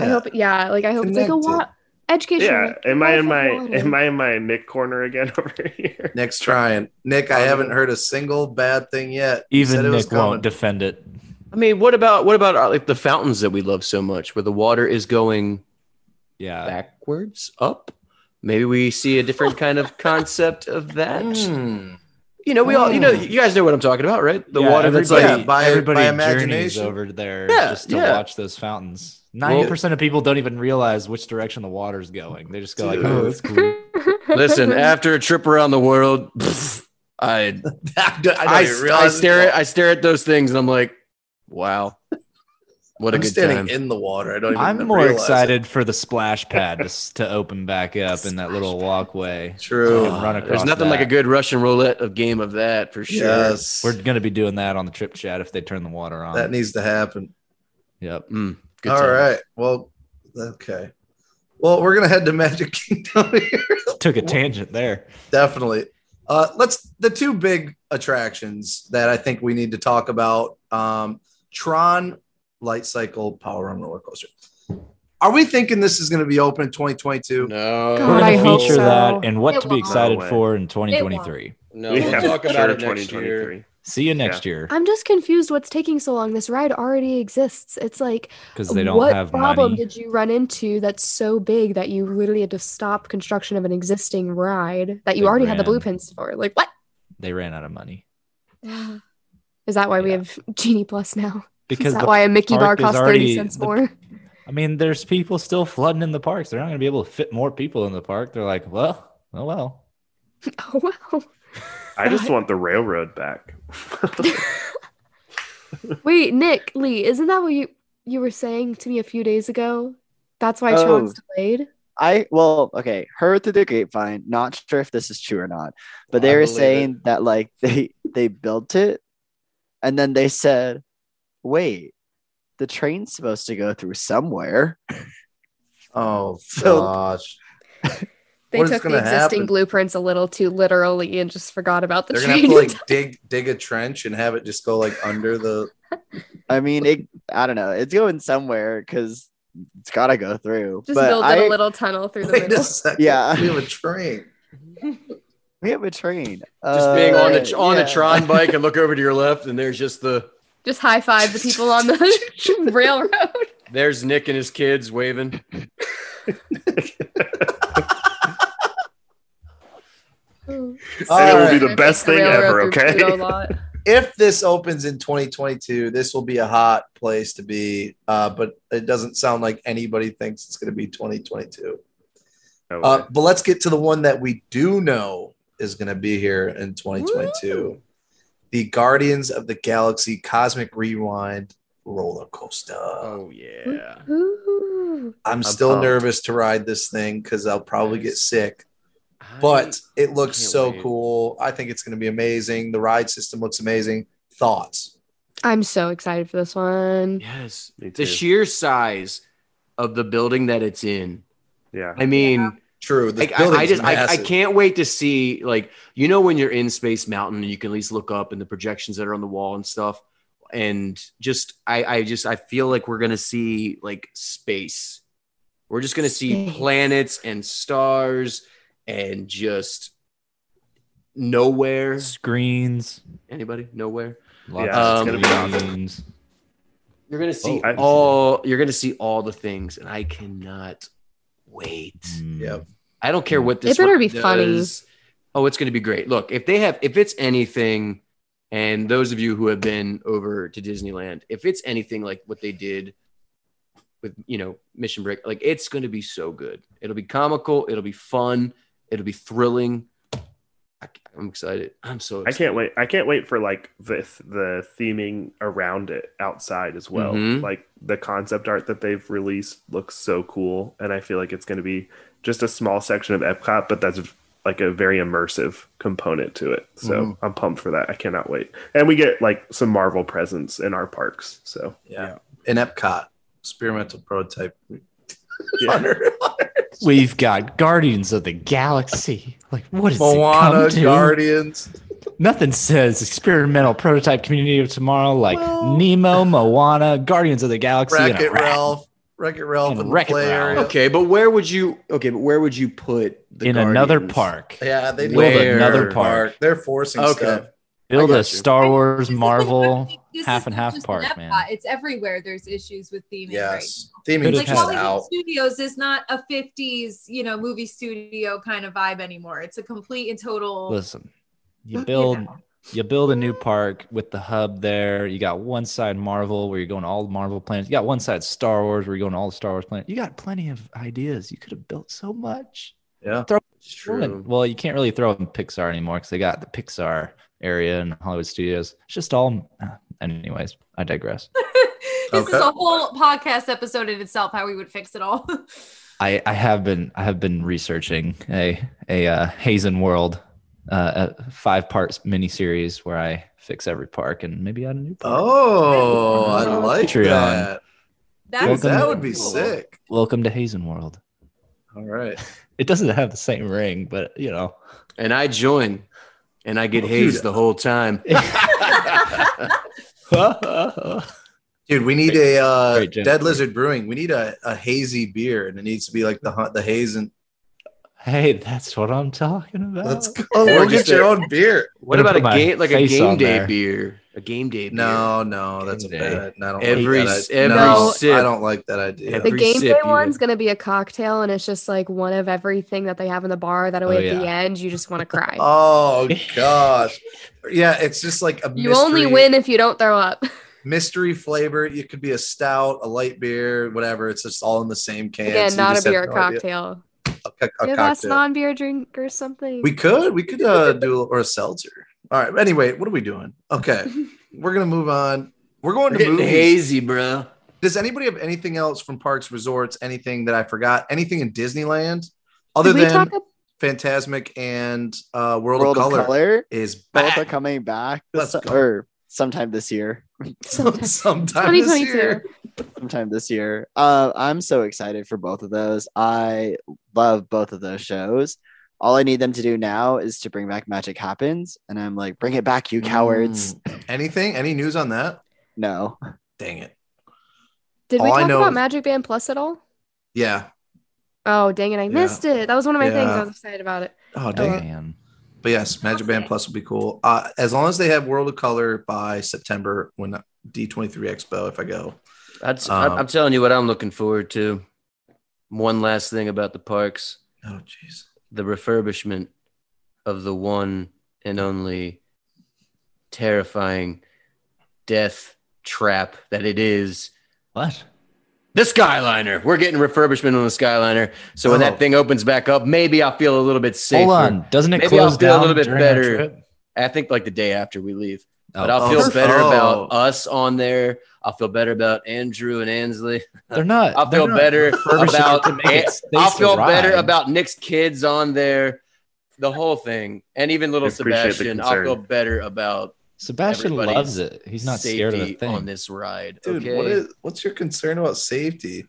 [SPEAKER 7] I hope, yeah, like I hope it's like a
[SPEAKER 2] Connected.
[SPEAKER 7] what education.
[SPEAKER 4] Yeah. Am I in my
[SPEAKER 7] water.
[SPEAKER 4] am I in my Nick corner again over here?
[SPEAKER 2] Nick's trying. Nick, I
[SPEAKER 4] Um,
[SPEAKER 2] haven't heard a single bad thing yet. You
[SPEAKER 6] Even
[SPEAKER 2] said it was
[SPEAKER 6] Nick
[SPEAKER 2] coming.
[SPEAKER 6] won't defend it.
[SPEAKER 1] I mean, what about what about uh, like the fountains that we love so much, where the water is going
[SPEAKER 2] Uh,
[SPEAKER 6] Yeah.
[SPEAKER 1] backwards, up? Maybe we see a different kind of concept of that.
[SPEAKER 2] Mm.
[SPEAKER 1] You know, we all you know you guys know what I'm talking about, right? The
[SPEAKER 6] Yeah,
[SPEAKER 1] water that's
[SPEAKER 6] everybody-
[SPEAKER 1] like
[SPEAKER 2] Yeah, by-
[SPEAKER 6] everybody
[SPEAKER 2] by
[SPEAKER 6] journeys
[SPEAKER 2] imagination.
[SPEAKER 6] over there
[SPEAKER 1] Yeah,
[SPEAKER 6] just to
[SPEAKER 1] yeah.
[SPEAKER 6] watch those fountains. Ninety percent of people don't even realize which direction the water's going. They just go like,
[SPEAKER 2] Dude.
[SPEAKER 6] "Oh, that's cool."
[SPEAKER 1] Listen, after a trip around the world, pfft, I
[SPEAKER 2] I, don't- I,
[SPEAKER 1] I,
[SPEAKER 2] don't even
[SPEAKER 1] I,
[SPEAKER 2] realize
[SPEAKER 1] stare at I stare at those things and I'm like, wow, what a
[SPEAKER 2] I'm
[SPEAKER 1] good
[SPEAKER 2] standing
[SPEAKER 1] time.
[SPEAKER 2] in the water. I don't even
[SPEAKER 6] I'm more
[SPEAKER 2] realize it.
[SPEAKER 6] excited for the splash pad to, s- to open back up in that little walkway.
[SPEAKER 2] True.
[SPEAKER 6] Fucking run
[SPEAKER 1] Ah, There's
[SPEAKER 6] across
[SPEAKER 1] nothing like a
[SPEAKER 6] that.
[SPEAKER 1] good Russian roulette of game of that for sure.
[SPEAKER 2] Yes.
[SPEAKER 6] We're gonna be doing that on the trip chat if they turn the water on.
[SPEAKER 2] that needs to happen.
[SPEAKER 6] yep.
[SPEAKER 1] Mm, good
[SPEAKER 2] All right.
[SPEAKER 1] time.
[SPEAKER 2] Well, okay. Well, we're gonna head to Magic Kingdom here.
[SPEAKER 6] Took a tangent there.
[SPEAKER 2] Definitely. Uh, let's the two big attractions that I think we need to talk about: um, Tron Light Cycle Power Run Roller Coaster. Are we thinking this is going to be open in 2022?
[SPEAKER 1] No,
[SPEAKER 6] We're
[SPEAKER 7] God,
[SPEAKER 6] gonna
[SPEAKER 7] Oh, I hope
[SPEAKER 6] feature
[SPEAKER 7] so.
[SPEAKER 6] that and what
[SPEAKER 3] It
[SPEAKER 6] to be
[SPEAKER 3] won't.
[SPEAKER 6] excited
[SPEAKER 4] No way.
[SPEAKER 6] for in 2023.
[SPEAKER 1] no,
[SPEAKER 4] we
[SPEAKER 1] we'll
[SPEAKER 4] have
[SPEAKER 1] talk
[SPEAKER 4] sure
[SPEAKER 1] about it next year.
[SPEAKER 6] See you next year
[SPEAKER 7] I'm just confused what's taking so long. This ride already exists. It's like,
[SPEAKER 6] because they don't
[SPEAKER 7] what
[SPEAKER 6] have
[SPEAKER 7] problem
[SPEAKER 6] money.
[SPEAKER 7] did you run into that's so big that you literally had to stop construction of an existing ride that you
[SPEAKER 6] They
[SPEAKER 7] already had the
[SPEAKER 6] ran.
[SPEAKER 7] blueprints for? Like, what?
[SPEAKER 6] They ran out of money.
[SPEAKER 7] Is that why we
[SPEAKER 6] Yeah.
[SPEAKER 7] have Genie Plus now?
[SPEAKER 6] because
[SPEAKER 7] is that
[SPEAKER 6] the
[SPEAKER 7] why a Mickey bar
[SPEAKER 6] park is
[SPEAKER 7] costs
[SPEAKER 6] already-
[SPEAKER 7] thirty cents
[SPEAKER 6] the-
[SPEAKER 7] more?
[SPEAKER 6] I mean, there's people still flooding in the parks. They're not going to be able to fit more people in the park. They're like, well, oh well.
[SPEAKER 7] oh wow.
[SPEAKER 4] I just want the railroad back.
[SPEAKER 7] Wait, Nick Lee, isn't that what you you were saying to me a few days ago? That's why
[SPEAKER 5] Oh.
[SPEAKER 7] Sean's delayed.
[SPEAKER 5] I well, okay, heard through the grapevine. Not sure if this is true or not, but
[SPEAKER 2] I
[SPEAKER 5] they were
[SPEAKER 2] believe
[SPEAKER 5] saying that like they they built it, and then they said, "Wait, the train's supposed to go through somewhere."
[SPEAKER 2] Oh
[SPEAKER 5] So-
[SPEAKER 2] gosh,
[SPEAKER 7] They
[SPEAKER 2] What is
[SPEAKER 7] took the
[SPEAKER 2] gonna
[SPEAKER 7] existing
[SPEAKER 2] happen?
[SPEAKER 7] blueprints a little too literally and just forgot about the
[SPEAKER 2] they're gonna have
[SPEAKER 7] train.
[SPEAKER 2] to like dig dig a trench and have it just go like under the.
[SPEAKER 5] I mean, it. I don't know. It's going somewhere because it's gotta go through.
[SPEAKER 7] just
[SPEAKER 5] but
[SPEAKER 7] build
[SPEAKER 5] I,
[SPEAKER 7] a little tunnel through the
[SPEAKER 2] Wait
[SPEAKER 7] middle.
[SPEAKER 2] a second.
[SPEAKER 5] Yeah.
[SPEAKER 2] we have a train.
[SPEAKER 5] We have a train.
[SPEAKER 1] Just being on
[SPEAKER 5] Uh,
[SPEAKER 1] a on
[SPEAKER 5] yeah.
[SPEAKER 1] a Tron bike and look over to your left, and there's just the
[SPEAKER 7] Just high five the people on the railroad.
[SPEAKER 1] there's Nick and his kids waving.
[SPEAKER 2] All
[SPEAKER 4] and it will
[SPEAKER 2] right.
[SPEAKER 4] be the best thing
[SPEAKER 7] Railroad
[SPEAKER 4] ever,
[SPEAKER 7] through
[SPEAKER 4] okay?
[SPEAKER 7] Pluto lot.
[SPEAKER 2] If this opens in 2022, this will be a hot place to be. Uh, but it doesn't sound like anybody thinks it's going to be 2022.
[SPEAKER 4] No way.
[SPEAKER 2] Uh, but let's get to the one that we do know is going to be here in 2022 the Guardians of the Galaxy Cosmic Rewind roller coaster.
[SPEAKER 1] Oh yeah.
[SPEAKER 7] Ooh.
[SPEAKER 2] I'm still
[SPEAKER 1] pumped.
[SPEAKER 2] nervous to ride this thing because I'll probably get
[SPEAKER 1] Nice.
[SPEAKER 2] sick, but it looks
[SPEAKER 1] can't
[SPEAKER 2] so
[SPEAKER 1] wait.
[SPEAKER 2] cool. I think it's going to be amazing. The ride system looks amazing. Thoughts?
[SPEAKER 7] I'm so excited for this one.
[SPEAKER 1] yes,
[SPEAKER 4] Me
[SPEAKER 1] the
[SPEAKER 4] too.
[SPEAKER 1] sheer size of the building that it's in.
[SPEAKER 4] yeah.
[SPEAKER 1] I mean.
[SPEAKER 2] True. The
[SPEAKER 1] Like, I,
[SPEAKER 2] building's
[SPEAKER 1] I just I, I
[SPEAKER 2] massive.
[SPEAKER 1] can't wait to see like you know when you're in Space Mountain and you can at least look up and the projections that are on the wall and stuff and just I I just I feel like we're gonna see like space. We're just gonna see
[SPEAKER 7] Space.
[SPEAKER 1] planets and stars and just nowhere.
[SPEAKER 6] Screens.
[SPEAKER 1] Anybody? Nowhere.
[SPEAKER 6] Lots
[SPEAKER 1] Yeah,
[SPEAKER 6] of
[SPEAKER 1] it's
[SPEAKER 4] gonna be
[SPEAKER 6] screens.
[SPEAKER 1] You're gonna see
[SPEAKER 4] Oh, I-
[SPEAKER 1] all you're gonna see all the things and I cannot wait.
[SPEAKER 6] Mm.
[SPEAKER 2] Yep.
[SPEAKER 1] I don't care what
[SPEAKER 7] Mm. It
[SPEAKER 1] this.
[SPEAKER 7] better
[SPEAKER 1] one
[SPEAKER 7] be funny.
[SPEAKER 1] does. Oh, it's going to be great. Look, if they have, if it's anything, and those of you who have been over to Disneyland, if it's anything like what they did with you know Mission Break, like it's going to be so good. It'll be comical. It'll be fun. It'll be thrilling. I, am excited. I'm so.
[SPEAKER 4] I
[SPEAKER 1] Excited.
[SPEAKER 4] can't wait. I can't wait for like the the theming around it outside as well.
[SPEAKER 1] Mhm.
[SPEAKER 4] Like the concept art that they've released looks so cool, and I feel like it's going to be just a small section of Epcot, but that's like a very immersive component to it. So
[SPEAKER 2] Mhm.
[SPEAKER 4] I'm pumped for that. I cannot wait. And we get like some Marvel presence in our parks. So
[SPEAKER 2] Yeah. In Epcot, experimental prototype.
[SPEAKER 4] Yeah.
[SPEAKER 2] Hunter.
[SPEAKER 6] We've got Guardians of the Galaxy. Like, what is
[SPEAKER 2] Moana,
[SPEAKER 6] it come to?
[SPEAKER 2] Guardians.
[SPEAKER 6] Nothing says experimental prototype community of tomorrow like
[SPEAKER 2] Well-
[SPEAKER 6] Nemo, Moana, Guardians of the Galaxy, and
[SPEAKER 2] Wreck
[SPEAKER 6] a
[SPEAKER 2] It
[SPEAKER 6] rat.
[SPEAKER 2] Ralph. Wreck It Ralph
[SPEAKER 6] And
[SPEAKER 2] in the
[SPEAKER 6] Wreck-It
[SPEAKER 2] play
[SPEAKER 6] Ralph.
[SPEAKER 2] area.
[SPEAKER 1] Okay, but where would you? Okay, but where would you put the
[SPEAKER 6] in another
[SPEAKER 1] Guardians?
[SPEAKER 6] park.
[SPEAKER 2] Yeah, they
[SPEAKER 1] Build
[SPEAKER 2] did.
[SPEAKER 1] another
[SPEAKER 6] park.
[SPEAKER 2] They're forcing
[SPEAKER 1] Okay.
[SPEAKER 2] stuff.
[SPEAKER 6] Build
[SPEAKER 1] I
[SPEAKER 6] a
[SPEAKER 1] got you.
[SPEAKER 6] Star Wars,
[SPEAKER 3] This is
[SPEAKER 6] Marvel,
[SPEAKER 3] like- this
[SPEAKER 6] half
[SPEAKER 3] is
[SPEAKER 6] and
[SPEAKER 3] not
[SPEAKER 6] half
[SPEAKER 3] just in
[SPEAKER 6] park,
[SPEAKER 3] Epcot.
[SPEAKER 6] man.
[SPEAKER 3] It's everywhere. There's issues with theming.
[SPEAKER 2] Yes.
[SPEAKER 6] Could
[SPEAKER 2] Theming
[SPEAKER 6] have
[SPEAKER 3] Right? Like
[SPEAKER 2] just
[SPEAKER 6] had-
[SPEAKER 3] Hollywood
[SPEAKER 2] out.
[SPEAKER 3] Studios is not a 50s, you know, movie studio kind of vibe anymore. It's a complete and total.
[SPEAKER 6] Listen, you
[SPEAKER 3] Yeah.
[SPEAKER 6] build you build a new park with the hub there. You got one side Marvel where you're going to all the Marvel planets. You got one side Star Wars where you're going to all the Star Wars planets. You got plenty of ideas. You could have built so much.
[SPEAKER 2] Yeah.
[SPEAKER 1] It's
[SPEAKER 6] Well,
[SPEAKER 1] true.
[SPEAKER 6] Well, you can't really throw in Pixar anymore because they got the Pixar area and Hollywood Studios. It's just all. uh, Anyways, I digress.
[SPEAKER 3] this
[SPEAKER 2] Okay.
[SPEAKER 3] is a whole podcast episode in itself. How we would fix it all.
[SPEAKER 6] I, I have been I have been researching a a uh, Hazen World, uh, a five parts miniseries where I fix every park and maybe add a new park.
[SPEAKER 2] Oh, I like
[SPEAKER 6] Patreon.
[SPEAKER 2] that.
[SPEAKER 3] That's
[SPEAKER 6] Welcome
[SPEAKER 2] that
[SPEAKER 6] to-
[SPEAKER 2] would be sick.
[SPEAKER 1] Oh.
[SPEAKER 6] Welcome to Hazen World.
[SPEAKER 2] All right.
[SPEAKER 6] It doesn't have the same ring, but you know.
[SPEAKER 1] And I join, and I get
[SPEAKER 2] Well, dude.
[SPEAKER 1] hazed the whole time.
[SPEAKER 2] Dude, we need a uh,
[SPEAKER 6] Great, Jim.
[SPEAKER 2] Dead Lizard Brewing. We need a, a hazy beer, and it needs to be like the hunt, the hazen
[SPEAKER 6] Hey, that's what I'm talking about.
[SPEAKER 2] Let's go. Go Oh, get
[SPEAKER 1] just
[SPEAKER 2] your
[SPEAKER 1] a-
[SPEAKER 2] own beer.
[SPEAKER 1] What
[SPEAKER 6] Gonna
[SPEAKER 1] about a
[SPEAKER 6] put my
[SPEAKER 1] game like a
[SPEAKER 6] face
[SPEAKER 1] game
[SPEAKER 6] on
[SPEAKER 1] day
[SPEAKER 6] there.
[SPEAKER 1] beer? A game day beer.
[SPEAKER 2] No, no, that's a
[SPEAKER 1] Day.
[SPEAKER 2] bad. I don't
[SPEAKER 1] Every
[SPEAKER 2] like
[SPEAKER 1] s-
[SPEAKER 2] that.
[SPEAKER 1] every
[SPEAKER 2] no,
[SPEAKER 1] sip.
[SPEAKER 2] I don't like that idea.
[SPEAKER 1] Every
[SPEAKER 7] the game
[SPEAKER 1] sip
[SPEAKER 7] day
[SPEAKER 1] you-
[SPEAKER 7] one's gonna be a cocktail, and it's just like one of everything that they have in the bar. That way,
[SPEAKER 6] Oh,
[SPEAKER 7] at the
[SPEAKER 6] yeah.
[SPEAKER 7] end, you just want to cry.
[SPEAKER 2] Oh gosh, yeah, it's just like a
[SPEAKER 7] you
[SPEAKER 2] mystery,
[SPEAKER 7] only win if you don't throw up.
[SPEAKER 2] mystery flavor. It could be a stout, a light beer, whatever. It's just all in the same can.
[SPEAKER 7] Again,
[SPEAKER 2] so you
[SPEAKER 7] not a
[SPEAKER 2] just have
[SPEAKER 7] beer, a
[SPEAKER 2] no idea.
[SPEAKER 7] cocktail.
[SPEAKER 2] A co- a
[SPEAKER 7] Give us
[SPEAKER 2] cocktail.
[SPEAKER 7] non-beer drink or something.
[SPEAKER 2] We could, we could uh, do or a seltzer. All right. Anyway, what are we doing? Okay, we're gonna move on. We're going
[SPEAKER 1] We're
[SPEAKER 2] to
[SPEAKER 1] getting
[SPEAKER 2] movies.
[SPEAKER 1] hazy, bro.
[SPEAKER 2] Does anybody have anything else from parks, resorts, anything that I forgot? Anything in Disneyland other
[SPEAKER 7] Did we
[SPEAKER 2] than
[SPEAKER 7] talk ab-
[SPEAKER 2] Fantasmic and uh, World,
[SPEAKER 5] World
[SPEAKER 2] of, Color is back
[SPEAKER 5] Both are coming back this,
[SPEAKER 2] Let's go.
[SPEAKER 5] or sometime this year.
[SPEAKER 2] some- sometime this
[SPEAKER 7] 2022.
[SPEAKER 2] year.
[SPEAKER 5] sometime this year. Uh, I'm so excited for both of those. I love both of those shows. All I need them to do now is to bring back Magic Happens, and I'm like, bring it back, you
[SPEAKER 6] Mm.
[SPEAKER 5] cowards!
[SPEAKER 2] Hmm. Anything? Any news on that?
[SPEAKER 5] No,
[SPEAKER 2] Dang it.
[SPEAKER 7] Did we
[SPEAKER 2] All I
[SPEAKER 7] talk
[SPEAKER 2] know
[SPEAKER 7] about
[SPEAKER 2] is-
[SPEAKER 7] Magic Band Plus at all?
[SPEAKER 2] Yeah.
[SPEAKER 7] Oh, dang it! I missed it. That was one of my things.
[SPEAKER 2] Yeah.
[SPEAKER 7] I was excited about it.
[SPEAKER 2] Oh
[SPEAKER 6] Oh,
[SPEAKER 2] dang it.
[SPEAKER 6] man.
[SPEAKER 2] But yes, Magic Band Plus will be cool. Uh, as long as they have World of Color by September when D23 Expo, if I go.
[SPEAKER 1] That's,
[SPEAKER 2] Um,
[SPEAKER 1] I'm, I'm telling you what I'm looking forward to. One last thing about the parks:
[SPEAKER 2] Oh jeez.
[SPEAKER 1] the refurbishment of the one and only terrifying death trap that it is.
[SPEAKER 6] What?
[SPEAKER 1] The Skyliner. We're getting refurbishment on the Skyliner, so when
[SPEAKER 2] Oh.
[SPEAKER 1] that thing opens back up, maybe I'll feel a little bit safer.
[SPEAKER 6] Hold on. Doesn't it
[SPEAKER 1] Maybe
[SPEAKER 6] close
[SPEAKER 1] I'll feel a
[SPEAKER 6] down
[SPEAKER 1] little bit
[SPEAKER 6] during our
[SPEAKER 1] better.
[SPEAKER 6] trip?
[SPEAKER 1] I think like the day after we leave.
[SPEAKER 6] Oh,
[SPEAKER 1] But I'll
[SPEAKER 2] oh,
[SPEAKER 1] feel
[SPEAKER 2] perfect.
[SPEAKER 1] better
[SPEAKER 2] Oh.
[SPEAKER 1] about us on there. I'll feel better about Andrew and Ansley.
[SPEAKER 6] they're not.
[SPEAKER 1] I'll
[SPEAKER 6] they're
[SPEAKER 1] feel
[SPEAKER 6] not
[SPEAKER 1] better
[SPEAKER 6] refurbishing
[SPEAKER 1] about.
[SPEAKER 6] it to make it space
[SPEAKER 1] I'll
[SPEAKER 6] to
[SPEAKER 1] feel better
[SPEAKER 6] ride.
[SPEAKER 1] about Nick's kids on there. The whole thing, and even little
[SPEAKER 4] I appreciate the
[SPEAKER 1] Sebastian. I'll
[SPEAKER 4] concern.
[SPEAKER 1] feel better about.
[SPEAKER 6] Sebastian
[SPEAKER 1] everybody's
[SPEAKER 6] loves it. He's not scared of the
[SPEAKER 1] safety
[SPEAKER 6] thing.
[SPEAKER 1] on this ride.
[SPEAKER 2] Dude,
[SPEAKER 1] okay.
[SPEAKER 2] what is what's your concern about safety?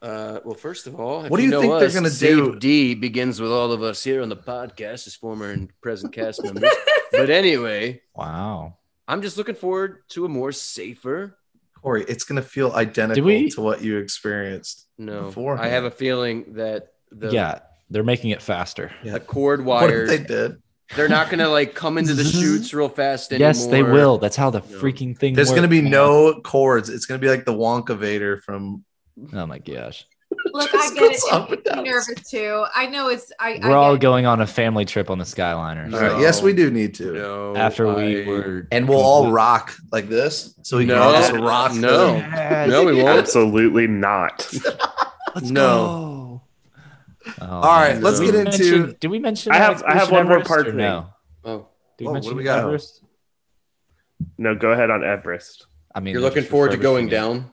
[SPEAKER 1] Uh, well, first of all, if
[SPEAKER 2] What do you
[SPEAKER 1] know
[SPEAKER 2] think they're
[SPEAKER 1] us,
[SPEAKER 2] gonna
[SPEAKER 1] Save
[SPEAKER 2] do?
[SPEAKER 1] D begins with all of us here on the podcast as former and present cast members. But anyway,
[SPEAKER 6] Wow.
[SPEAKER 1] I'm just looking forward to a more safer.
[SPEAKER 2] Corey, it's gonna feel identical
[SPEAKER 6] we-
[SPEAKER 2] to what you experienced.
[SPEAKER 1] No,
[SPEAKER 2] Beforehand.
[SPEAKER 1] I have a feeling that the
[SPEAKER 6] yeah, they're making it faster.
[SPEAKER 1] the cord
[SPEAKER 2] What if
[SPEAKER 1] wires
[SPEAKER 2] they did?
[SPEAKER 1] they... are not gonna like come into the
[SPEAKER 6] Zzz.
[SPEAKER 1] chutes real fast anymore.
[SPEAKER 6] Yes, they will. That's how the
[SPEAKER 1] No.
[SPEAKER 6] freaking thing.
[SPEAKER 2] There's gonna
[SPEAKER 6] works,
[SPEAKER 2] be
[SPEAKER 6] man.
[SPEAKER 2] no chords. It's gonna be like the Wonka Vader from
[SPEAKER 6] Oh my gosh,
[SPEAKER 3] Look, I
[SPEAKER 2] Just
[SPEAKER 3] get it.
[SPEAKER 2] goes up and
[SPEAKER 3] I'm
[SPEAKER 2] down.
[SPEAKER 3] nervous too. I know it's. I,
[SPEAKER 6] we're all
[SPEAKER 3] I get
[SPEAKER 6] going on a family trip on the Skyliner.
[SPEAKER 2] All
[SPEAKER 1] No.
[SPEAKER 2] right, yes, we do need to.
[SPEAKER 1] No,
[SPEAKER 6] After we
[SPEAKER 1] I-
[SPEAKER 6] were,
[SPEAKER 2] And we'll all rock like this. So we can
[SPEAKER 1] No.
[SPEAKER 2] all just rock.
[SPEAKER 1] No.
[SPEAKER 2] the-
[SPEAKER 1] No, we won't.
[SPEAKER 4] Absolutely not.
[SPEAKER 1] Let's no.
[SPEAKER 6] Oh, all
[SPEAKER 2] right, let's
[SPEAKER 1] get
[SPEAKER 2] into-
[SPEAKER 6] Did we mention?
[SPEAKER 4] I have-
[SPEAKER 6] Expedition
[SPEAKER 4] I have one more
[SPEAKER 6] Everest
[SPEAKER 4] park
[SPEAKER 6] or
[SPEAKER 4] thing.
[SPEAKER 6] No.
[SPEAKER 1] Oh,
[SPEAKER 6] Did we
[SPEAKER 2] Oh, what
[SPEAKER 6] mention
[SPEAKER 2] do we got?
[SPEAKER 6] Everest?
[SPEAKER 4] No, go ahead on Everest.
[SPEAKER 6] I mean,
[SPEAKER 1] you're
[SPEAKER 6] they're
[SPEAKER 1] looking
[SPEAKER 6] just
[SPEAKER 1] forward to
[SPEAKER 6] refurbishing
[SPEAKER 1] going
[SPEAKER 6] it
[SPEAKER 1] down.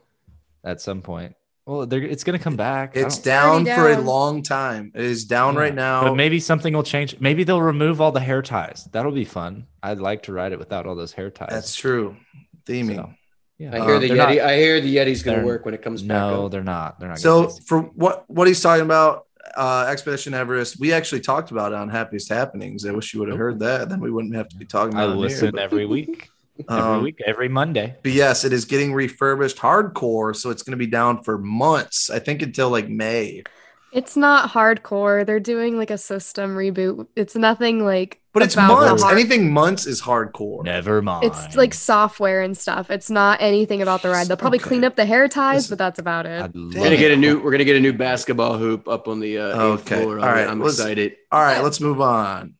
[SPEAKER 6] at some point. Well, they're, it's gonna come back. I
[SPEAKER 2] It's
[SPEAKER 6] don't-
[SPEAKER 2] down,
[SPEAKER 7] Already
[SPEAKER 2] for a
[SPEAKER 7] down.
[SPEAKER 2] long time. It is down
[SPEAKER 6] Yeah.
[SPEAKER 2] right now.
[SPEAKER 6] But maybe something will change. Maybe they'll remove all the hair ties. That'll be fun. I'd like to ride it without all those hair ties.
[SPEAKER 2] That's true. Theming.
[SPEAKER 6] So, yeah.
[SPEAKER 1] I hear
[SPEAKER 2] Um,
[SPEAKER 1] the
[SPEAKER 6] They're
[SPEAKER 1] Yeti.
[SPEAKER 6] not-
[SPEAKER 1] I hear the Yeti's gonna
[SPEAKER 6] they're-
[SPEAKER 1] work when it comes back.
[SPEAKER 6] no,
[SPEAKER 1] up.
[SPEAKER 6] they're not. They're not.
[SPEAKER 2] So
[SPEAKER 6] gonna fix it.
[SPEAKER 2] for what what he's talking about, uh, Expedition Everest, we actually talked about it on Happiest Happenings. I wish you would have heard that. Then we wouldn't have to be talking
[SPEAKER 6] I
[SPEAKER 2] about it.
[SPEAKER 6] listen
[SPEAKER 2] Here,
[SPEAKER 6] every week,
[SPEAKER 2] but,
[SPEAKER 6] every
[SPEAKER 2] um,
[SPEAKER 6] week, every Monday.
[SPEAKER 2] but yes, it is getting refurbished hardcore, so it's going to be down for months. I think until like May.
[SPEAKER 7] It's not hardcore. They're doing like a system reboot. It's nothing like.
[SPEAKER 2] But it's
[SPEAKER 7] about the
[SPEAKER 2] months.
[SPEAKER 7] hard-
[SPEAKER 2] Anything months is hardcore.
[SPEAKER 6] Never mind.
[SPEAKER 7] It's like software and stuff. It's not anything about the ride. They'll probably
[SPEAKER 2] Okay.
[SPEAKER 7] clean up the hair ties,
[SPEAKER 2] Listen,
[SPEAKER 7] but that's about it.
[SPEAKER 6] I'd love
[SPEAKER 1] We're gonna
[SPEAKER 6] it.
[SPEAKER 1] get a new. We're gonna get a new basketball hoop up on the uh, eighth
[SPEAKER 2] Okay.
[SPEAKER 1] floor.
[SPEAKER 2] All right,
[SPEAKER 1] I'm
[SPEAKER 2] let's-
[SPEAKER 1] excited.
[SPEAKER 2] All right, let's move on.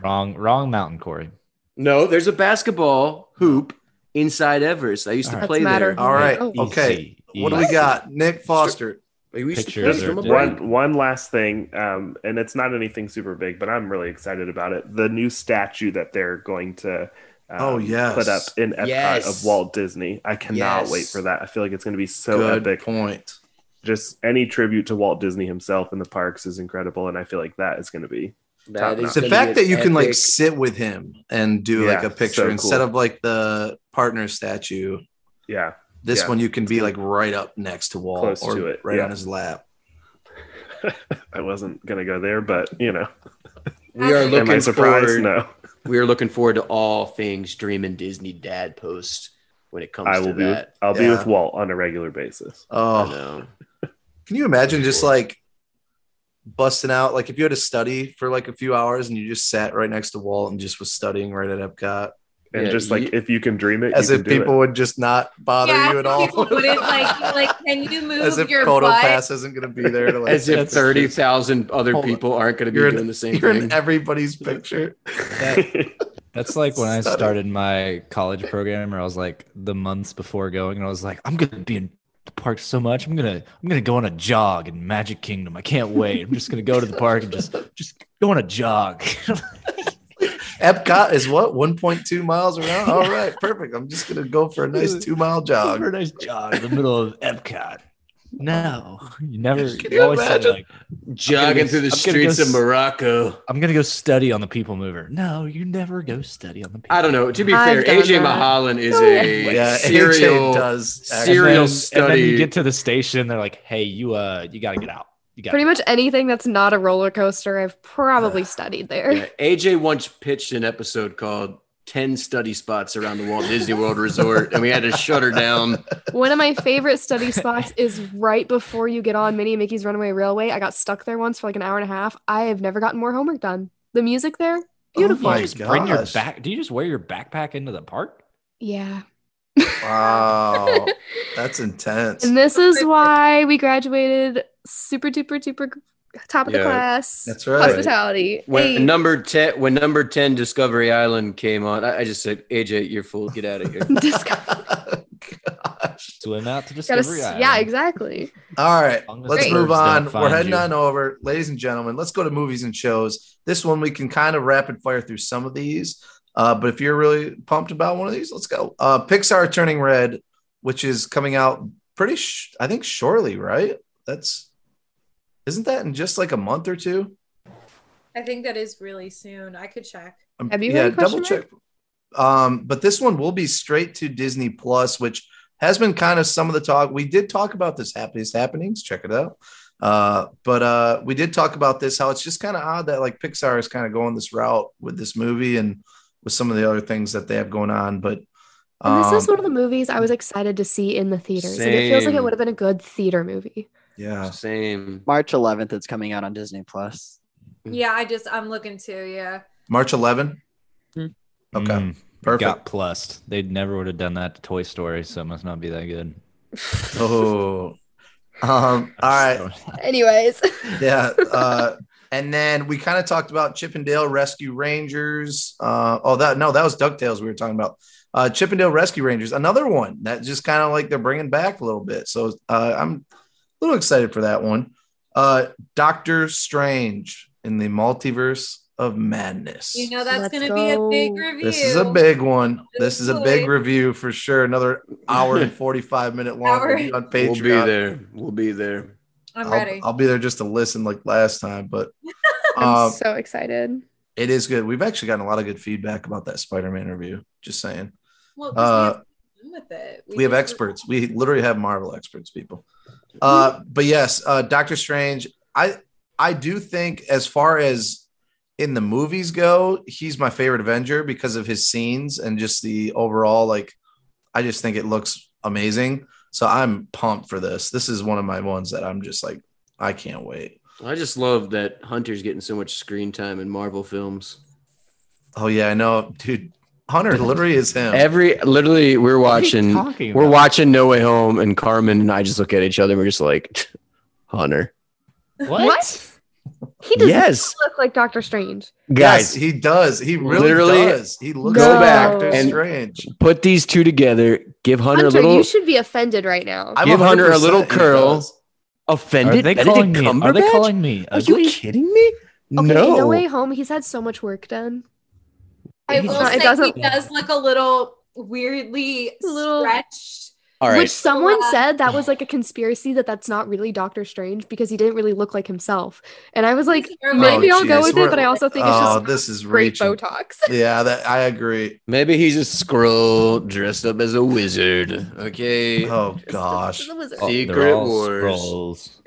[SPEAKER 6] wrong, wrong mountain, Corey.
[SPEAKER 1] No, there's a basketball hoop inside Everest. I used to
[SPEAKER 6] All right.
[SPEAKER 1] play
[SPEAKER 7] That's
[SPEAKER 1] there.
[SPEAKER 7] matter.
[SPEAKER 2] All right.
[SPEAKER 7] Oh.
[SPEAKER 2] Okay.
[SPEAKER 6] Easy,
[SPEAKER 2] What do we
[SPEAKER 6] easy.
[SPEAKER 2] got? Nick Foster.
[SPEAKER 1] We used
[SPEAKER 6] Pictures
[SPEAKER 1] to play
[SPEAKER 6] are
[SPEAKER 1] there.
[SPEAKER 6] different.
[SPEAKER 1] Right.
[SPEAKER 4] One one last thing, um, and it's not anything super big, but I'm really excited about it. The new statue that they're going to um,
[SPEAKER 2] Oh, yes.
[SPEAKER 4] put up in Epcot
[SPEAKER 1] Yes.
[SPEAKER 4] of Walt Disney. I cannot
[SPEAKER 1] Yes.
[SPEAKER 4] wait for that. I feel like it's going to be so
[SPEAKER 2] Good
[SPEAKER 4] epic.
[SPEAKER 2] point.
[SPEAKER 4] Just any tribute to Walt Disney himself in the parks is incredible, and I feel like that is going to be
[SPEAKER 1] That is
[SPEAKER 4] It's
[SPEAKER 2] the
[SPEAKER 1] gonna be
[SPEAKER 2] fact that you can like
[SPEAKER 1] epic.
[SPEAKER 2] sit with him and do like
[SPEAKER 4] Yeah,
[SPEAKER 2] a picture
[SPEAKER 4] so
[SPEAKER 2] instead
[SPEAKER 4] cool.
[SPEAKER 2] of like the partner statue
[SPEAKER 4] yeah.
[SPEAKER 2] this
[SPEAKER 4] Yeah.
[SPEAKER 2] one you can be like right up next to wall
[SPEAKER 4] Close
[SPEAKER 2] or
[SPEAKER 4] to it,
[SPEAKER 2] right
[SPEAKER 4] yeah.
[SPEAKER 2] on his lap
[SPEAKER 4] I wasn't going to go there, but you know,
[SPEAKER 1] We are
[SPEAKER 3] Am I
[SPEAKER 4] am I
[SPEAKER 1] looking
[SPEAKER 4] surprised?
[SPEAKER 1] forward.
[SPEAKER 4] No,
[SPEAKER 1] We are looking forward to all things Dream and Disney Dad post when it comes
[SPEAKER 4] I will
[SPEAKER 1] to
[SPEAKER 4] be. With,
[SPEAKER 1] that.
[SPEAKER 4] I'll be
[SPEAKER 2] Yeah.
[SPEAKER 4] with Walt on a regular basis.
[SPEAKER 1] I
[SPEAKER 2] oh
[SPEAKER 1] know.
[SPEAKER 2] can you imagine just like busting out like if you had to study for like a few hours and you just sat right next to Walt and just was studying right at Epcot,
[SPEAKER 4] and
[SPEAKER 1] Yeah,
[SPEAKER 4] just like
[SPEAKER 1] you-
[SPEAKER 4] if you can dream it,
[SPEAKER 2] as
[SPEAKER 4] you
[SPEAKER 2] if
[SPEAKER 4] can do
[SPEAKER 2] people would just not bother
[SPEAKER 3] Yeah,
[SPEAKER 2] you at
[SPEAKER 3] as
[SPEAKER 2] all.
[SPEAKER 3] if people wouldn't, like, like, can you move
[SPEAKER 2] as if
[SPEAKER 3] your
[SPEAKER 2] Kodo
[SPEAKER 3] butt?
[SPEAKER 2] Pass isn't going to be there. To, like,
[SPEAKER 1] As if
[SPEAKER 6] That's
[SPEAKER 1] thirty thousand other
[SPEAKER 2] Hold on.
[SPEAKER 1] people aren't going to be
[SPEAKER 2] You're in-
[SPEAKER 1] doing the same
[SPEAKER 2] you're
[SPEAKER 1] thing.
[SPEAKER 2] in everybody's picture.
[SPEAKER 4] it.
[SPEAKER 6] That's like when I
[SPEAKER 2] Study.
[SPEAKER 6] started my college program, where I was like the months before going, and I was like, I'm gonna be in the park so much. I'm gonna I'm gonna go on a jog in Magic Kingdom. I can't wait. I'm just gonna go to the park and just just go on a jog.
[SPEAKER 2] Epcot is what 1.2 miles around. All right, perfect. I'm just going to go for a nice two mile jog.
[SPEAKER 6] For a nice jog in the middle of Epcot. No, you never.
[SPEAKER 2] Can
[SPEAKER 6] you
[SPEAKER 2] you
[SPEAKER 6] always say,
[SPEAKER 2] imagine?
[SPEAKER 6] like,
[SPEAKER 1] Jogging through the
[SPEAKER 6] I'm gonna
[SPEAKER 1] streets
[SPEAKER 6] go
[SPEAKER 1] of
[SPEAKER 6] s-
[SPEAKER 1] Morocco.
[SPEAKER 6] I'm gonna go study on the people mover. No, you never go study on the people.
[SPEAKER 1] I don't know. To be fair,
[SPEAKER 7] I've done
[SPEAKER 1] AJ
[SPEAKER 7] that.
[SPEAKER 1] Mahalan is a
[SPEAKER 2] Yeah, AJ
[SPEAKER 1] serial.
[SPEAKER 2] does.
[SPEAKER 6] And
[SPEAKER 2] actually.
[SPEAKER 1] serial
[SPEAKER 6] then- And then
[SPEAKER 1] study.
[SPEAKER 6] you get to the station, they're like, "Hey, you uh, you gotta get out. You got
[SPEAKER 7] Pretty much anything that's not a roller coaster, I've probably studied there.
[SPEAKER 1] Yeah, AJ once pitched an episode called 10 Study Spots Around the Walt Disney World Resort, and we had to shut her down.
[SPEAKER 7] One of my favorite study spots is right before you get on Minnie and Mickey's Runaway Railway. I got stuck there once for like an hour and a half. I have never gotten more homework done. The music there, beautiful.
[SPEAKER 2] Oh my
[SPEAKER 6] just bring your
[SPEAKER 2] gosh.
[SPEAKER 6] back. Do you just wear your backpack into the park?
[SPEAKER 7] yeah.
[SPEAKER 2] Wow, that's intense.
[SPEAKER 7] And this is why we graduated super duper duper top of
[SPEAKER 1] Yeah,
[SPEAKER 7] the class.
[SPEAKER 2] that's right.
[SPEAKER 7] Hospitality.
[SPEAKER 1] When
[SPEAKER 7] Hey.
[SPEAKER 1] number 10 when number 10 Discovery Island came on, I, I just said, AJ, you're fool, get out of here.
[SPEAKER 2] Gosh.
[SPEAKER 6] Swim out to
[SPEAKER 7] Gotta
[SPEAKER 6] Discovery
[SPEAKER 7] s-
[SPEAKER 6] Island.
[SPEAKER 7] yeah, exactly.
[SPEAKER 2] All right,
[SPEAKER 6] Long as
[SPEAKER 2] let's
[SPEAKER 7] the
[SPEAKER 2] move
[SPEAKER 6] birds
[SPEAKER 2] on.
[SPEAKER 6] don't
[SPEAKER 2] We're
[SPEAKER 6] find
[SPEAKER 2] heading
[SPEAKER 6] you.
[SPEAKER 2] on over, ladies and gentlemen. Let's go to movies and shows. This one we can kind of rapid fire through some of these, uh, but if you're really pumped about one of these, let's go. Uh, Pixar Turning Red, which is coming out pretty, sh- I think, shortly. Right? That's isn't that in just like a month or two?
[SPEAKER 3] I think that is really soon. I could check.
[SPEAKER 2] Um,
[SPEAKER 7] February, question mark?
[SPEAKER 2] Um, but this one will be straight to Disney Plus, which has been kind of some of the talk. We did talk about this happiest happenings. Check it out. Uh, but uh, we did talk about this how it's just kind of odd that like Pixar is kind of going this route with this movie and with some of the other things that they have going on. But
[SPEAKER 7] And this is
[SPEAKER 2] um,
[SPEAKER 7] one of the movies I was excited to see in the theaters. Like it feels like it
[SPEAKER 1] Same.
[SPEAKER 7] would have been a good theater movie.
[SPEAKER 2] yeah,
[SPEAKER 1] Same.
[SPEAKER 5] March 11th, it's coming out on Disney Plus.
[SPEAKER 2] Mm.
[SPEAKER 3] Yeah, I just I'm looking too. Yeah,
[SPEAKER 2] March 11.
[SPEAKER 7] Hmm.
[SPEAKER 2] Okay,
[SPEAKER 6] Mm,
[SPEAKER 2] perfect.
[SPEAKER 6] Got plussed. They never would have done that to Toy Story, so it must not be that good.
[SPEAKER 2] Oh, um, all right.
[SPEAKER 7] Anyways,
[SPEAKER 2] yeah. Uh, and then we kind of talked about Chippendale Rescue Rangers. Uh, oh, that no, that was Ducktales we were talking about. Uh, Chippendale Rescue Rangers, another one that just kind of like they're bringing back a little bit. So uh, I'm a little excited for that one. Uh, Doctor Strange in the Multiverse of Madness.
[SPEAKER 3] you know that's
[SPEAKER 7] Let's
[SPEAKER 3] gonna be a big
[SPEAKER 7] go.
[SPEAKER 3] review.
[SPEAKER 2] this is a big one. This is a big
[SPEAKER 3] Boy.
[SPEAKER 2] review for sure. Another hour and 45 minute long
[SPEAKER 3] Hour.
[SPEAKER 2] review on Patreon.
[SPEAKER 1] We'll be there. We'll be there.
[SPEAKER 3] I'm
[SPEAKER 2] I'll-
[SPEAKER 3] ready.
[SPEAKER 2] I'll be there just to listen like last time, but
[SPEAKER 7] I'm
[SPEAKER 1] Uh,
[SPEAKER 2] um,
[SPEAKER 7] so excited.
[SPEAKER 2] It is good. We've actually gotten a lot of good feedback about that Spider-Man review. Just saying.
[SPEAKER 3] well, 'cause
[SPEAKER 2] uh,
[SPEAKER 3] we have fun with it.
[SPEAKER 2] We have
[SPEAKER 3] just-
[SPEAKER 2] experts. We literally have Marvel experts, people. Uh, but yes, uh, Doctor Strange. I I do think as far as in the movies go, he's my favorite Avenger because of his scenes and just the overall. Like, I just think it looks amazing. So I'm pumped for this. This is one of my ones that I'm just like, I can't wait.
[SPEAKER 1] I just love that Hunter's getting so much screen time in Marvel films.
[SPEAKER 2] Oh yeah, I know, dude. Hunter literally is him.
[SPEAKER 1] Every literally we're watching
[SPEAKER 6] Talking
[SPEAKER 1] we're
[SPEAKER 6] about?
[SPEAKER 1] watching No Way Home and Carmen and I just look at each other and we're just like Hunter.
[SPEAKER 6] What?
[SPEAKER 7] He does not
[SPEAKER 1] Yes.
[SPEAKER 7] look like Doctor Strange.
[SPEAKER 1] Guys,
[SPEAKER 2] yes, he does. He really
[SPEAKER 1] Literally,
[SPEAKER 2] does. He looks
[SPEAKER 7] go
[SPEAKER 2] like
[SPEAKER 7] back
[SPEAKER 2] Doctor
[SPEAKER 1] and-
[SPEAKER 2] Strange.
[SPEAKER 1] put these two together, give Hunter,
[SPEAKER 7] Hunter,
[SPEAKER 1] a little
[SPEAKER 7] you should be offended right now.
[SPEAKER 2] I'm
[SPEAKER 1] Give Hunter a little
[SPEAKER 2] 100% he
[SPEAKER 1] curl.
[SPEAKER 2] does.
[SPEAKER 1] offended.
[SPEAKER 6] Are they
[SPEAKER 1] Benedict
[SPEAKER 6] calling me? Are they
[SPEAKER 1] Cumberbatch?
[SPEAKER 6] calling me
[SPEAKER 1] Are you
[SPEAKER 6] ugly?
[SPEAKER 1] kidding me?
[SPEAKER 7] Okay,
[SPEAKER 1] no.
[SPEAKER 7] in No Way Home, he's had so much work done.
[SPEAKER 3] I
[SPEAKER 1] He's
[SPEAKER 3] will
[SPEAKER 1] not-
[SPEAKER 7] it
[SPEAKER 3] say
[SPEAKER 7] doesn't-
[SPEAKER 3] he does look a little weirdly
[SPEAKER 7] A little-
[SPEAKER 3] stretched.
[SPEAKER 1] All right.
[SPEAKER 7] Which someone
[SPEAKER 3] Correct.
[SPEAKER 7] said that was like a conspiracy that that's not really Doctor Strange because he didn't really look like himself. And I was like,
[SPEAKER 3] You're
[SPEAKER 7] maybe
[SPEAKER 2] Oh,
[SPEAKER 7] I'll go
[SPEAKER 2] jeez.
[SPEAKER 7] with
[SPEAKER 2] We're-
[SPEAKER 7] it, but I also think it's
[SPEAKER 2] oh,
[SPEAKER 7] just
[SPEAKER 2] this is
[SPEAKER 7] great
[SPEAKER 2] reaching.
[SPEAKER 7] Botox.
[SPEAKER 2] Yeah, that I agree.
[SPEAKER 1] Maybe he's a scroll dressed up as a wizard. Okay.
[SPEAKER 2] Oh gosh.
[SPEAKER 6] Oh, they're
[SPEAKER 1] Secret
[SPEAKER 6] all
[SPEAKER 1] Wars.
[SPEAKER 6] scrolls.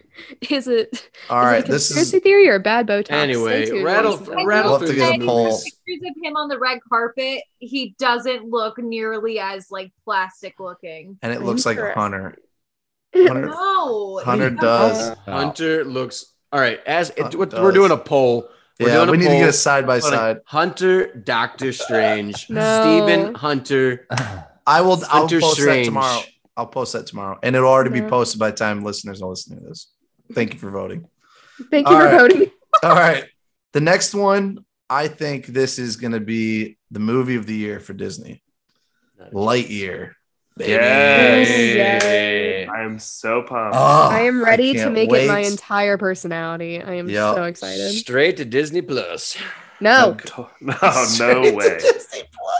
[SPEAKER 2] All
[SPEAKER 7] Is it? is it a
[SPEAKER 2] right, this
[SPEAKER 7] conspiracy
[SPEAKER 2] is
[SPEAKER 7] theory or bad Botox? Stay
[SPEAKER 1] Anyway,
[SPEAKER 7] tuned,
[SPEAKER 1] rattle
[SPEAKER 7] ladies and
[SPEAKER 1] rattle
[SPEAKER 2] We'll have
[SPEAKER 1] through
[SPEAKER 2] to get a
[SPEAKER 1] these
[SPEAKER 2] poll.
[SPEAKER 1] movies.
[SPEAKER 3] Pictures of him on the red carpet, he doesn't look nearly as like plastic looking.
[SPEAKER 2] and it looks like
[SPEAKER 7] Incorrect.
[SPEAKER 2] Hunter.
[SPEAKER 7] gentlemen.
[SPEAKER 2] Hunter,
[SPEAKER 3] No,
[SPEAKER 2] Hunter
[SPEAKER 3] he's-
[SPEAKER 2] does.
[SPEAKER 6] Oh.
[SPEAKER 1] Hunter looks All right, as
[SPEAKER 2] Fuck
[SPEAKER 1] it, we're
[SPEAKER 2] does.
[SPEAKER 1] we're doing a poll. We're
[SPEAKER 2] yeah,
[SPEAKER 1] doing
[SPEAKER 2] we
[SPEAKER 1] a
[SPEAKER 2] need to
[SPEAKER 1] poll.
[SPEAKER 2] get a side by
[SPEAKER 1] Hold on.
[SPEAKER 2] side.
[SPEAKER 1] Hunter, Doctor Strange,
[SPEAKER 7] No.
[SPEAKER 1] Stephen Hunter,
[SPEAKER 2] I will. I'll
[SPEAKER 1] Hunter
[SPEAKER 2] post that
[SPEAKER 1] Strange.
[SPEAKER 2] tomorrow. I'll post that tomorrow, and it'll already be
[SPEAKER 7] Yeah.
[SPEAKER 2] posted by the time listeners are listening to this. Thank you for voting.
[SPEAKER 7] Thank you
[SPEAKER 2] All
[SPEAKER 7] for
[SPEAKER 2] right.
[SPEAKER 7] voting.
[SPEAKER 2] All right, the next one. I think this is going to be the movie of the year for Disney. Lightyear. baby.
[SPEAKER 7] Yes.
[SPEAKER 4] I am so pumped.
[SPEAKER 2] Oh,
[SPEAKER 7] I am ready to
[SPEAKER 2] can't
[SPEAKER 7] make it my
[SPEAKER 2] wait.
[SPEAKER 7] entire personality. I am
[SPEAKER 2] Yep.
[SPEAKER 7] so excited.
[SPEAKER 1] Straight to Disney Plus.
[SPEAKER 7] No.
[SPEAKER 4] Oh, No,
[SPEAKER 2] Oh,
[SPEAKER 4] no way.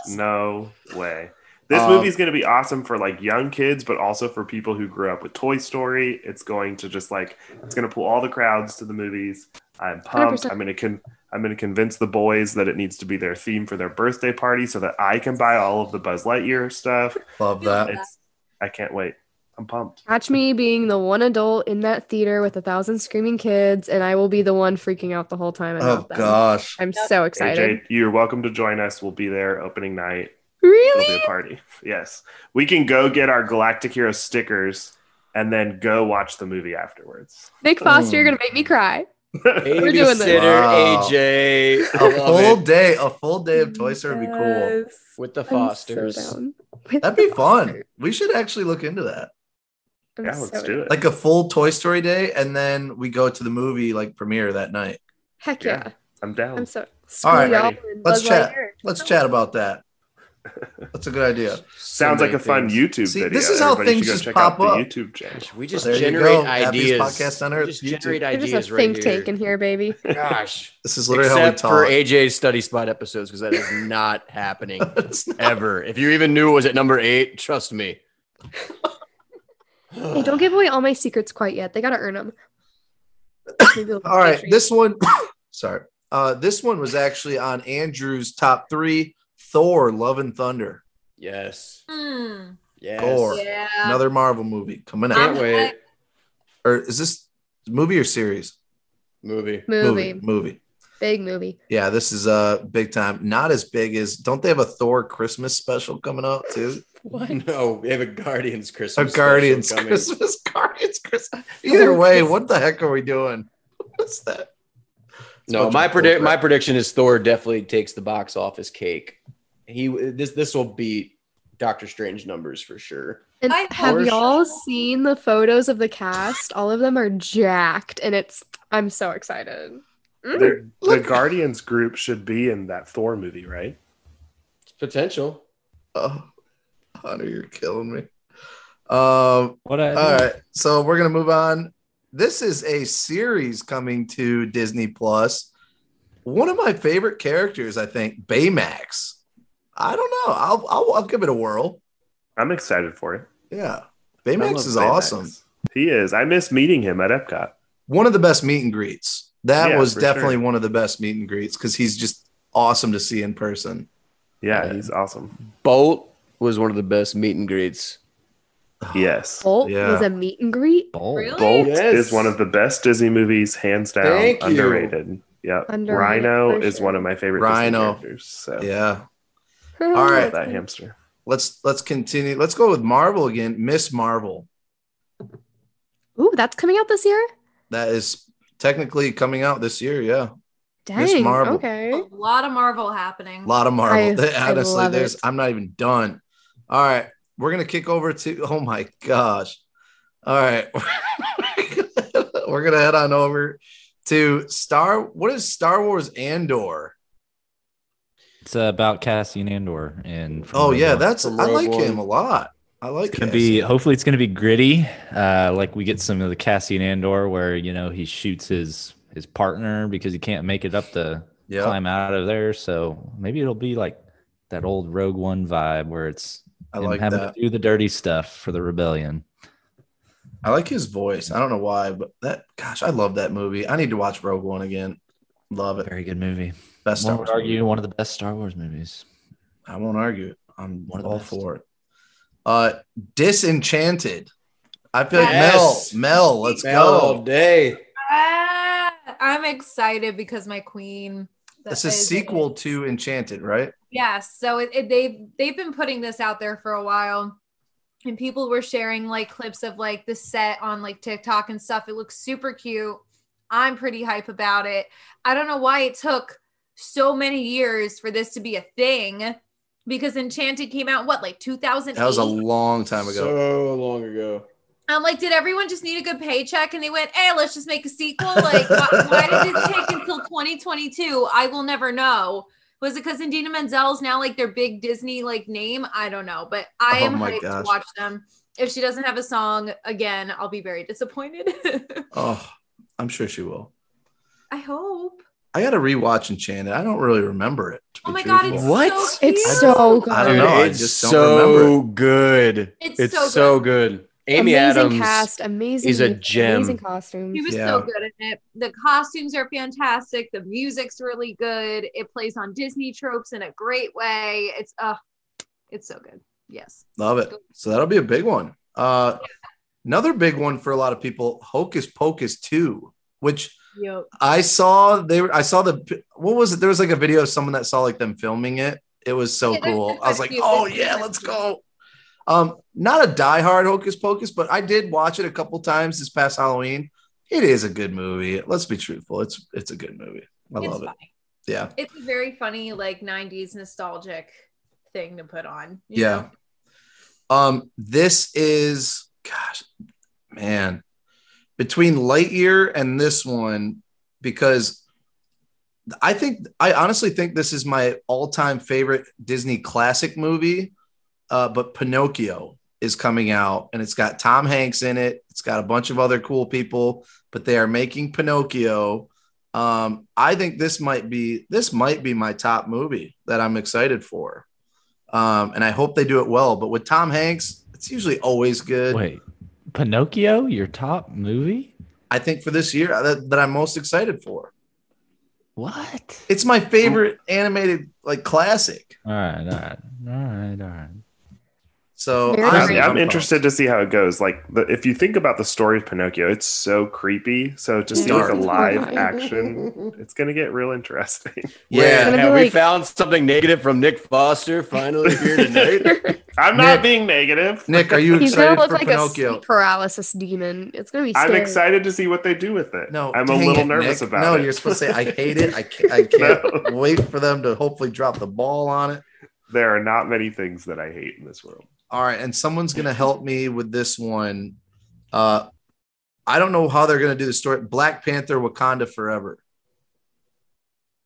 [SPEAKER 4] No way. This
[SPEAKER 2] Um,
[SPEAKER 4] movie is going to be awesome for like young kids, but also for people who grew up with Toy Story. It's going to just like it's going to pull all the crowds to the movies. I'm pumped.
[SPEAKER 7] 100%.
[SPEAKER 4] I'm going to con- I'm going to convince the boys that it needs to be their theme for their birthday party, so that I can buy all of the Buzz Lightyear stuff.
[SPEAKER 3] Oh,
[SPEAKER 2] Love that.
[SPEAKER 4] It's I can't wait. I'm pumped.
[SPEAKER 7] Catch me being the one adult in that theater with a thousand screaming kids, and I will be the one freaking out the whole time.
[SPEAKER 2] Oh
[SPEAKER 7] about them.
[SPEAKER 2] gosh.
[SPEAKER 7] I'm so excited.
[SPEAKER 4] AJ, you're welcome to join us. We'll be there opening night. It'll
[SPEAKER 7] Really?
[SPEAKER 4] be a party. Yes, we can go get our Galactic Hero stickers and then go watch the movie afterwards.
[SPEAKER 7] Nick Foster, you're gonna make me cry.
[SPEAKER 1] Babysitter
[SPEAKER 7] doing this.
[SPEAKER 2] Wow.
[SPEAKER 1] AJ. I
[SPEAKER 2] A
[SPEAKER 1] love
[SPEAKER 2] full
[SPEAKER 1] it.
[SPEAKER 2] day, a full day of Toy Story would be cool.
[SPEAKER 7] Yes.
[SPEAKER 1] with the
[SPEAKER 7] I'm so
[SPEAKER 1] Fosters.
[SPEAKER 7] down. With
[SPEAKER 2] That'd
[SPEAKER 7] the
[SPEAKER 2] be fun.
[SPEAKER 7] Fosters.
[SPEAKER 2] We should actually look into that.
[SPEAKER 7] I'm
[SPEAKER 4] Yeah, let's
[SPEAKER 7] so-
[SPEAKER 4] do it.
[SPEAKER 2] Like a full Toy Story day, and then we go to the movie like premiere that night.
[SPEAKER 7] Heck
[SPEAKER 4] Yeah.
[SPEAKER 7] yeah.
[SPEAKER 4] I'm down.
[SPEAKER 7] I'm so. Screw
[SPEAKER 2] All right,
[SPEAKER 7] y'all
[SPEAKER 4] ready.
[SPEAKER 7] and
[SPEAKER 2] Let's
[SPEAKER 7] Buzz
[SPEAKER 2] chat.
[SPEAKER 7] Lightyear. Oh,
[SPEAKER 2] Let's chat about that. That's a good idea.
[SPEAKER 1] So
[SPEAKER 4] Sounds like
[SPEAKER 1] many
[SPEAKER 4] a fun
[SPEAKER 1] things.
[SPEAKER 4] YouTube
[SPEAKER 2] See,
[SPEAKER 4] video.
[SPEAKER 2] this is how
[SPEAKER 4] Everybody should
[SPEAKER 2] things
[SPEAKER 4] go
[SPEAKER 2] just
[SPEAKER 4] check
[SPEAKER 2] pop
[SPEAKER 4] out
[SPEAKER 2] up. Mm-hmm.
[SPEAKER 4] the YouTube channel.
[SPEAKER 1] Gosh, we just
[SPEAKER 2] There you
[SPEAKER 1] generate
[SPEAKER 2] go. Happiest
[SPEAKER 1] ideas.
[SPEAKER 2] podcast on
[SPEAKER 1] We
[SPEAKER 2] Earth,
[SPEAKER 1] just
[SPEAKER 2] YouTube.
[SPEAKER 1] generate
[SPEAKER 7] There's
[SPEAKER 1] ideas
[SPEAKER 7] just a
[SPEAKER 1] right
[SPEAKER 7] think
[SPEAKER 1] here.
[SPEAKER 7] tank in here, baby.
[SPEAKER 1] Gosh.
[SPEAKER 2] This is literally
[SPEAKER 1] Except
[SPEAKER 2] how
[SPEAKER 1] for
[SPEAKER 2] we talk.
[SPEAKER 1] AJ's study spot episodes, because that is not happening ever. If you even knew it was at number eight, trust me.
[SPEAKER 7] Hey, don't give away all my secrets quite yet. They gotta earn them.
[SPEAKER 2] All right, this one. sorry, uh, this one was actually on Andrew's top three: Thor, Love and Thunder,
[SPEAKER 1] Yes.
[SPEAKER 3] Hmm.
[SPEAKER 1] Yes.
[SPEAKER 2] Gore.
[SPEAKER 3] Yeah.
[SPEAKER 2] another Marvel movie coming out.
[SPEAKER 1] Uh, Can't
[SPEAKER 3] I'm-
[SPEAKER 1] wait.
[SPEAKER 2] Or is this movie or series?
[SPEAKER 1] Movie.
[SPEAKER 2] movie,
[SPEAKER 7] movie,
[SPEAKER 2] movie.
[SPEAKER 7] big movie.
[SPEAKER 2] Yeah, this is uh big time. Not as big as don't they have a Thor Christmas special coming out too?
[SPEAKER 1] No, we have a Guardians
[SPEAKER 2] A
[SPEAKER 1] Christmas. special
[SPEAKER 2] Guardians
[SPEAKER 1] coming.
[SPEAKER 2] Christmas, Guardians Christmas. Either way, what the heck are we doing? What's that?
[SPEAKER 1] No,
[SPEAKER 2] Bunch
[SPEAKER 1] my
[SPEAKER 2] of
[SPEAKER 1] predict
[SPEAKER 2] bullcrap.
[SPEAKER 1] my prediction is Thor definitely takes the box office cake. He this this will beat Doctor Strange numbers for sure.
[SPEAKER 7] And
[SPEAKER 3] I
[SPEAKER 7] have
[SPEAKER 1] wish-
[SPEAKER 7] y'all seen the photos of the cast? All of them are jacked, and it's. I'm so excited.
[SPEAKER 4] The, the Guardians group should be in that Thor movie, right?
[SPEAKER 1] It's potential.
[SPEAKER 2] Oh, Hunter, you're killing me. Um,
[SPEAKER 6] What I
[SPEAKER 2] All right, so we're gonna move on. This is a series coming to Disney Plus. One of my favorite characters, I think, Baymax. I don't know. I'll I'll, I'll give it a whirl.
[SPEAKER 4] I'm excited for it.
[SPEAKER 2] Yeah,
[SPEAKER 4] I
[SPEAKER 2] Baymax
[SPEAKER 4] love
[SPEAKER 2] is
[SPEAKER 4] Baymax.
[SPEAKER 2] awesome.
[SPEAKER 4] He is. I miss meeting him at Epcot.
[SPEAKER 2] One of the best meet and greets. That
[SPEAKER 4] Yeah,
[SPEAKER 2] was
[SPEAKER 4] for
[SPEAKER 2] definitely
[SPEAKER 4] sure.
[SPEAKER 2] one of the best meet and greets because he's just awesome to see in person.
[SPEAKER 4] Yeah, he's awesome.
[SPEAKER 1] Bolt was one of the best meet and greets.
[SPEAKER 4] Yes.
[SPEAKER 7] Bolt
[SPEAKER 2] Yeah.
[SPEAKER 7] was a meet and greet.
[SPEAKER 6] Bold.
[SPEAKER 3] Really?
[SPEAKER 4] Bolt
[SPEAKER 1] Yes.
[SPEAKER 4] is one of the best Disney movies, hands down.
[SPEAKER 1] Thank you.
[SPEAKER 4] underrated. Yep.
[SPEAKER 7] Underrated,
[SPEAKER 4] Rhino
[SPEAKER 7] for
[SPEAKER 4] is
[SPEAKER 7] sure.
[SPEAKER 4] one of my favorite
[SPEAKER 2] Rhino.
[SPEAKER 4] Disney characters. So
[SPEAKER 2] Yeah, All right.
[SPEAKER 4] that hamster.
[SPEAKER 2] let's let's continue. Let's go with Marvel again. Miss Marvel.
[SPEAKER 7] Ooh, that's coming out this year.
[SPEAKER 2] That is technically coming out this year. Yeah. Miss
[SPEAKER 7] Dang.
[SPEAKER 2] Marvel.
[SPEAKER 7] Okay.
[SPEAKER 3] A lot of Marvel happening.
[SPEAKER 2] A lot of Marvel.
[SPEAKER 7] I- I
[SPEAKER 2] Honestly,
[SPEAKER 7] love
[SPEAKER 2] there's
[SPEAKER 7] it.
[SPEAKER 2] I'm not even done. All right. We're gonna kick over to oh my gosh. All right. we're gonna head on over to Star. What is Star Wars Andor?
[SPEAKER 6] It's about Cassian Andor and
[SPEAKER 2] Oh yeah, that's
[SPEAKER 1] From
[SPEAKER 2] I
[SPEAKER 1] Rogue
[SPEAKER 2] like
[SPEAKER 1] One.
[SPEAKER 2] him a lot. I like
[SPEAKER 6] it's gonna
[SPEAKER 2] Cassian.
[SPEAKER 6] be hopefully it's gonna be gritty. Uh, like we get some of the Cassian Andor where you know he shoots his his partner because he can't make it up to
[SPEAKER 2] yeah.
[SPEAKER 6] climb out of there. So maybe it'll be like that old Rogue One vibe where it's
[SPEAKER 2] I
[SPEAKER 6] him
[SPEAKER 2] like
[SPEAKER 6] having
[SPEAKER 2] that.
[SPEAKER 6] to do the dirty stuff for the rebellion.
[SPEAKER 2] I like his voice. I don't know why, but that gosh, I love that movie. I need to watch Rogue One again. Love it.
[SPEAKER 6] Very good movie.
[SPEAKER 2] Best Star
[SPEAKER 6] One
[SPEAKER 2] Wars
[SPEAKER 6] would
[SPEAKER 2] movie.
[SPEAKER 6] argue one of the best Star Wars movies.
[SPEAKER 2] I won't argue it. I'm
[SPEAKER 6] One of the
[SPEAKER 2] all
[SPEAKER 6] best.
[SPEAKER 2] for it. Uh, Disenchanted. I feel
[SPEAKER 1] Yes.
[SPEAKER 2] like Mel. Mel, let's
[SPEAKER 1] Mel all
[SPEAKER 2] go.
[SPEAKER 1] day.
[SPEAKER 3] Ah, I'm excited because my queen. that
[SPEAKER 2] This is
[SPEAKER 3] is-
[SPEAKER 2] sequel to Enchanted, right?
[SPEAKER 3] Yes. So it, it, they've they've been putting this out there for a while, and people were sharing like clips of like the set on like TikTok and stuff. It looks super cute. I'm pretty hype about it. I don't know why it took so many years for this to be a thing because Enchanted came out, what, like 2008?
[SPEAKER 2] That was a long time ago.
[SPEAKER 1] So long ago.
[SPEAKER 3] I'm like, did everyone just need a good paycheck? And they went, hey, let's just make a sequel. Like, why, why did it take until 2022? I will never know. Was it because Indina Menzel's now like their big Disney like name? I don't know, but I
[SPEAKER 2] Oh
[SPEAKER 3] am
[SPEAKER 2] my
[SPEAKER 3] hyped to
[SPEAKER 2] gosh.
[SPEAKER 3] watch them. If she doesn't have a song again, I'll be very disappointed.
[SPEAKER 2] oh, I'm sure she will.
[SPEAKER 3] I hope.
[SPEAKER 2] I got to rewatch Enchanted. I don't really remember it. to be
[SPEAKER 3] Oh my god,
[SPEAKER 2] truthful.
[SPEAKER 3] it's
[SPEAKER 1] What?
[SPEAKER 3] so cute.
[SPEAKER 7] It's so good.
[SPEAKER 2] I don't
[SPEAKER 1] Dude,
[SPEAKER 2] know. I
[SPEAKER 1] it's
[SPEAKER 2] just don't
[SPEAKER 1] so
[SPEAKER 2] remember
[SPEAKER 1] good.
[SPEAKER 3] It's
[SPEAKER 1] It's,
[SPEAKER 3] so
[SPEAKER 1] so, good. Amy
[SPEAKER 7] amazing
[SPEAKER 1] Adams.
[SPEAKER 7] cast, amazing,
[SPEAKER 1] is a gem.
[SPEAKER 7] amazing
[SPEAKER 3] He
[SPEAKER 7] costumes.
[SPEAKER 3] was
[SPEAKER 2] Yeah.
[SPEAKER 3] so good in it. The costumes are fantastic. The music's really good. It plays on Disney tropes in a great way. It's uh it's so good. Yes.
[SPEAKER 2] Love it. So that'll be a big one. Uh, another big one for a lot of people Hocus Pocus 2, which
[SPEAKER 3] Yo.
[SPEAKER 2] I saw they were I saw the what was it? There was like a video of someone that saw like them filming it. It was so
[SPEAKER 3] Yeah, there's
[SPEAKER 2] cool.
[SPEAKER 3] been
[SPEAKER 2] I was
[SPEAKER 3] quite a
[SPEAKER 2] like,
[SPEAKER 3] few.
[SPEAKER 2] oh
[SPEAKER 3] There's been
[SPEAKER 2] yeah,
[SPEAKER 3] quite a
[SPEAKER 2] let's
[SPEAKER 3] few.
[SPEAKER 2] go. Um, not a diehard hocus pocus, but I did watch it a couple times this past Halloween. It is a good movie. Let's be truthful. It's it's a good movie. I
[SPEAKER 3] it's
[SPEAKER 2] love it.
[SPEAKER 3] funny.
[SPEAKER 2] Yeah.
[SPEAKER 3] It's a very funny, like 90s nostalgic thing to put on. you
[SPEAKER 2] Yeah.
[SPEAKER 3] know?
[SPEAKER 2] Um, this is gosh, man, between Lightyear and this one, because I think I honestly think this is my all-time favorite Disney classic movie. Uh, but Pinocchio is coming out, and it's got Tom Hanks in it. It's got a bunch of other cool people, but they are making Pinocchio. Um, I think this might be this might be my top movie that I'm excited for, um, and I hope they do it well. But with Tom Hanks, it's usually always good.
[SPEAKER 6] Wait, Pinocchio, your top movie?
[SPEAKER 2] I think for this year that, that I'm most excited for.
[SPEAKER 6] What?
[SPEAKER 2] It's my favorite animated like classic.
[SPEAKER 6] All right, all right, all right, all right.
[SPEAKER 2] So
[SPEAKER 7] Very
[SPEAKER 4] I'm,
[SPEAKER 7] great.
[SPEAKER 4] I'm
[SPEAKER 2] pumped.
[SPEAKER 4] interested to see how it goes. Like, the, if you think about the story of Pinocchio, it's so creepy. So to see like a
[SPEAKER 7] Dark.
[SPEAKER 4] live action, it's gonna get real interesting.
[SPEAKER 2] Yeah,
[SPEAKER 7] It's
[SPEAKER 1] Have
[SPEAKER 7] gonna be
[SPEAKER 1] we
[SPEAKER 7] like-
[SPEAKER 1] found something negative from Nick Foster finally here tonight?
[SPEAKER 4] I'm not
[SPEAKER 2] Nick.
[SPEAKER 4] being negative.
[SPEAKER 2] Nick, are you
[SPEAKER 7] He's gonna
[SPEAKER 2] excited
[SPEAKER 7] look
[SPEAKER 2] for
[SPEAKER 7] like a
[SPEAKER 2] Pinocchio?
[SPEAKER 7] sleep paralysis demon. It's gonna be. Scary.
[SPEAKER 4] I'm excited to see what they do with it.
[SPEAKER 2] No,
[SPEAKER 4] I'm a
[SPEAKER 2] dang
[SPEAKER 4] little
[SPEAKER 2] it,
[SPEAKER 4] nervous
[SPEAKER 2] Nick.
[SPEAKER 4] about
[SPEAKER 2] no,
[SPEAKER 4] it.
[SPEAKER 2] you're supposed to say I hate it. I can't, I can't wait for them to hopefully drop the ball on it.
[SPEAKER 4] there are not many things that I hate in this world.
[SPEAKER 2] All right, and someone's gonna help me with this one. Uh, I don't know how they're gonna do the story. Black Panther, Wakanda Forever.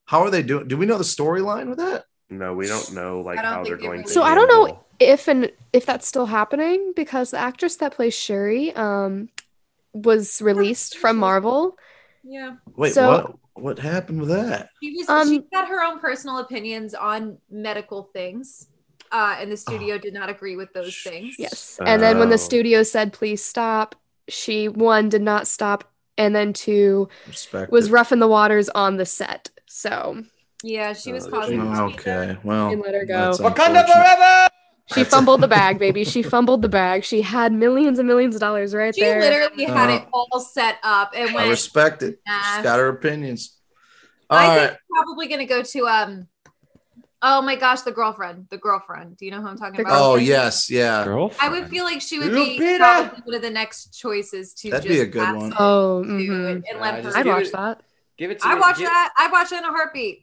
[SPEAKER 2] How are they doing? Do we know the storyline with that?
[SPEAKER 4] No, we don't know like
[SPEAKER 3] I don't
[SPEAKER 4] how
[SPEAKER 3] think
[SPEAKER 4] they're
[SPEAKER 3] it
[SPEAKER 4] going. to
[SPEAKER 3] really-
[SPEAKER 7] So I don't know-
[SPEAKER 4] handle-
[SPEAKER 7] if and if that's still happening because the actress that plays Shuri um was released from Marvel.
[SPEAKER 3] Yeah.
[SPEAKER 2] Wait,
[SPEAKER 7] So-
[SPEAKER 2] what? What happened with that?
[SPEAKER 3] She was she
[SPEAKER 7] Um,
[SPEAKER 3] got her own personal opinions on medical things.
[SPEAKER 2] Ah.
[SPEAKER 3] Uh, and the studio did not agree with those things.
[SPEAKER 7] Yes. And then when
[SPEAKER 4] Oh.
[SPEAKER 7] the studio said please stop, she one did not stop and then two
[SPEAKER 2] Respect.
[SPEAKER 7] was
[SPEAKER 2] it.
[SPEAKER 7] roughing the waters on the set. So
[SPEAKER 3] Yeah, she was
[SPEAKER 1] Oh,
[SPEAKER 3] causing
[SPEAKER 2] Okay. Well,
[SPEAKER 7] And let her go.
[SPEAKER 2] Oh, that's
[SPEAKER 1] Wakanda
[SPEAKER 2] unfortunate.
[SPEAKER 1] forever.
[SPEAKER 7] she fumbled the bag, baby. She fumbled the bag. She had millions and millions of dollars right
[SPEAKER 3] She
[SPEAKER 7] there.
[SPEAKER 3] literally had
[SPEAKER 2] Uh,
[SPEAKER 3] it all set up and
[SPEAKER 2] I
[SPEAKER 3] went.
[SPEAKER 2] respect it.
[SPEAKER 3] Nah.
[SPEAKER 2] She's got her opinions. All
[SPEAKER 3] I
[SPEAKER 2] right.
[SPEAKER 3] think it's probably gonna go to um. Oh my gosh, the girlfriend, the girlfriend. Do you know who I'm talking
[SPEAKER 7] The
[SPEAKER 3] about?
[SPEAKER 2] Oh yes, yeah.
[SPEAKER 6] Girlfriend.
[SPEAKER 3] I would feel like she would be
[SPEAKER 1] Lupita!
[SPEAKER 3] probably one of the next choices to
[SPEAKER 2] That'd
[SPEAKER 3] just
[SPEAKER 2] be a good
[SPEAKER 3] pass
[SPEAKER 2] one.
[SPEAKER 3] it
[SPEAKER 7] Oh,
[SPEAKER 3] to
[SPEAKER 7] mhm.
[SPEAKER 3] and, and
[SPEAKER 1] Nah,
[SPEAKER 3] let
[SPEAKER 1] just
[SPEAKER 3] her.
[SPEAKER 7] I'd
[SPEAKER 1] give
[SPEAKER 7] watch
[SPEAKER 1] it-
[SPEAKER 7] that.
[SPEAKER 1] Give it to
[SPEAKER 3] I
[SPEAKER 1] me.
[SPEAKER 3] watch
[SPEAKER 1] Give-
[SPEAKER 3] that. I watch it in a heartbeat.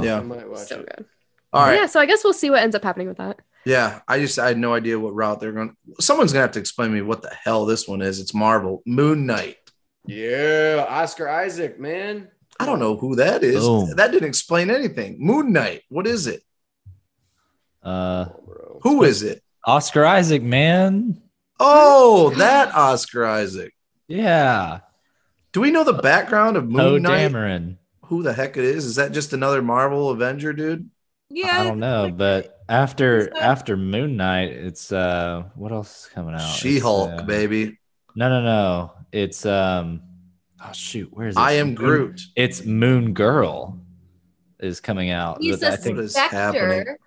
[SPEAKER 2] Yeah.
[SPEAKER 1] I might watch
[SPEAKER 7] So
[SPEAKER 1] it.
[SPEAKER 7] good.
[SPEAKER 2] All right.
[SPEAKER 7] Yeah, so I guess we'll see what ends up happening with that.
[SPEAKER 2] Yeah, I just I had no idea what route they're going. Someone's gonna have to explain to me what the hell this one is. It's Marvel Moon Knight.
[SPEAKER 1] Yeah, Oscar Isaac, man.
[SPEAKER 2] I don't know who that is.
[SPEAKER 6] Boom.
[SPEAKER 2] That didn't explain anything. Moon Knight. What is it?
[SPEAKER 6] Uh,
[SPEAKER 1] Bro.
[SPEAKER 2] Who is it?
[SPEAKER 6] Oscar Isaac, man.
[SPEAKER 2] Oh, that Oscar Isaac.
[SPEAKER 6] Yeah.
[SPEAKER 2] Do we know the background of Moon
[SPEAKER 6] Poe
[SPEAKER 2] Knight?
[SPEAKER 6] Dameron.
[SPEAKER 2] Who the heck it is? Is that just another Marvel Avenger dude?
[SPEAKER 3] Yeah,
[SPEAKER 6] I don't know,
[SPEAKER 3] like-
[SPEAKER 6] but after
[SPEAKER 3] It's not-
[SPEAKER 6] after Moon Knight, it's uh, what else is coming out? It's,
[SPEAKER 2] she Hulk,
[SPEAKER 6] uh,
[SPEAKER 2] baby.
[SPEAKER 6] No, no, no. It's um, oh shoot, where is it?
[SPEAKER 2] I am
[SPEAKER 6] Moon-
[SPEAKER 2] Groot.
[SPEAKER 6] It's Moon Girl is coming out.
[SPEAKER 3] He's
[SPEAKER 6] but I
[SPEAKER 3] a
[SPEAKER 2] think- What is happening?
[SPEAKER 3] specter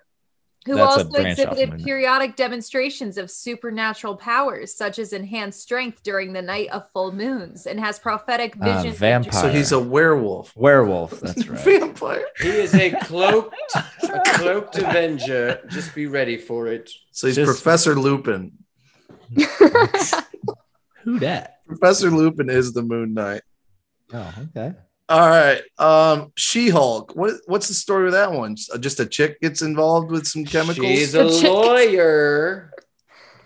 [SPEAKER 3] who
[SPEAKER 6] That's a
[SPEAKER 3] also
[SPEAKER 6] branch off
[SPEAKER 3] exhibited
[SPEAKER 6] movement.
[SPEAKER 3] periodic demonstrations of supernatural powers, such as enhanced strength during the night of full moons, and has prophetic
[SPEAKER 6] Uh,
[SPEAKER 3] vision.
[SPEAKER 6] vampire.
[SPEAKER 2] So he's a werewolf.
[SPEAKER 6] werewolf. That's right.
[SPEAKER 2] Vampire.
[SPEAKER 1] He is a cloaked, a cloaked Avenger. Just be ready for it.
[SPEAKER 2] So he's
[SPEAKER 6] Just-
[SPEAKER 2] Professor Lupin.
[SPEAKER 6] Who that?
[SPEAKER 2] Professor Lupin is the Moon Knight.
[SPEAKER 6] Oh, okay.
[SPEAKER 2] All right. Um, She Hulk. What what's the story with that one? S- Just a chick gets involved with some chemicals.
[SPEAKER 1] She's a
[SPEAKER 7] The chickens.
[SPEAKER 1] lawyer.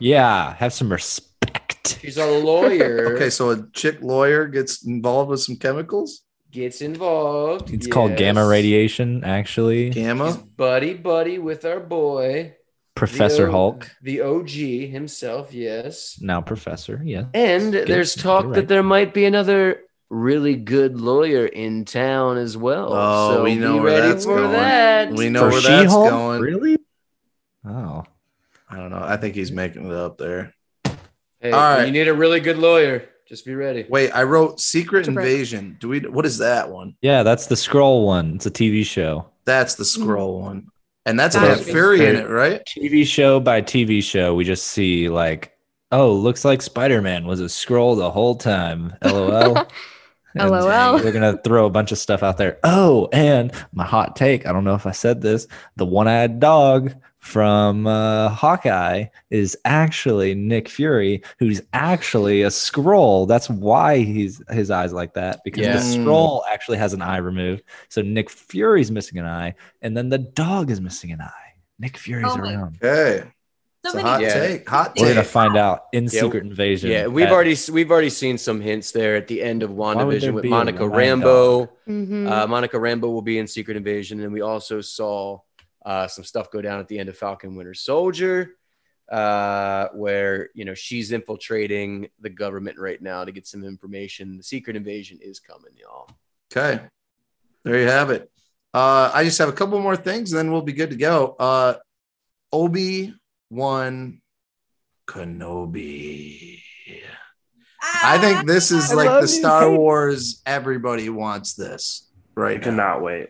[SPEAKER 6] Yeah, have some respect.
[SPEAKER 1] She's a lawyer.
[SPEAKER 2] okay, so a chick lawyer gets involved with some chemicals.
[SPEAKER 1] gets involved.
[SPEAKER 6] It's called gamma
[SPEAKER 1] yes.
[SPEAKER 6] radiation, actually.
[SPEAKER 1] She's
[SPEAKER 2] Gamma.
[SPEAKER 1] buddy buddy with our boy
[SPEAKER 6] Professor
[SPEAKER 1] the O-
[SPEAKER 6] Hulk,
[SPEAKER 1] the OG himself. Yes,
[SPEAKER 6] now Professor. Yeah.
[SPEAKER 1] and
[SPEAKER 6] Good.
[SPEAKER 1] there's talk
[SPEAKER 6] You're right.
[SPEAKER 1] that there might be another really good lawyer in town as well.
[SPEAKER 2] Oh,
[SPEAKER 1] so
[SPEAKER 2] we know
[SPEAKER 1] be
[SPEAKER 2] where
[SPEAKER 1] ready
[SPEAKER 2] that's
[SPEAKER 1] for
[SPEAKER 2] going.
[SPEAKER 1] that.
[SPEAKER 2] We know
[SPEAKER 6] For
[SPEAKER 2] where that's
[SPEAKER 6] She-Hulk?
[SPEAKER 2] going.
[SPEAKER 6] Really? Oh,
[SPEAKER 2] I don't know. I think he's making it up there.
[SPEAKER 1] Hey,
[SPEAKER 2] All right.
[SPEAKER 1] you need a really good lawyer. Just be ready.
[SPEAKER 2] Wait, I wrote Secret
[SPEAKER 7] Jabril.
[SPEAKER 2] Invasion. Do we? What is that one?
[SPEAKER 6] yeah. That's the scroll one. It's a TV show.
[SPEAKER 2] That's the scroll one, and that's
[SPEAKER 1] Mm. That
[SPEAKER 2] got
[SPEAKER 1] is-
[SPEAKER 2] Fury in it, right?
[SPEAKER 6] TV show by TV show, we just see like, oh, looks like Spider Man was a scroll the whole time. LOL. And
[SPEAKER 7] LOL.
[SPEAKER 6] We're gonna throw a bunch of stuff out there. Oh, and my hot take. I don't know if I said this. The one-eyed dog from uh, Hawkeye is actually Nick Fury, who's actually a scroll. That's why he's his eyes like that because
[SPEAKER 1] Yeah.
[SPEAKER 6] the scroll actually has an eye removed. So Nick Fury's missing an eye, and then the dog is missing an eye. Nick Fury's
[SPEAKER 3] Oh my
[SPEAKER 6] around.
[SPEAKER 2] Okay, it's a
[SPEAKER 3] Somebody
[SPEAKER 2] hot
[SPEAKER 1] Yeah.
[SPEAKER 2] take. Hot
[SPEAKER 6] We're
[SPEAKER 2] take.
[SPEAKER 6] gonna find out in
[SPEAKER 1] Yeah,
[SPEAKER 6] Secret Invasion.
[SPEAKER 1] Yeah, we've
[SPEAKER 6] that-
[SPEAKER 1] already we've already seen some hints there at the end of
[SPEAKER 6] would there
[SPEAKER 1] WandaVision with
[SPEAKER 6] be a
[SPEAKER 1] Monica
[SPEAKER 6] lion
[SPEAKER 1] Rambo.
[SPEAKER 7] Mhm.
[SPEAKER 1] Uh, Monica Rambo will be in Secret Invasion, and we also saw uh, some stuff go down at the end of Falcon Winter Soldier, uh, where you know she's infiltrating the government right now to get some information. The Secret Invasion is coming, y'all.
[SPEAKER 2] Okay. There you have it. Uh, I just have a couple more things, and then we'll be good to go. Uh, Obi Wan Kenobi. I think this is
[SPEAKER 5] I
[SPEAKER 2] like
[SPEAKER 5] love
[SPEAKER 2] the
[SPEAKER 5] you,
[SPEAKER 2] Star
[SPEAKER 5] Kate.
[SPEAKER 2] Wars. Everybody wants this
[SPEAKER 4] I
[SPEAKER 2] right now.
[SPEAKER 4] cannot wait.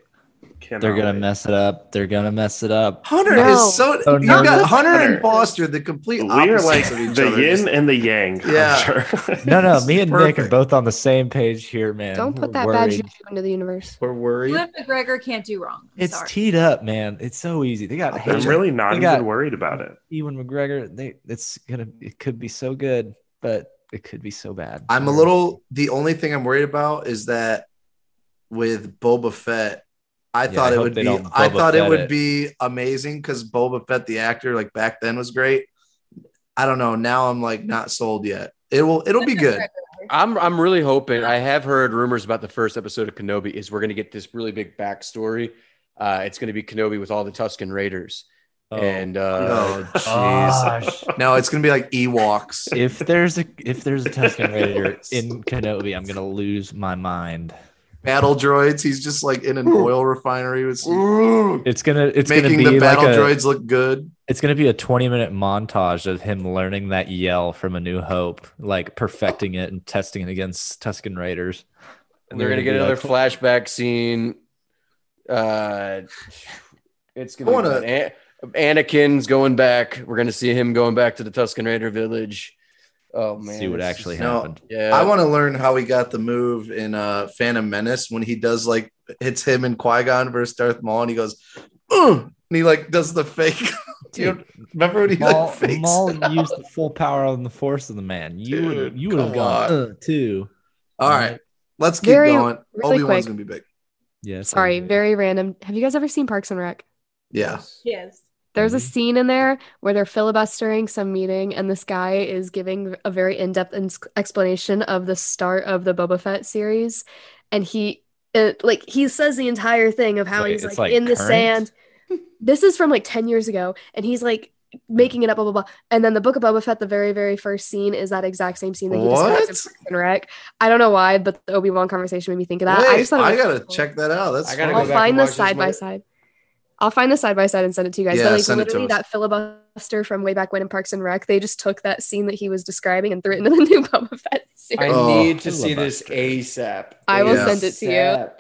[SPEAKER 4] Cannot
[SPEAKER 6] They're gonna
[SPEAKER 4] wait.
[SPEAKER 6] mess it up. They're gonna mess it up.
[SPEAKER 2] Hunter
[SPEAKER 7] No.
[SPEAKER 2] is so.
[SPEAKER 6] So
[SPEAKER 2] you
[SPEAKER 6] nervous.
[SPEAKER 2] got Hunter and
[SPEAKER 4] Hunter.
[SPEAKER 2] Foster, the complete
[SPEAKER 4] We are
[SPEAKER 2] opposites
[SPEAKER 4] like
[SPEAKER 2] of each
[SPEAKER 4] the
[SPEAKER 2] other.
[SPEAKER 4] yin and the yang. I'm
[SPEAKER 2] Yeah.
[SPEAKER 4] sure.
[SPEAKER 6] No, no, me and Nick are
[SPEAKER 2] Perfect.
[SPEAKER 6] both on the same page here, man.
[SPEAKER 7] Don't
[SPEAKER 6] We're
[SPEAKER 7] put that bad
[SPEAKER 6] worried.
[SPEAKER 7] juju into the universe.
[SPEAKER 1] We're worried.
[SPEAKER 3] Flip McGregor can't do wrong. I'm
[SPEAKER 6] It's
[SPEAKER 3] sorry.
[SPEAKER 6] teed up, man. It's so easy. They
[SPEAKER 2] Oh,
[SPEAKER 6] got
[SPEAKER 4] I'm
[SPEAKER 6] Hayden,
[SPEAKER 4] really not
[SPEAKER 6] They
[SPEAKER 4] even
[SPEAKER 6] got-
[SPEAKER 4] worried about it.
[SPEAKER 6] Ewan McGregor. They, it's gonna. It could be so good, but it could be so bad.
[SPEAKER 2] I'm a little. The only thing I'm worried about is that with Boba Fett, I
[SPEAKER 6] Yeah,
[SPEAKER 2] thought
[SPEAKER 6] I
[SPEAKER 2] it
[SPEAKER 6] hope
[SPEAKER 2] would
[SPEAKER 6] they
[SPEAKER 2] be.
[SPEAKER 6] don't
[SPEAKER 2] I
[SPEAKER 6] Boba
[SPEAKER 2] thought it
[SPEAKER 6] Fett
[SPEAKER 2] would
[SPEAKER 6] it.
[SPEAKER 2] be amazing because Boba Fett, the actor, like back then was great. I don't know. Now I'm like not sold yet. It will. It'll be good.
[SPEAKER 1] I'm I'm really hoping. I have heard rumors about the first episode of Kenobi is we're gonna get this really big backstory. Uh, it's gonna be Kenobi with all the Tusken Raiders,
[SPEAKER 6] Oh,
[SPEAKER 1] and uh,
[SPEAKER 2] Oh
[SPEAKER 6] gosh.
[SPEAKER 2] no, it's gonna be like Ewoks.
[SPEAKER 6] if there's a if there's a Tusken Raider in Kenobi, I'm gonna lose my mind.
[SPEAKER 2] Battle droids. He's just like in an oil refinery with some,
[SPEAKER 6] It's gonna it's gonna
[SPEAKER 2] making
[SPEAKER 6] be
[SPEAKER 2] the
[SPEAKER 6] like
[SPEAKER 2] battle
[SPEAKER 6] a,
[SPEAKER 2] droids look good.
[SPEAKER 6] It's gonna be a 20 minute montage of him learning that yell from A New Hope, like perfecting it and testing it against Tusken Raiders.
[SPEAKER 1] And they're gonna get another flashback scene. Uh, it's gonna.
[SPEAKER 2] I wanna-
[SPEAKER 1] be good. An- Anakin's going back. We're gonna see him going back to the Tusken Raider village. Oh man,
[SPEAKER 6] see what
[SPEAKER 1] it's
[SPEAKER 6] actually
[SPEAKER 1] just-
[SPEAKER 2] no.
[SPEAKER 6] happened.
[SPEAKER 1] Yeah,
[SPEAKER 2] I want to learn how he got the move in uh, Phantom Menace when he does like hits him and Qui Gon versus Darth Maul, and he goes, "Ugh," and he like does the fake. Do you remember when he
[SPEAKER 6] Maul,
[SPEAKER 2] like fakes?
[SPEAKER 6] Maul
[SPEAKER 2] it out?
[SPEAKER 6] used the full power on the force of the man. You would
[SPEAKER 2] Dude,
[SPEAKER 6] you would have
[SPEAKER 2] come
[SPEAKER 6] gone
[SPEAKER 2] on.
[SPEAKER 6] uh, too.
[SPEAKER 2] All right, let's keep
[SPEAKER 7] Very-
[SPEAKER 2] going.
[SPEAKER 7] really
[SPEAKER 2] Obi Wan's
[SPEAKER 7] quick.
[SPEAKER 2] gonna be big.
[SPEAKER 6] Yeah.
[SPEAKER 7] Sorry, very random. Have you guys ever seen Parks and Rec?
[SPEAKER 2] Yeah,
[SPEAKER 3] Yes.
[SPEAKER 7] There's a
[SPEAKER 6] Mhm.
[SPEAKER 7] scene in there where they're filibustering some meeting, and this guy is giving a very in-depth ins- explanation of the start of the Boba Fett series, and he, it, like, he says the entire thing of how
[SPEAKER 6] Wait,
[SPEAKER 7] he's
[SPEAKER 6] it's,
[SPEAKER 7] like,
[SPEAKER 6] like,
[SPEAKER 7] in the
[SPEAKER 6] current?
[SPEAKER 7] sand. this is from like ten years ago, and he's like making it up, blah blah blah. And then the Book of Boba Fett, the very very first scene is that exact same scene that he
[SPEAKER 2] what?
[SPEAKER 7] describes in Parks and Rec. I don't know why, but the Obi Wan conversation made me think of that.
[SPEAKER 2] Wait,
[SPEAKER 7] I just thought it was
[SPEAKER 2] gotta
[SPEAKER 7] cool.
[SPEAKER 2] check that out. That's
[SPEAKER 1] I gotta
[SPEAKER 7] I'll
[SPEAKER 1] go back
[SPEAKER 7] find
[SPEAKER 1] and
[SPEAKER 7] the
[SPEAKER 1] watch this
[SPEAKER 7] side by
[SPEAKER 1] later.
[SPEAKER 7] side. I'll find the side by side and send it to you guys.
[SPEAKER 2] Yeah,
[SPEAKER 7] but like
[SPEAKER 2] send it to
[SPEAKER 7] literally
[SPEAKER 2] us.
[SPEAKER 7] that filibuster from way back when in Parks and Rec, they just took that scene that he was describing and threw it into the new Boba Fett
[SPEAKER 1] I
[SPEAKER 7] series.
[SPEAKER 2] Oh,
[SPEAKER 1] need to see this
[SPEAKER 6] filibuster.
[SPEAKER 1] ASAP.
[SPEAKER 7] I
[SPEAKER 2] will
[SPEAKER 7] send it to you.
[SPEAKER 1] ASAP.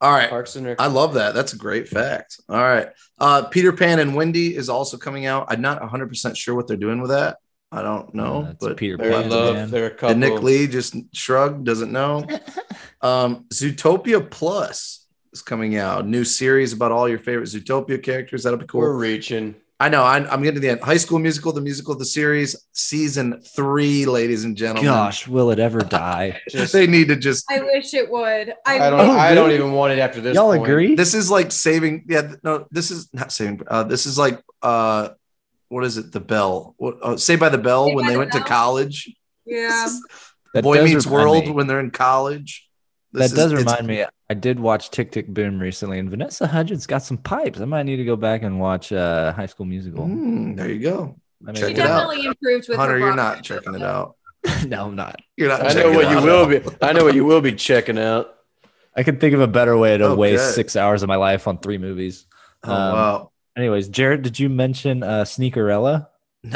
[SPEAKER 2] all right.
[SPEAKER 1] Parks and Rec.
[SPEAKER 2] I love that. That's a great fact. All right. Uh, Peter Pan and Wendy is also coming out. I'm not 100% sure what they're doing with that. I don't know.
[SPEAKER 6] Yeah, it's
[SPEAKER 2] but
[SPEAKER 6] Peter
[SPEAKER 1] They're in
[SPEAKER 6] Pan,
[SPEAKER 1] love.
[SPEAKER 6] man.
[SPEAKER 1] They're a couple.
[SPEAKER 2] And Nick Lee just shrugged, doesn't know. Um, Zootopia Plus is coming out. New series about all your favorite Zootopia characters. That'll be
[SPEAKER 1] We're
[SPEAKER 2] cool.
[SPEAKER 1] reaching.
[SPEAKER 2] I know. I'm, I'm getting to the end. High School Musical, the musical, the series, season three, ladies and gentlemen.
[SPEAKER 6] Gosh, will it ever die?
[SPEAKER 2] they need to just.
[SPEAKER 3] I wish it would.
[SPEAKER 1] I don't.
[SPEAKER 6] Oh,
[SPEAKER 1] I don't
[SPEAKER 6] really?
[SPEAKER 1] even want it after this.
[SPEAKER 6] Y'all
[SPEAKER 1] point.
[SPEAKER 6] agree?
[SPEAKER 2] This is like saving. Yeah, th- no, this is not saving. Uh, this is like uh, what is it? The Bell. What, uh, Saved by the Bell
[SPEAKER 3] Saved
[SPEAKER 2] when
[SPEAKER 3] by
[SPEAKER 2] they
[SPEAKER 3] the
[SPEAKER 2] went to
[SPEAKER 3] Bell.
[SPEAKER 2] college.
[SPEAKER 3] Yeah.
[SPEAKER 2] This is
[SPEAKER 6] That
[SPEAKER 2] Boy
[SPEAKER 6] does
[SPEAKER 2] Meets
[SPEAKER 6] remind
[SPEAKER 2] World
[SPEAKER 6] me-
[SPEAKER 2] when they're in college.
[SPEAKER 6] That
[SPEAKER 2] This is-
[SPEAKER 6] does
[SPEAKER 2] it's-
[SPEAKER 6] remind me. I did watch Tick Tick Boom recently, and Vanessa Hudgens got some pipes. I might need to go back and watch uh, High School Musical.
[SPEAKER 2] Mm, there you go.
[SPEAKER 6] I
[SPEAKER 2] check
[SPEAKER 3] she
[SPEAKER 2] it out.
[SPEAKER 3] definitely improved with
[SPEAKER 2] Hunter,
[SPEAKER 3] her
[SPEAKER 2] you're
[SPEAKER 3] vocal.
[SPEAKER 2] not checking it out.
[SPEAKER 6] no, I'm not.
[SPEAKER 2] You're not.
[SPEAKER 1] I know
[SPEAKER 2] checking
[SPEAKER 1] what
[SPEAKER 2] it
[SPEAKER 1] you
[SPEAKER 2] out.
[SPEAKER 1] will be. I know what you will be checking out.
[SPEAKER 6] I could think of a better way to
[SPEAKER 2] Oh,
[SPEAKER 6] waste
[SPEAKER 2] good.
[SPEAKER 6] six hours of my life on three movies.
[SPEAKER 2] Oh,
[SPEAKER 6] Um,
[SPEAKER 2] wow.
[SPEAKER 6] Anyways, Jared, did you mention uh, Sneakerella?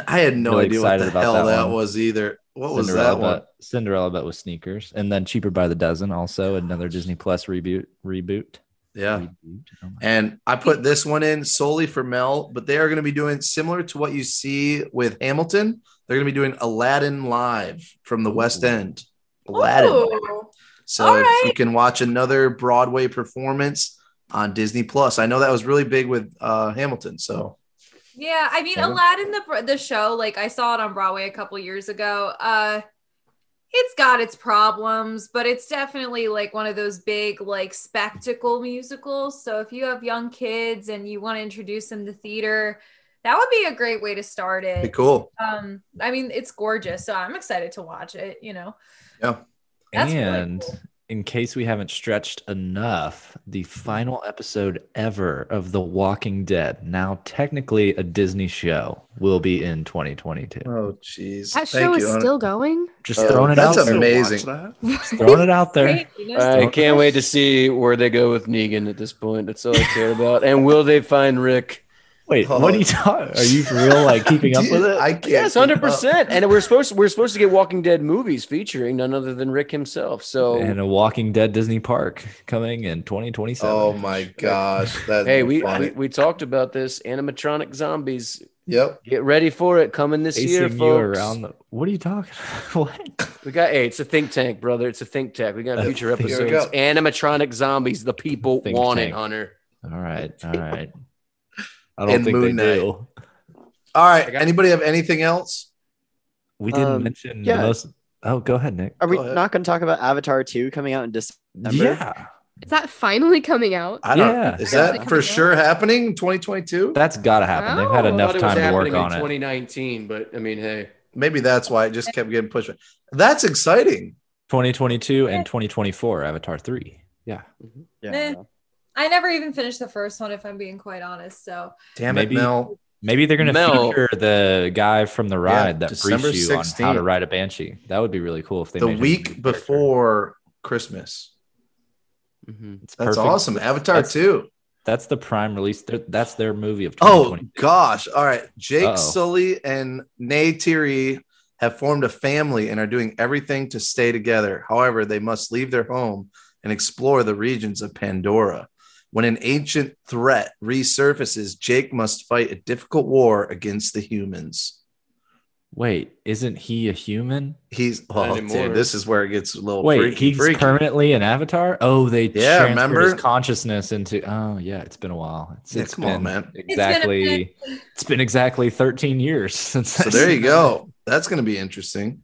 [SPEAKER 2] I had no
[SPEAKER 6] really
[SPEAKER 2] idea what
[SPEAKER 6] excited
[SPEAKER 2] the
[SPEAKER 6] about
[SPEAKER 2] hell that,
[SPEAKER 6] that one.
[SPEAKER 2] was either. What was
[SPEAKER 6] Cinderella
[SPEAKER 2] that one?
[SPEAKER 6] Bet- Cinderella, but with sneakers, and then Cheaper by the Dozen, also another Disney Plus reboot. Reboot.
[SPEAKER 2] Yeah.
[SPEAKER 6] Reboot. Oh my-
[SPEAKER 2] And I put this one in solely for Mel, but they are going to be doing similar to what you see with Hamilton. They're going to be doing Aladdin live from the West End. Aladdin.
[SPEAKER 3] Ooh.
[SPEAKER 2] So
[SPEAKER 3] All
[SPEAKER 2] if you
[SPEAKER 3] right.
[SPEAKER 2] can watch another Broadway performance on Disney Plus, I know that was really big with uh, Hamilton. So
[SPEAKER 3] Yeah, I mean
[SPEAKER 1] Kevin?
[SPEAKER 3] Aladdin the the show, like I saw it on Broadway a couple years ago. Uh it's got its problems, but it's definitely like one of those big like spectacle musicals. So if you have young kids and you want to introduce them to theater, that would be a great way to start
[SPEAKER 2] be
[SPEAKER 3] it.
[SPEAKER 2] cool.
[SPEAKER 3] Um I mean it's gorgeous, so I'm excited to watch it, you know.
[SPEAKER 2] Yeah.
[SPEAKER 3] That's really
[SPEAKER 6] and
[SPEAKER 3] cool.
[SPEAKER 6] in case we haven't stretched enough, the final episode ever of The Walking Dead, now technically a Disney show, will be in 2022.
[SPEAKER 2] Oh, jeez.
[SPEAKER 7] That show is still going.
[SPEAKER 6] Just
[SPEAKER 1] Oh,
[SPEAKER 6] throwing it out
[SPEAKER 2] that's
[SPEAKER 4] Still
[SPEAKER 6] there.
[SPEAKER 4] watch
[SPEAKER 2] amazing.
[SPEAKER 4] that?
[SPEAKER 6] Throwing it out there.
[SPEAKER 3] Great, you know?
[SPEAKER 1] I can't wait to see where they go with Negan at this point. That's all I care about. And will they find Rick?
[SPEAKER 6] Wait,
[SPEAKER 2] Oh.
[SPEAKER 6] what are you talking? Are you for real? Like keeping up with it?
[SPEAKER 2] I can't.
[SPEAKER 1] Yes,
[SPEAKER 2] keep
[SPEAKER 1] hundred
[SPEAKER 2] up.
[SPEAKER 1] percent. And we're supposed we're supposed to get Walking Dead movies featuring none other than Rick himself. So
[SPEAKER 6] And a Walking Dead Disney park coming in 2027.
[SPEAKER 2] Oh my gosh. That's
[SPEAKER 1] hey, we,
[SPEAKER 2] funny.
[SPEAKER 1] we we talked about this animatronic zombies.
[SPEAKER 2] yep.
[SPEAKER 1] Get ready for it coming this year,
[SPEAKER 6] Chasing
[SPEAKER 1] folks.
[SPEAKER 6] you around the. What are you talking? what?
[SPEAKER 1] We got hey, it's a think tank, brother. It's a think tank. We got
[SPEAKER 6] A
[SPEAKER 1] future
[SPEAKER 6] think-
[SPEAKER 2] Here we
[SPEAKER 1] episodes.
[SPEAKER 2] go.
[SPEAKER 1] Animatronic zombies, the people
[SPEAKER 6] Think
[SPEAKER 1] want it,
[SPEAKER 6] tank.
[SPEAKER 1] Hunter.
[SPEAKER 6] All right, all right. I don't
[SPEAKER 2] And
[SPEAKER 6] think
[SPEAKER 2] Moon
[SPEAKER 6] they
[SPEAKER 2] Knight.
[SPEAKER 6] do.
[SPEAKER 2] All right. Anybody have anything else?
[SPEAKER 6] We didn't
[SPEAKER 5] Um,
[SPEAKER 6] mention
[SPEAKER 5] yeah.
[SPEAKER 6] the most. Oh, go ahead, Nick.
[SPEAKER 5] Are we
[SPEAKER 2] Go ahead.
[SPEAKER 5] not going to talk about Avatar 2 coming out in December?
[SPEAKER 6] Yeah,
[SPEAKER 7] Is that finally coming out?
[SPEAKER 2] I don't.
[SPEAKER 6] Yeah.
[SPEAKER 2] Is
[SPEAKER 7] Really
[SPEAKER 2] that for
[SPEAKER 7] coming
[SPEAKER 2] sure happening in 2022?
[SPEAKER 6] that's gotta happen. They've had
[SPEAKER 7] Oh.
[SPEAKER 6] enough
[SPEAKER 1] Thought it was
[SPEAKER 6] time to work
[SPEAKER 1] happening in
[SPEAKER 6] on it.
[SPEAKER 1] 2019, but I mean, hey,
[SPEAKER 2] Maybe that's why it just kept getting pushed. back. That's exciting.
[SPEAKER 6] 2022 and 2024 Avatar three. Yeah,
[SPEAKER 2] Eh.
[SPEAKER 5] Yeah.
[SPEAKER 3] Meh. eh. I never even finished the first one if I'm being quite honest. So
[SPEAKER 2] Damn
[SPEAKER 6] Maybe-
[SPEAKER 2] it, Mel.
[SPEAKER 6] maybe they're gonna
[SPEAKER 1] Mel-
[SPEAKER 6] feature the guy from the ride that
[SPEAKER 2] December
[SPEAKER 6] briefs you on how
[SPEAKER 2] 16th.
[SPEAKER 6] to ride a banshee. That would be really cool if they
[SPEAKER 2] The
[SPEAKER 6] made him a
[SPEAKER 2] week
[SPEAKER 6] character.
[SPEAKER 2] before Christmas.
[SPEAKER 6] It's
[SPEAKER 2] That's
[SPEAKER 6] perfect.
[SPEAKER 2] awesome. Avatar
[SPEAKER 6] That's-
[SPEAKER 2] 2.
[SPEAKER 6] That's the prime release. They're- That's their movie of
[SPEAKER 2] Oh
[SPEAKER 6] 2020.
[SPEAKER 2] gosh. All right. Jake
[SPEAKER 6] Uh-oh.
[SPEAKER 2] Sully and Nay Tiri have formed a family and are doing everything to stay together. However, they must leave their home and explore the regions of Pandora. When an ancient threat resurfaces, Jake must fight a difficult war against the humans.
[SPEAKER 6] Wait, isn't he a human?
[SPEAKER 2] He's
[SPEAKER 1] Not
[SPEAKER 2] oh
[SPEAKER 1] anymore.
[SPEAKER 2] dude, this is where it gets a little
[SPEAKER 6] Wait,
[SPEAKER 2] freaky.
[SPEAKER 6] he's
[SPEAKER 2] freaky.
[SPEAKER 6] permanently an avatar. Oh, they
[SPEAKER 2] Yeah,
[SPEAKER 6] transferred his
[SPEAKER 2] remember?
[SPEAKER 6] consciousness into. Oh, yeah, it's been a while. It's,
[SPEAKER 2] Yeah,
[SPEAKER 6] it's
[SPEAKER 2] come
[SPEAKER 6] been
[SPEAKER 2] on, man.
[SPEAKER 3] a
[SPEAKER 6] exactly.
[SPEAKER 3] minute.
[SPEAKER 6] It's been, exactly 13 years since.
[SPEAKER 2] So there you go. That's going to be interesting.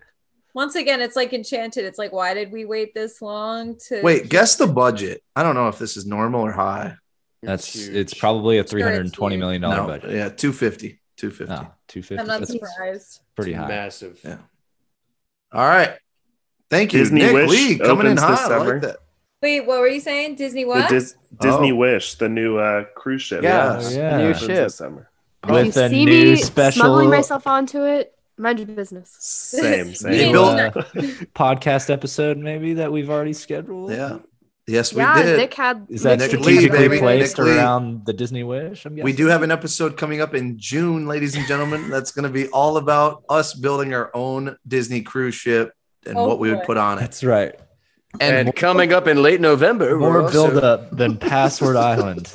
[SPEAKER 3] once again, it's like enchanted. It's like, why did we wait this long to
[SPEAKER 2] Wait, guess the budget. I don't know if this is normal or high.
[SPEAKER 6] That's
[SPEAKER 1] huge.
[SPEAKER 6] it's probably a
[SPEAKER 3] Sure, it's
[SPEAKER 6] 320 million dollar
[SPEAKER 2] No,
[SPEAKER 6] budget.
[SPEAKER 2] yeah, 250. 250.
[SPEAKER 6] No, 250.
[SPEAKER 3] I'm not
[SPEAKER 6] That's
[SPEAKER 3] surprised.
[SPEAKER 6] pretty high.
[SPEAKER 1] massive.
[SPEAKER 2] Yeah. All right. Thank you,
[SPEAKER 4] Disney
[SPEAKER 2] Nick
[SPEAKER 4] Wish
[SPEAKER 2] Lee, coming in
[SPEAKER 4] opens this
[SPEAKER 2] hot. I
[SPEAKER 4] summer.
[SPEAKER 2] like that.
[SPEAKER 3] Wait, what were you saying? Disney
[SPEAKER 4] The
[SPEAKER 3] what?
[SPEAKER 4] Dis- Disney
[SPEAKER 2] Oh.
[SPEAKER 4] Wish, the new uh, cruise ship.
[SPEAKER 2] Yeah,
[SPEAKER 4] Yes.
[SPEAKER 6] Oh, yeah.
[SPEAKER 5] New
[SPEAKER 4] Opens
[SPEAKER 5] ship.
[SPEAKER 4] this summer.
[SPEAKER 7] If
[SPEAKER 6] With
[SPEAKER 7] you
[SPEAKER 6] a
[SPEAKER 7] see
[SPEAKER 6] new
[SPEAKER 7] me
[SPEAKER 6] special
[SPEAKER 7] smuggling myself onto it, mind your business.
[SPEAKER 4] Same, same.
[SPEAKER 2] They
[SPEAKER 6] new,
[SPEAKER 2] built-
[SPEAKER 6] uh, podcast episode, maybe that we've already scheduled.
[SPEAKER 2] Yeah. Yes, we
[SPEAKER 7] yeah,
[SPEAKER 2] did.
[SPEAKER 7] Nick had
[SPEAKER 6] Is that
[SPEAKER 2] Nick Lee,
[SPEAKER 6] strategically
[SPEAKER 2] baby.
[SPEAKER 6] placed
[SPEAKER 2] Nick Lee.
[SPEAKER 6] around the Disney Wish? I'm
[SPEAKER 2] we
[SPEAKER 6] guessing?
[SPEAKER 2] do have an episode coming up in June, ladies and gentlemen. That's going to be all about us building our own Disney cruise ship and
[SPEAKER 3] Oh,
[SPEAKER 2] what we would
[SPEAKER 3] boy.
[SPEAKER 2] put on it.
[SPEAKER 6] That's right.
[SPEAKER 1] And,
[SPEAKER 2] And
[SPEAKER 1] coming up in late November, we're
[SPEAKER 6] More
[SPEAKER 1] also-
[SPEAKER 6] build up than Password Island.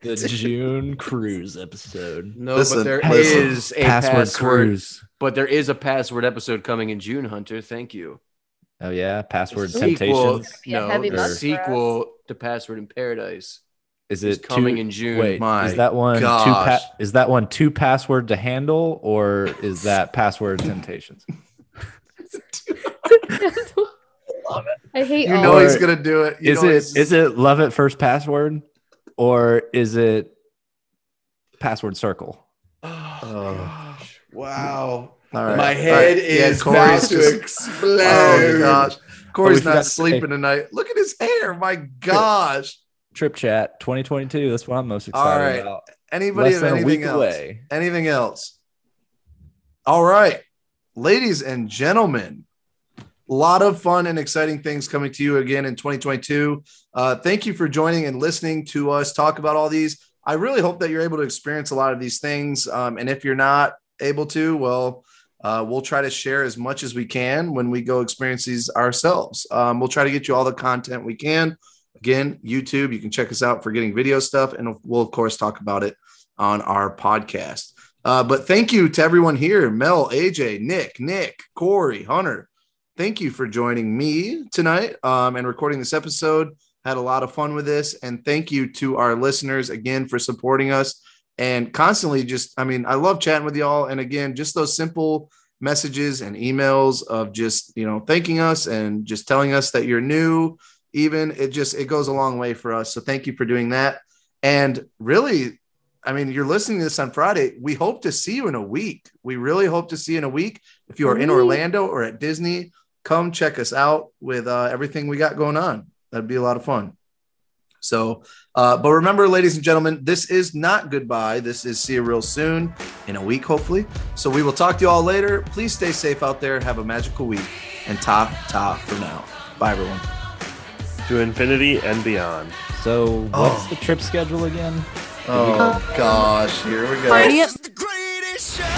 [SPEAKER 6] The June cruise episode.
[SPEAKER 1] No,
[SPEAKER 2] Listen,
[SPEAKER 1] but there is
[SPEAKER 2] listen.
[SPEAKER 1] a password, But there is a password episode coming in June, Hunter. Thank you.
[SPEAKER 6] Oh yeah, Password
[SPEAKER 1] Sequel-
[SPEAKER 6] Temptations.
[SPEAKER 3] be a
[SPEAKER 1] No,
[SPEAKER 3] heavy
[SPEAKER 1] the
[SPEAKER 6] month for us.
[SPEAKER 1] sequel to Password in Paradise.
[SPEAKER 6] Is
[SPEAKER 1] It's
[SPEAKER 6] it
[SPEAKER 1] coming
[SPEAKER 6] two,
[SPEAKER 1] in June.
[SPEAKER 6] Wait,
[SPEAKER 2] My
[SPEAKER 6] is that one two?
[SPEAKER 2] gosh.
[SPEAKER 6] Pa- is that one two password to handle, or is that password temptations?
[SPEAKER 7] I hate
[SPEAKER 2] You
[SPEAKER 7] all.
[SPEAKER 2] know
[SPEAKER 6] Or
[SPEAKER 2] he's gonna do it. You
[SPEAKER 6] is
[SPEAKER 2] know
[SPEAKER 6] it
[SPEAKER 2] he's-
[SPEAKER 6] is it love at first password, or is it password circle?
[SPEAKER 1] Oh,
[SPEAKER 2] Oh.
[SPEAKER 1] gosh. Wow.
[SPEAKER 5] All right.
[SPEAKER 1] My
[SPEAKER 2] All
[SPEAKER 1] head
[SPEAKER 2] right. Yeah,
[SPEAKER 1] is
[SPEAKER 2] Corey's
[SPEAKER 1] about to
[SPEAKER 2] just-
[SPEAKER 1] explode.
[SPEAKER 2] Oh gosh, Corey's
[SPEAKER 6] forgot
[SPEAKER 2] not
[SPEAKER 6] to
[SPEAKER 2] sleeping
[SPEAKER 6] say-
[SPEAKER 2] tonight. Look at his hair. My gosh.
[SPEAKER 6] Trip chat 2022. That's what I'm most
[SPEAKER 2] All
[SPEAKER 6] excited
[SPEAKER 2] right.
[SPEAKER 6] about.
[SPEAKER 2] Anybody
[SPEAKER 6] Less
[SPEAKER 2] have
[SPEAKER 6] than a
[SPEAKER 2] anything
[SPEAKER 6] week
[SPEAKER 2] else?
[SPEAKER 6] away.
[SPEAKER 2] Anything else? All right, ladies and gentlemen, a lot of fun and exciting things coming to you again in 2022. Uh, thank you for joining and listening to us talk about all these. I really hope that you're able to experience a lot of these things. Um, and if you're not able to, well, uh, we'll try to share as much as we can when we go experience these ourselves. Um, we'll try to get you all the content we can. Again, YouTube, you can check us out for getting video stuff, and we'll, of course, talk about it on our podcast. Uh, but thank you to everyone here Mel, AJ, Nick, Nick, Corey, Hunter. Thank you for joining me tonight um, and recording this episode. Had a lot of fun with this. And thank you to our listeners again for supporting us and constantly just, I mean, I love chatting with y'all. And again, just those simple messages and emails of just, you know, thanking us and just telling us that you're new, even it just, it goes a long way for us. So thank you for doing that. And really, I mean, you're listening to this on Friday. We hope to see you in a week. We really hope to see you in a week. If you are in
[SPEAKER 7] Week.
[SPEAKER 2] Orlando or at Disney, come check us out with uh, everything we got going on. That'd be a lot of fun. So, uh, but remember, ladies and gentlemen, this is not goodbye. This is see you real soon in a week, hopefully. So we will talk to you all later. Please stay safe out there. Have a magical week and ta ta for now. Bye, everyone.
[SPEAKER 4] To infinity and beyond.
[SPEAKER 6] So what's
[SPEAKER 2] Oh.
[SPEAKER 6] the trip schedule again?
[SPEAKER 2] Oh, gosh. Here we go.
[SPEAKER 7] Party up.
[SPEAKER 8] It's the greatest show.